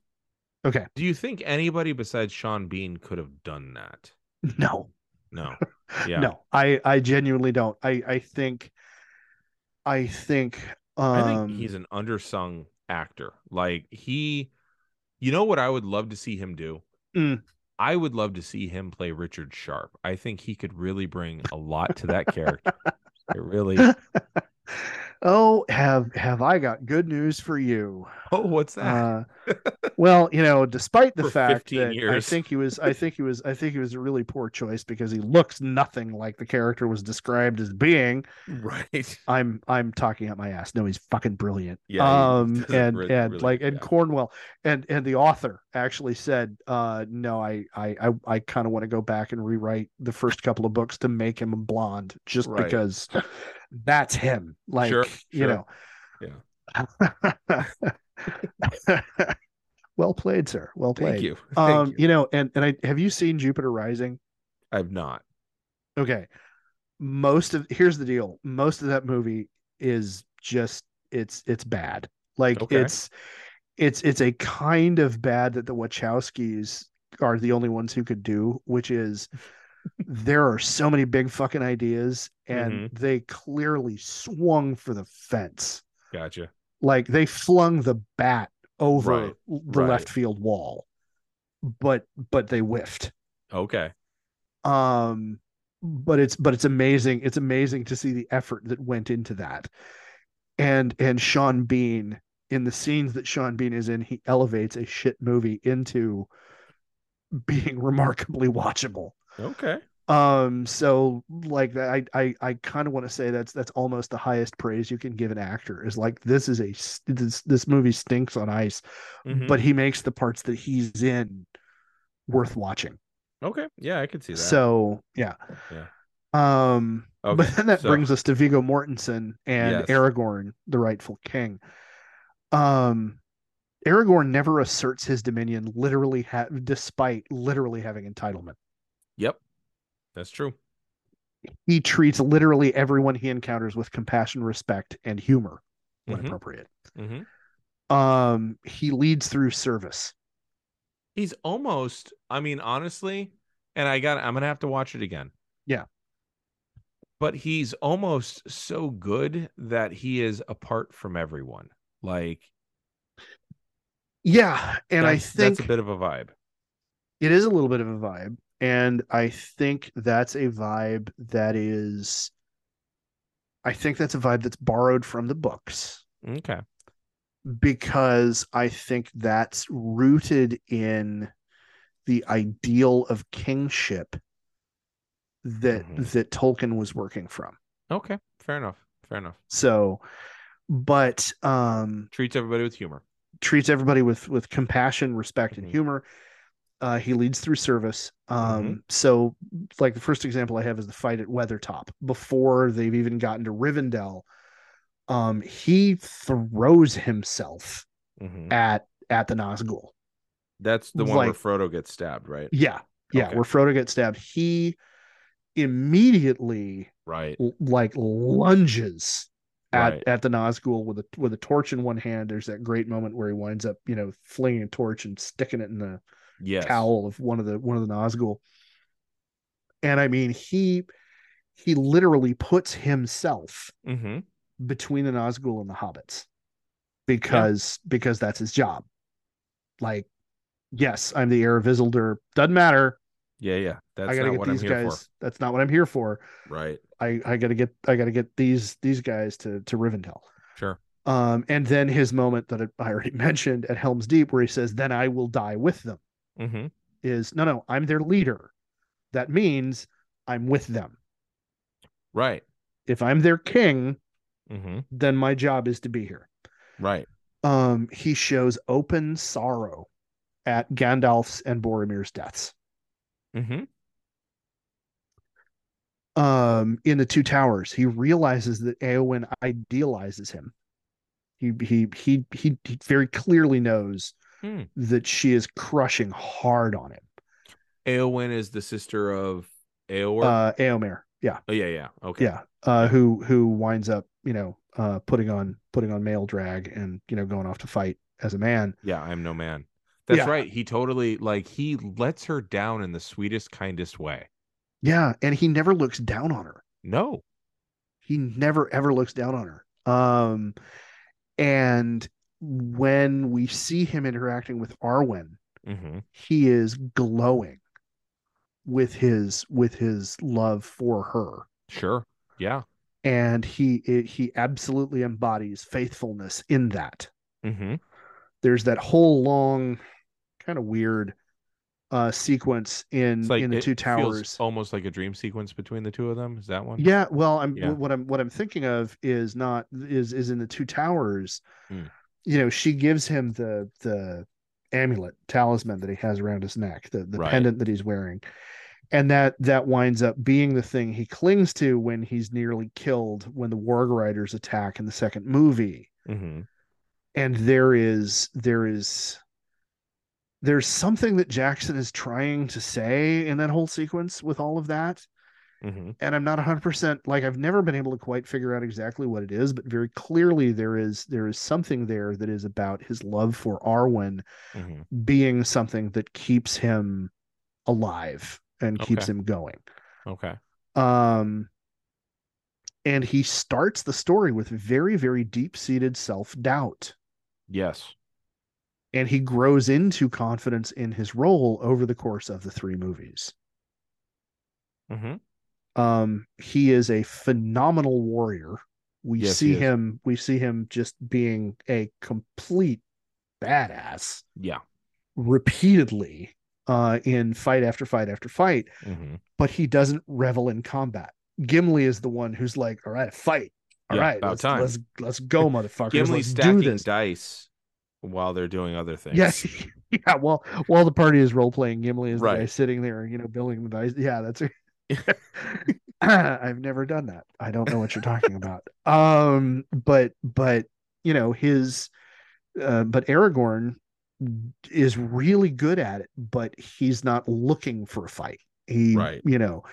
[SPEAKER 3] Okay.
[SPEAKER 2] Do you think anybody besides Sean Bean could have done that?
[SPEAKER 3] No.
[SPEAKER 2] No. Yeah.
[SPEAKER 3] No. I I genuinely don't. I I think I think um
[SPEAKER 2] I think he's an undersung actor. Like he, you know what I would love to see him do?
[SPEAKER 3] Mm.
[SPEAKER 2] I would love to see him play Richard Sharp. I think he could really bring a lot to that character. It really.
[SPEAKER 3] Oh, have have I got good news for you?
[SPEAKER 2] Oh, what's that?
[SPEAKER 3] Uh, well, you know, despite the
[SPEAKER 2] For
[SPEAKER 3] fact
[SPEAKER 2] 15
[SPEAKER 3] that
[SPEAKER 2] years.
[SPEAKER 3] I think he was, I think he was, I think he was a really poor choice because he looks nothing like the character was described as being.
[SPEAKER 2] right.
[SPEAKER 3] I'm, I'm talking at my ass. No, he's fucking brilliant.
[SPEAKER 2] Yeah, he
[SPEAKER 3] um,
[SPEAKER 2] does a
[SPEAKER 3] and
[SPEAKER 2] re-
[SPEAKER 3] and
[SPEAKER 2] really
[SPEAKER 3] like
[SPEAKER 2] good
[SPEAKER 3] and
[SPEAKER 2] job.
[SPEAKER 3] Cornwell and and the author actually said, uh, no, I, I, I, I kind of want to go back and rewrite the first couple of books to make him blonde, just
[SPEAKER 2] Right.
[SPEAKER 3] because that's him. Like,
[SPEAKER 2] Sure,
[SPEAKER 3] you
[SPEAKER 2] sure.
[SPEAKER 3] know. well played, sir. Well played.
[SPEAKER 2] Thank you. Thank
[SPEAKER 3] Um,
[SPEAKER 2] you.
[SPEAKER 3] you. know, and and I have you seen Jupiter Rising?
[SPEAKER 2] I've not.
[SPEAKER 3] Okay. Most of here's the deal. Most of that movie is just it's it's bad. Like
[SPEAKER 2] Okay.
[SPEAKER 3] it's it's it's a kind of bad that the Wachowskis are the only ones who could do, which is there are so many big fucking ideas and
[SPEAKER 2] Mm-hmm.
[SPEAKER 3] they clearly swung for the fence.
[SPEAKER 2] Gotcha.
[SPEAKER 3] like they flung the bat over
[SPEAKER 2] Right,
[SPEAKER 3] the
[SPEAKER 2] right.
[SPEAKER 3] left field wall but but they whiffed
[SPEAKER 2] Okay.
[SPEAKER 3] um but it's but it's amazing it's amazing to see the effort that went into that and and sean bean in the scenes that sean bean is in he elevates a shit movie into being remarkably watchable
[SPEAKER 2] Okay.
[SPEAKER 3] um so like that i i, I kind of want to say that's that's almost the highest praise you can give an actor is like this is a s- this, this movie stinks on ice
[SPEAKER 2] Mhm.
[SPEAKER 3] but he makes the parts that he's in worth watching
[SPEAKER 2] okay. Yeah, I could see that.
[SPEAKER 3] so yeah
[SPEAKER 2] Yeah.
[SPEAKER 3] um
[SPEAKER 2] Okay,
[SPEAKER 3] but then that
[SPEAKER 2] so-
[SPEAKER 3] brings us to vigo mortensen and
[SPEAKER 2] Yes.
[SPEAKER 3] aragorn the rightful king um aragorn never asserts his dominion literally ha- despite literally having entitlement
[SPEAKER 2] Yep. That's true.
[SPEAKER 3] he treats literally everyone he encounters with compassion, respect, and humor when
[SPEAKER 2] Mhm.
[SPEAKER 3] appropriate.
[SPEAKER 2] hmm
[SPEAKER 3] Um, he leads through service.
[SPEAKER 2] He's almost. I mean, honestly, and I got. I'm gonna have to watch it again.
[SPEAKER 3] Yeah.
[SPEAKER 2] But he's almost so good that he is apart from everyone. Like,
[SPEAKER 3] Yeah, and I
[SPEAKER 2] that's-
[SPEAKER 3] think
[SPEAKER 2] that's a bit of a vibe.
[SPEAKER 3] it is a little bit of a vibe, and I think that's a vibe that is. I think that's a vibe that's borrowed from the books
[SPEAKER 2] Okay.
[SPEAKER 3] because I think that's rooted in the ideal of kingship that
[SPEAKER 2] Mhm.
[SPEAKER 3] that Tolkien was working from.
[SPEAKER 2] Okay. Fair enough. Fair enough.
[SPEAKER 3] So, but um,
[SPEAKER 2] Treats everybody with humor.
[SPEAKER 3] treats everybody with with compassion, respect,
[SPEAKER 2] Mhm.
[SPEAKER 3] and humor. Uh, he leads through service. Um,
[SPEAKER 2] Mhm.
[SPEAKER 3] So, like the first example I have is the fight at Weathertop. Before they've even gotten to Rivendell, um, he throws himself
[SPEAKER 2] Mhm.
[SPEAKER 3] at at the Nazgul.
[SPEAKER 2] That's the one
[SPEAKER 3] like-
[SPEAKER 2] where Frodo gets stabbed, right?
[SPEAKER 3] Yeah, yeah,
[SPEAKER 2] Okay.
[SPEAKER 3] where Frodo gets stabbed. He immediately
[SPEAKER 2] Right.
[SPEAKER 3] l- like lunges at,
[SPEAKER 2] Right.
[SPEAKER 3] at the Nazgul with a with a torch in one hand. There's that great moment where he winds up, you know, flinging a torch and sticking it in the
[SPEAKER 2] Yes.
[SPEAKER 3] cowl of one of the one of the Nazgul. And I mean, he he literally puts himself
[SPEAKER 2] hmm
[SPEAKER 3] between the Nazgul and the hobbits because because that's his job. Like, yes, I'm the heir of Isildur. Doesn't matter.
[SPEAKER 2] Yeah. Yeah. That's
[SPEAKER 3] I gotta
[SPEAKER 2] not
[SPEAKER 3] get
[SPEAKER 2] what I'm
[SPEAKER 3] these
[SPEAKER 2] here
[SPEAKER 3] guys. That's not what I'm here for.
[SPEAKER 2] for. Right.
[SPEAKER 3] I I gotta get I gotta get these these guys to to Rivendell.
[SPEAKER 2] Sure.
[SPEAKER 3] Um, and then his moment that I already mentioned at Helm's Deep, where he says, "Then I will die with them,"
[SPEAKER 2] hmm
[SPEAKER 3] is no, no, I'm their leader. That means I'm with them.
[SPEAKER 2] Right.
[SPEAKER 3] If I'm their king,
[SPEAKER 2] hmm
[SPEAKER 3] then my job is to be here.
[SPEAKER 2] Right.
[SPEAKER 3] Um, he shows open sorrow at Gandalf's and Boromir's deaths. Mm-hmm.
[SPEAKER 2] hmm
[SPEAKER 3] um in the two towers he realizes that Aowen idealizes him he he he he, he very clearly knows
[SPEAKER 2] Hmm.
[SPEAKER 3] that she is crushing hard on him
[SPEAKER 2] Eowyn is the sister of Eowyn.
[SPEAKER 3] uh Aomer yeah
[SPEAKER 2] oh yeah, yeah. Okay.
[SPEAKER 3] yeah uh who who winds up you know uh putting on putting on male drag and you know going off to fight as a man.
[SPEAKER 2] Yeah, I'm no man. That's
[SPEAKER 3] Yeah.
[SPEAKER 2] right. He totally like he lets her down in the sweetest, kindest way.
[SPEAKER 3] Yeah, and he never looks down on her.
[SPEAKER 2] No.
[SPEAKER 3] He never ever looks down on her. Um, and when we see him interacting with Arwen,
[SPEAKER 2] Mm-hmm.
[SPEAKER 3] he is glowing with his with his love for her.
[SPEAKER 2] Sure. Yeah.
[SPEAKER 3] and he it, he absolutely embodies faithfulness in that
[SPEAKER 2] Mm-hmm.
[SPEAKER 3] there's that whole long kind of weird uh sequence in
[SPEAKER 2] It's like
[SPEAKER 3] in the
[SPEAKER 2] it
[SPEAKER 3] two
[SPEAKER 2] feels
[SPEAKER 3] towers
[SPEAKER 2] almost like a dream sequence between the two of them. Is that one?
[SPEAKER 3] yeah well i'm
[SPEAKER 2] Yeah.
[SPEAKER 3] what i'm what i'm thinking of is not is is in the two towers
[SPEAKER 2] Hmm.
[SPEAKER 3] you know she gives him the the amulet talisman that he has around his neck the, the
[SPEAKER 2] Right.
[SPEAKER 3] pendant that he's wearing and that that winds up being the thing he clings to when he's nearly killed when the warg riders attack in the second movie
[SPEAKER 2] Mm-hmm.
[SPEAKER 3] and there is there is there's something that Jackson is trying to say in that whole sequence with all of that
[SPEAKER 2] Mm-hmm.
[SPEAKER 3] and I'm not 100% like I've never been able to quite figure out exactly what it is but very clearly there is there is something there that is about his love for Arwen
[SPEAKER 2] Mm-hmm.
[SPEAKER 3] being something that keeps him alive and keeps
[SPEAKER 2] Okay.
[SPEAKER 3] him going
[SPEAKER 2] Okay.
[SPEAKER 3] um and he starts the story with very very deep-seated self-doubt
[SPEAKER 2] Yes.
[SPEAKER 3] and he grows into confidence in his role over the course of the three movies.
[SPEAKER 2] Mm-hmm.
[SPEAKER 3] Um, he is a phenomenal warrior. We
[SPEAKER 2] Yes, he
[SPEAKER 3] see
[SPEAKER 2] is.
[SPEAKER 3] him. We see him just being a complete badass
[SPEAKER 2] Yeah.
[SPEAKER 3] repeatedly uh, in fight after fight after fight.
[SPEAKER 2] Mm-hmm.
[SPEAKER 3] But he doesn't revel in combat. Gimli is the one who's like, "All right, fight. All
[SPEAKER 2] Yeah,
[SPEAKER 3] right,
[SPEAKER 2] about
[SPEAKER 3] let's,
[SPEAKER 2] time."
[SPEAKER 3] let's let's go, motherfuckers.
[SPEAKER 2] Gimli
[SPEAKER 3] let's do
[SPEAKER 2] stacking
[SPEAKER 3] this."
[SPEAKER 2] dice while they're doing other things.
[SPEAKER 3] Yes. Yeah. Well, while the party is role playing, Gimli is
[SPEAKER 2] Right.
[SPEAKER 3] the guy sitting there, you know, building the dice. Yeah, that's. I've never done that. I don't know what you're talking about. Um, but but you know his, uh, but Aragorn is really good at it, but he's not looking for a fight. He,
[SPEAKER 2] Right.
[SPEAKER 3] you know,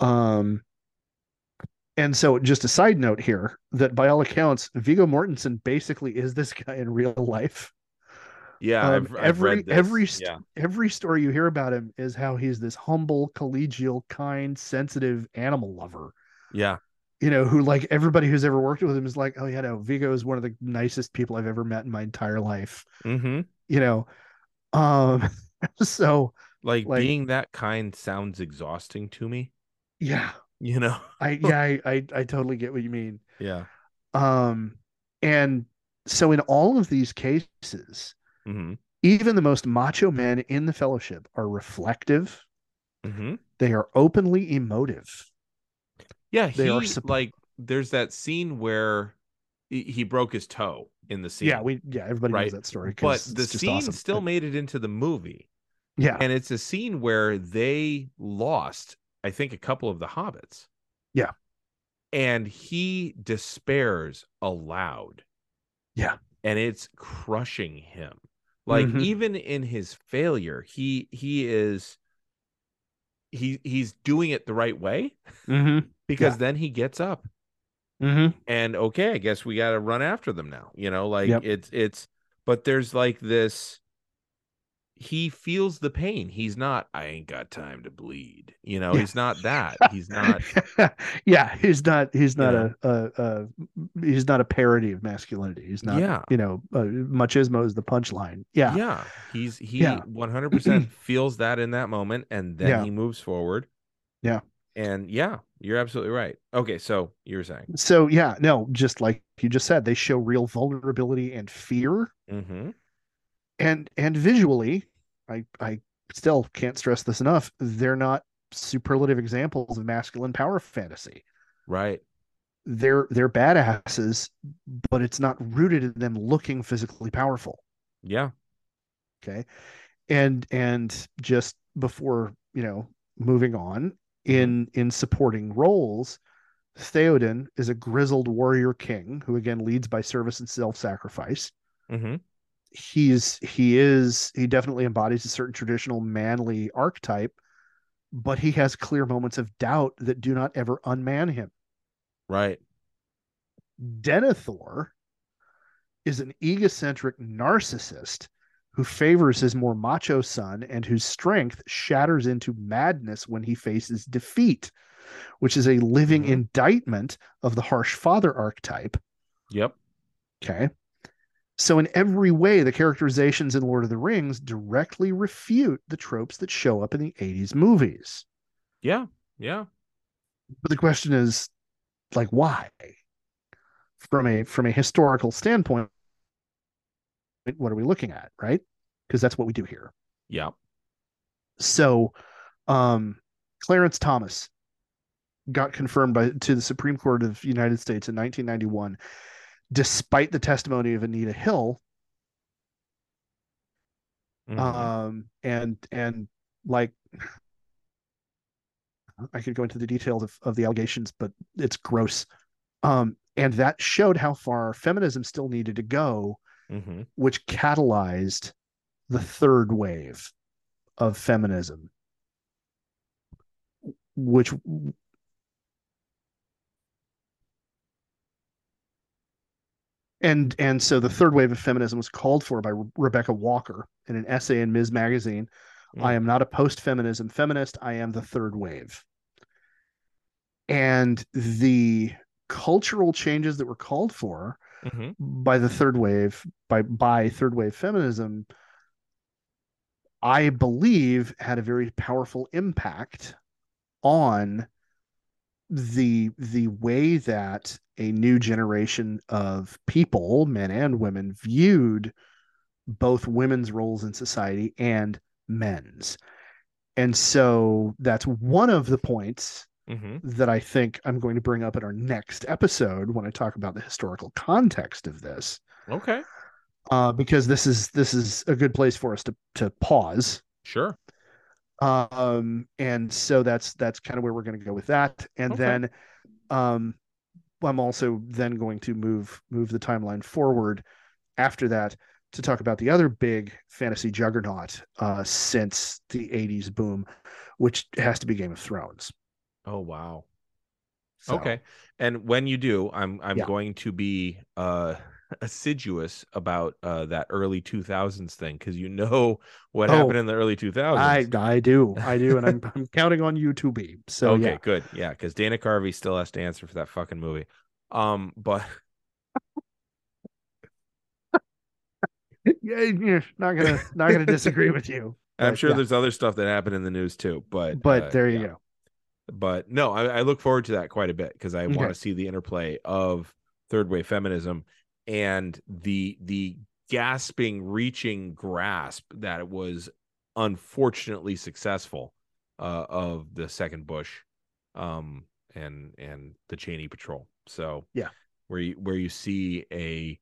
[SPEAKER 3] um. And so, just a side note here that by all accounts, Vigo Mortensen basically is this guy in real life
[SPEAKER 2] Yeah.
[SPEAKER 3] Um,
[SPEAKER 2] I've, I've
[SPEAKER 3] every-
[SPEAKER 2] read this.
[SPEAKER 3] every st-
[SPEAKER 2] yeah.
[SPEAKER 3] every story you hear about him is how he's this humble, collegial, kind, sensitive animal lover.
[SPEAKER 2] Yeah.
[SPEAKER 3] You know, who like everybody who's ever worked with him is like, oh yeah, no, Vigo is one of the nicest people I've ever met in my entire life.
[SPEAKER 2] Mm-hmm.
[SPEAKER 3] You know, um, so
[SPEAKER 2] Like,
[SPEAKER 3] Like-
[SPEAKER 2] being that kind sounds exhausting to me.
[SPEAKER 3] yeah,
[SPEAKER 2] You know.
[SPEAKER 3] I yeah, I, I I totally get what you mean.
[SPEAKER 2] Yeah.
[SPEAKER 3] Um, and so in all of these cases,
[SPEAKER 2] Mm-hmm.
[SPEAKER 3] even the most macho men in the Fellowship are reflective.
[SPEAKER 2] Mm-hmm.
[SPEAKER 3] They are openly emotive.
[SPEAKER 2] Yeah.
[SPEAKER 3] They are
[SPEAKER 2] he,
[SPEAKER 3] supp-
[SPEAKER 2] like there's that scene where he, he broke his toe in the scene.
[SPEAKER 3] Yeah, we yeah everybody
[SPEAKER 2] Right.
[SPEAKER 3] knows that story. 'cause
[SPEAKER 2] but
[SPEAKER 3] it's
[SPEAKER 2] the
[SPEAKER 3] just
[SPEAKER 2] scene
[SPEAKER 3] awesome.
[SPEAKER 2] still made it into the movie.
[SPEAKER 3] yeah
[SPEAKER 2] And it's a scene where they lost, I think, a couple of the hobbits.
[SPEAKER 3] Yeah.
[SPEAKER 2] And he despairs aloud.
[SPEAKER 3] Yeah.
[SPEAKER 2] And it's crushing him. Like
[SPEAKER 3] Mhm.
[SPEAKER 2] even in his failure, he he is he he's doing it the right way
[SPEAKER 3] mm-hmm.
[SPEAKER 2] because
[SPEAKER 3] Yeah.
[SPEAKER 2] then he gets up
[SPEAKER 3] Mm-hmm.
[SPEAKER 2] and okay, I guess we got to run after them now. You know, like
[SPEAKER 3] Yep.
[SPEAKER 2] it's it's but there's like this he feels the pain. He's not I ain't got time to bleed. You know,
[SPEAKER 3] Yeah.
[SPEAKER 2] he's not that. He's not
[SPEAKER 3] yeah he's not he's not
[SPEAKER 2] You
[SPEAKER 3] a, a, a he's not a parody of masculinity he's not
[SPEAKER 2] Yeah.
[SPEAKER 3] you know uh, machismo is the punchline
[SPEAKER 2] yeah.
[SPEAKER 3] yeah
[SPEAKER 2] He's he
[SPEAKER 3] Yeah.
[SPEAKER 2] 100% feels that in that moment and then
[SPEAKER 3] Yeah.
[SPEAKER 2] he moves forward.
[SPEAKER 3] Yeah.
[SPEAKER 2] And yeah, you're absolutely right. Okay, so you were saying.
[SPEAKER 3] so yeah no just like you just said they show real vulnerability and fear
[SPEAKER 2] Mhm.
[SPEAKER 3] and and visually i i still can't stress this enough they're not superlative examples of masculine power fantasy
[SPEAKER 2] Right.
[SPEAKER 3] they're they're badasses, but it's not rooted in them looking physically powerful.
[SPEAKER 2] Yeah.
[SPEAKER 3] Okay. And and just before, you know, moving on, in in supporting roles, Theoden is a grizzled warrior king who again leads by service and self-sacrifice.
[SPEAKER 2] Mhm.
[SPEAKER 3] He's he is he definitely embodies a certain traditional manly archetype, but he has clear moments of doubt that do not ever unman him.
[SPEAKER 2] Right.
[SPEAKER 3] Denethor is an E egocentric narcissist who favors his more macho son and whose strength shatters into madness when he faces defeat, which is a living
[SPEAKER 2] Mhm.
[SPEAKER 3] indictment of the harsh father archetype.
[SPEAKER 2] Yep.
[SPEAKER 3] Okay. So, in every way, the characterizations in Lord of the Rings directly refute the tropes that show up in the 80s movies.
[SPEAKER 2] Yeah. Yeah.
[SPEAKER 3] But the question is, like, why? From a from a historical standpoint, what are we looking at, right? Because that's what we do here.
[SPEAKER 2] Yeah.
[SPEAKER 3] So, um, Clarence Thomas got confirmed by to the Supreme Court of the United States in 1991, despite the testimony of Anita Hill.
[SPEAKER 2] Mhm.
[SPEAKER 3] Um, and and like, I could go into the details of, of the allegations, but it's gross. Um, and that showed how far feminism still needed to go
[SPEAKER 2] Mhm.
[SPEAKER 3] which catalyzed the third wave of feminism, which and and so the third wave of feminism was called for by Rebecca Walker in an essay in Ms. Magazine.
[SPEAKER 2] Mm.
[SPEAKER 3] I am not a post-feminism feminist. I am the third wave. And the cultural changes that were called for
[SPEAKER 2] Mhm.
[SPEAKER 3] by the third wave by by third wave feminism i believe had a very powerful impact on the the way that a new generation of people men and women viewed both women's roles in society and men's and so that's one of the points
[SPEAKER 2] Mhm.
[SPEAKER 3] that I think I'm going to bring up in our next episode when I talk about the historical context of this,
[SPEAKER 2] Okay.
[SPEAKER 3] uh, because this is this is a good place for us to to pause.
[SPEAKER 2] Sure.
[SPEAKER 3] Um, and so that's that's kind of where we're going to go with that, and
[SPEAKER 2] Okay.
[SPEAKER 3] then um, I'm also then going to move move the timeline forward after that to talk about the other big fantasy juggernaut uh, since the 80s boom, which has to be Game of Thrones.
[SPEAKER 2] Oh wow.
[SPEAKER 3] So,
[SPEAKER 2] Okay. And when you do, I'm I'm
[SPEAKER 3] Yeah.
[SPEAKER 2] going to be uh assiduous about uh that early 2000s thing cuz you know what
[SPEAKER 3] Oh.
[SPEAKER 2] happened in the early 2000s.
[SPEAKER 3] I, I do. I do. And I'm, I'm counting on you to be. So,
[SPEAKER 2] okay,
[SPEAKER 3] yeah.
[SPEAKER 2] good. Yeah, cuz Dana Carvey still has to answer for that fucking movie. Um but
[SPEAKER 3] Yeah, yeah, not gonna not gonna disagree with you.
[SPEAKER 2] I'm
[SPEAKER 3] But,
[SPEAKER 2] sure
[SPEAKER 3] yeah.
[SPEAKER 2] there's other stuff that happened in the news too, but
[SPEAKER 3] But
[SPEAKER 2] uh,
[SPEAKER 3] there you
[SPEAKER 2] yeah.
[SPEAKER 3] go.
[SPEAKER 2] But no, I, I look forward to that quite a bit because I want
[SPEAKER 3] Okay.
[SPEAKER 2] to see the interplay of third wave feminism and the the gasping, reaching grasp that was unfortunately successful uh, of the second Bush um, and and the Cheney Patrol. So
[SPEAKER 3] Yeah.
[SPEAKER 2] where you where you see a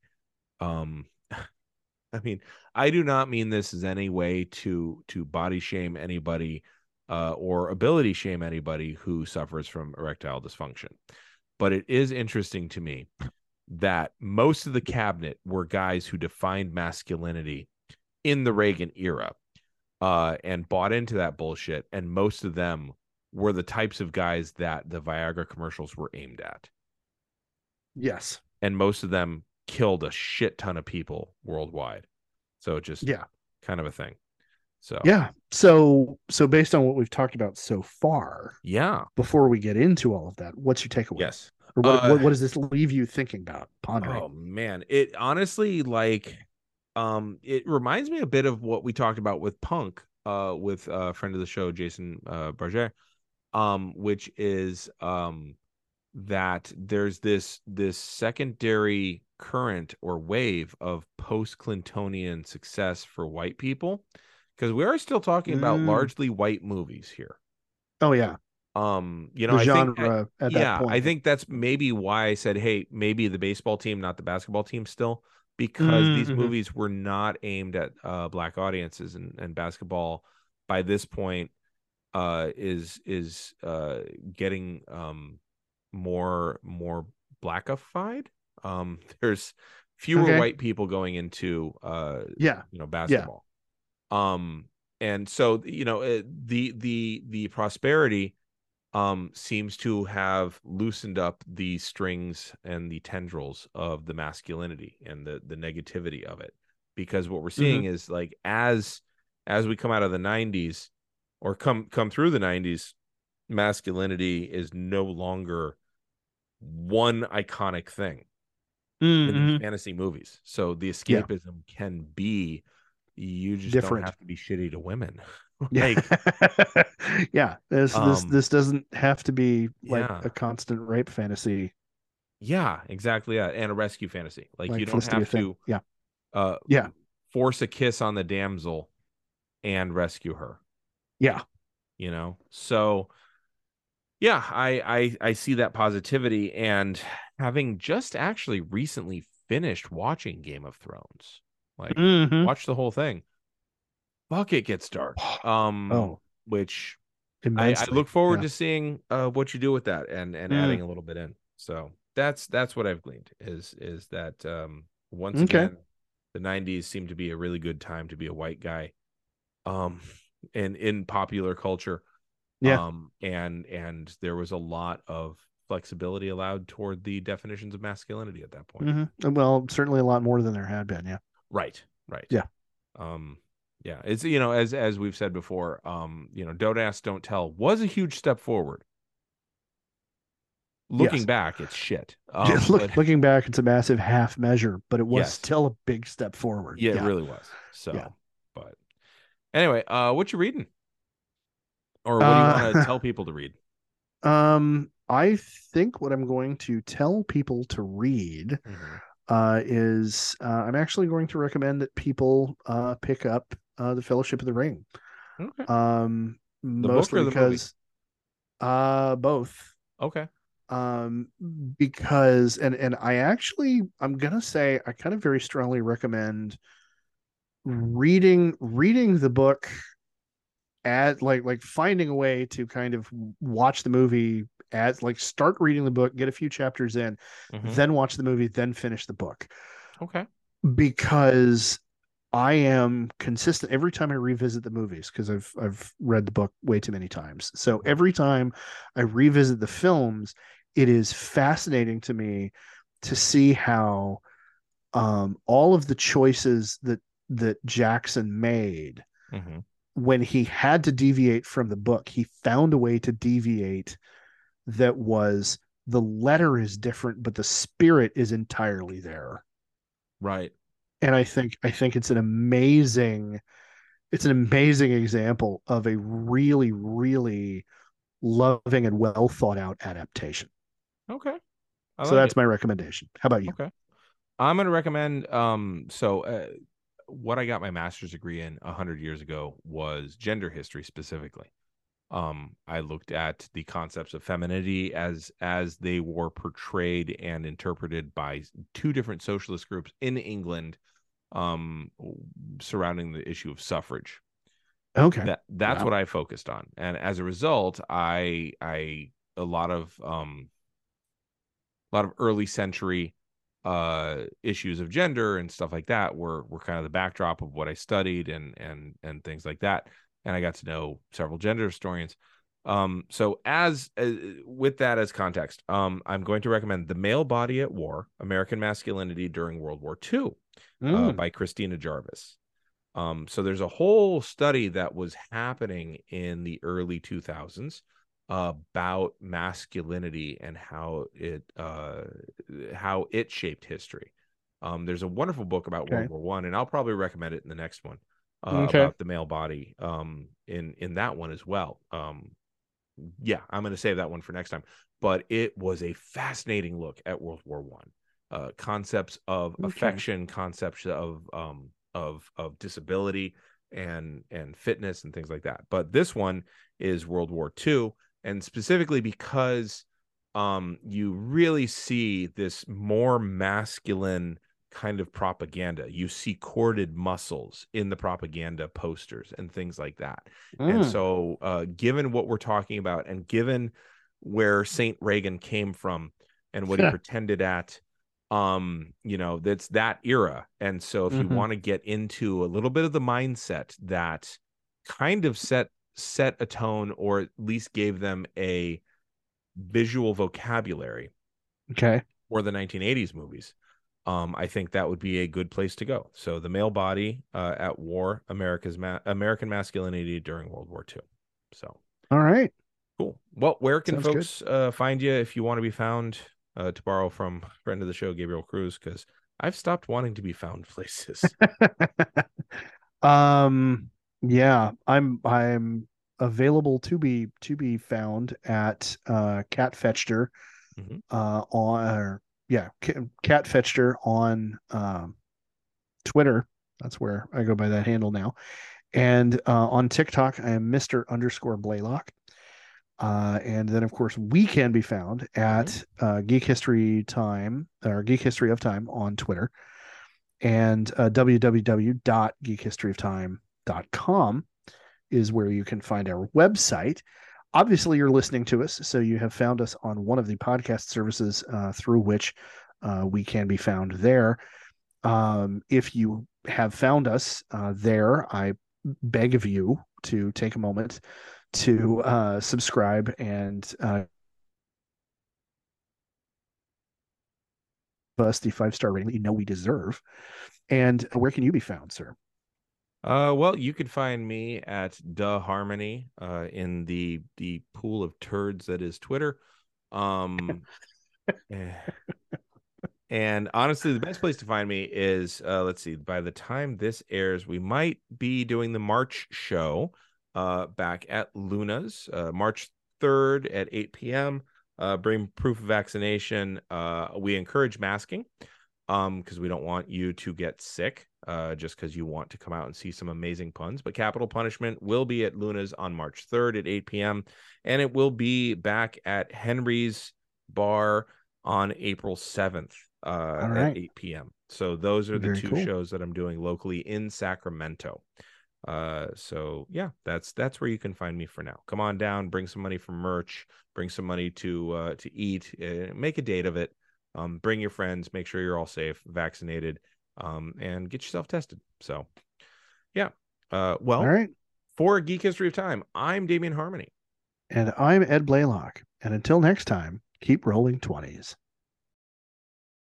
[SPEAKER 2] um I mean, I do not mean this as any way to to body shame anybody uh, or ability shame anybody who suffers from erectile dysfunction. But it is interesting to me that most of the cabinet were guys who defined masculinity in the Reagan era uh, and bought into that bullshit. And most of them were the types of guys that the Viagra commercials were aimed at
[SPEAKER 3] Yes.
[SPEAKER 2] and most of them killed a shit ton of people worldwide. So it just
[SPEAKER 3] Yeah.
[SPEAKER 2] kind of a thing. So
[SPEAKER 3] Yeah. So so based on what we've talked about so far,
[SPEAKER 2] yeah,
[SPEAKER 3] before we get into all of that, what's your takeaway?
[SPEAKER 2] yes.
[SPEAKER 3] Or what,
[SPEAKER 2] Uh,
[SPEAKER 3] what what does this leave you thinking about, pondering?
[SPEAKER 2] Oh man, it honestly like um it reminds me a bit of what we talked about with Punk uh with a uh, friend of the show Jason uh Barger um which is um that there's this this secondary current or wave of post-Clintonian success for white people because we are still talking about
[SPEAKER 3] Mm.
[SPEAKER 2] largely white movies here.
[SPEAKER 3] Oh yeah,
[SPEAKER 2] Um you know
[SPEAKER 3] the
[SPEAKER 2] I
[SPEAKER 3] genre
[SPEAKER 2] think
[SPEAKER 3] at
[SPEAKER 2] yeah,
[SPEAKER 3] that point.
[SPEAKER 2] I think that's maybe why I said, hey, maybe the baseball team, not the basketball team still, because these
[SPEAKER 3] Mhm.
[SPEAKER 2] movies were not aimed at uh, black audiences and, and basketball by this point uh, is is uh, getting um, more more blackified. Um, there's fewer
[SPEAKER 3] Okay.
[SPEAKER 2] white people going into uh,
[SPEAKER 3] yeah,
[SPEAKER 2] you know basketball um and so you know uh, the the the prosperity um, seems to have loosened up the strings and the tendrils of the masculinity and the the negativity of it. Because what we're seeing
[SPEAKER 3] Mm-hmm.
[SPEAKER 2] is like as as we come out of the 90s or come come through the 90s, masculinity is no longer one iconic thing in these fantasy movies. So the
[SPEAKER 3] Mm-hmm. Yeah.
[SPEAKER 2] escapism can be you just
[SPEAKER 3] Different.
[SPEAKER 2] don't have to be shitty to women.
[SPEAKER 3] Yeah.
[SPEAKER 2] like
[SPEAKER 3] yeah. This this
[SPEAKER 2] Um,
[SPEAKER 3] this doesn't have to be like
[SPEAKER 2] yeah.
[SPEAKER 3] a constant rape fantasy.
[SPEAKER 2] yeah, exactly. Yeah. And a rescue fantasy. Like, you
[SPEAKER 3] for
[SPEAKER 2] don't
[SPEAKER 3] this to be a
[SPEAKER 2] have
[SPEAKER 3] thing.
[SPEAKER 2] to
[SPEAKER 3] Yeah.
[SPEAKER 2] uh
[SPEAKER 3] Yeah.
[SPEAKER 2] force a kiss on the damsel and rescue her.
[SPEAKER 3] Yeah.
[SPEAKER 2] You know? So yeah, I I I see that positivity and having just actually recently finished watching Game of Thrones. Like
[SPEAKER 3] Mm-hmm.
[SPEAKER 2] watch the whole thing. Fuck it gets dark. Um
[SPEAKER 3] Oh,
[SPEAKER 2] which I, I
[SPEAKER 3] immensely.
[SPEAKER 2] look forward
[SPEAKER 3] Yeah.
[SPEAKER 2] to seeing uh, what you do with that and and
[SPEAKER 3] Mm.
[SPEAKER 2] adding a little bit in. So that's that's what I've gleaned is is that um, once
[SPEAKER 3] Okay.
[SPEAKER 2] again the '90s seem to be a really good time to be a white guy, um, and in popular culture,
[SPEAKER 3] Yeah.
[SPEAKER 2] Um, and and there was a lot of flexibility allowed toward the definitions of masculinity at that point.
[SPEAKER 3] Mhm. Well, certainly a lot more than there had been. Yeah.
[SPEAKER 2] Right. Right.
[SPEAKER 3] Yeah.
[SPEAKER 2] Um yeah, it's you know as as we've said before, um you know, don't ask don't tell was a huge step forward. Looking
[SPEAKER 3] Yes.
[SPEAKER 2] back, it's shit. Um,
[SPEAKER 3] Yeah, look,
[SPEAKER 2] but-
[SPEAKER 3] looking back, it's a massive half measure, but it was
[SPEAKER 2] Yes.
[SPEAKER 3] still a big step forward.
[SPEAKER 2] yeah, it really was. So,
[SPEAKER 3] Yeah.
[SPEAKER 2] but anyway, uh what you reading? Or what do you want
[SPEAKER 3] Uh,
[SPEAKER 2] to tell people to read?
[SPEAKER 3] Um, I think what I'm going to tell people to read uh, is uh, I'm actually going to recommend that people uh, pick up uh, the Fellowship of the Ring.
[SPEAKER 2] Okay.
[SPEAKER 3] Um,
[SPEAKER 2] book
[SPEAKER 3] mostly
[SPEAKER 2] or the movie?
[SPEAKER 3] because uh, both.
[SPEAKER 2] Okay.
[SPEAKER 3] Um, because and and I actually I'm gonna say I kind of very strongly recommend reading reading the book at like like finding a way to kind of watch the movie as like start reading the book, get a few chapters in,
[SPEAKER 2] Mhm.
[SPEAKER 3] then watch the movie, then finish the book
[SPEAKER 2] Okay.
[SPEAKER 3] because I am consistent every time I revisit the movies because I've I've read the book way too many times. So every time I revisit the films, it is fascinating to me to see how um, all of the choices that that Jackson made
[SPEAKER 2] Mhm.
[SPEAKER 3] when he had to deviate from the book, he found a way to deviate that was the letter is different, but the spirit is entirely there
[SPEAKER 2] Right.
[SPEAKER 3] and i think i think it's an amazing it's an amazing example of a really really loving and well thought out adaptation
[SPEAKER 2] Okay. I
[SPEAKER 3] so
[SPEAKER 2] like it.
[SPEAKER 3] that's my recommendation how about you
[SPEAKER 2] Okay. I'm going to recommend um so uh, what I got my master's degree in 100 years ago was gender history specifically. Um I looked at the concepts of femininity as as they were portrayed and interpreted by two different socialist groups in England um surrounding the issue of suffrage
[SPEAKER 3] okay
[SPEAKER 2] that that's
[SPEAKER 3] Wow.
[SPEAKER 2] what I focused on, and as a result, I I a lot of um a lot of early century uh issues of gender and stuff like that were were kind of the backdrop of what I studied and and and things like that, and I got to know several gender historians. Um, so as uh, with that as context, um, I'm going to recommend the male body at war: American masculinity during World War II uh,
[SPEAKER 3] Mm.
[SPEAKER 2] by Christina Jarvis. Um, so there's a whole study that was happening in the early 2000s about masculinity and how it uh, how it shaped history. Um, there's a wonderful book about
[SPEAKER 3] Okay. Mm,
[SPEAKER 2] World War One, and I'll probably recommend it in the next one uh,
[SPEAKER 3] Okay.
[SPEAKER 2] about the male body um, in in that one as well. Um, yeah, I'm going to save that one for next time. But it was a fascinating look at World War One uh, concepts of
[SPEAKER 3] Okay.
[SPEAKER 2] affection, concepts of um, of of disability and and fitness and things like that. But this one is World War II, and specifically because um, you really see this more masculine kind of propaganda. You see corded muscles in the propaganda posters and things like that. And
[SPEAKER 3] Mm.
[SPEAKER 2] so, uh, given what we're talking about, and given where Saint Reagan came from and what he pretended at, um, you know, that's that era. And so, if
[SPEAKER 3] Mhm.
[SPEAKER 2] you want to get into a little bit of the mindset that kind of set set a tone or at least gave them a visual vocabulary
[SPEAKER 3] Okay.
[SPEAKER 2] for the 1980s movies, um, I think that would be a good place to go. So the male body uh, at war, America's ma- American masculinity during World War II. So
[SPEAKER 3] All right.
[SPEAKER 2] cool. Well, where can
[SPEAKER 3] Sounds good.
[SPEAKER 2] folks uh, find you if you want to be found? Uh, to borrow from friend of the show Gabriel Cruz, because I've stopped wanting to be found places.
[SPEAKER 3] um yeah, I'm I'm available to be to be found at uh Cat Fetchter
[SPEAKER 2] Mhm.
[SPEAKER 3] uh on or, yeah, Ca- Cat Fetchter on um Twitter. That's where I go by that handle now. And uh on TikTok I am Mr. underscore Blaylock. Uh, and then, of course, we can be found at uh, Geek History Time or Geek History of Time on Twitter and uh, www.geekhistoryoftime.com is where you can find our website. Obviously, you're listening to us, so you have found us on one of the podcast services uh, through which uh, we can be found there. Um, if you have found us uh, there, I beg of you to take a moment to uh, subscribe and uh, give us the five star rating that you know we deserve. And where can you be found, sir?
[SPEAKER 2] Uh, well, you could find me at Duh Harmony uh, in the the pool of turds that is Twitter. Um, eh. and honestly, the best place to find me is uh, let's see. By the time this airs, we might be doing the March show uh, back at Luna's uh, March third at eight p.m. Uh, bring proof of vaccination. Uh, we encourage masking um because we don't want you to get sick uh just because you want to come out and see some amazing puns but capital punishment will be at luna's on march 3rd at 8 p.m and it will be back at henry's bar on april 7th uh
[SPEAKER 3] All
[SPEAKER 2] at
[SPEAKER 3] right.
[SPEAKER 2] 8 p.m so those are the
[SPEAKER 3] Very
[SPEAKER 2] two
[SPEAKER 3] cool.
[SPEAKER 2] shows that i'm doing locally in sacramento uh so yeah that's that's where you can find me for now come on down bring some money for merch bring some money to uh to eat uh, make a date of it um, bring your friends make sure you're all safe vaccinated um, and get yourself tested so yeah uh, well
[SPEAKER 3] All right.
[SPEAKER 2] for geek history of time i'm damien harmony
[SPEAKER 3] And I'm Ed Blaylock. And until next time, keep rolling 20s.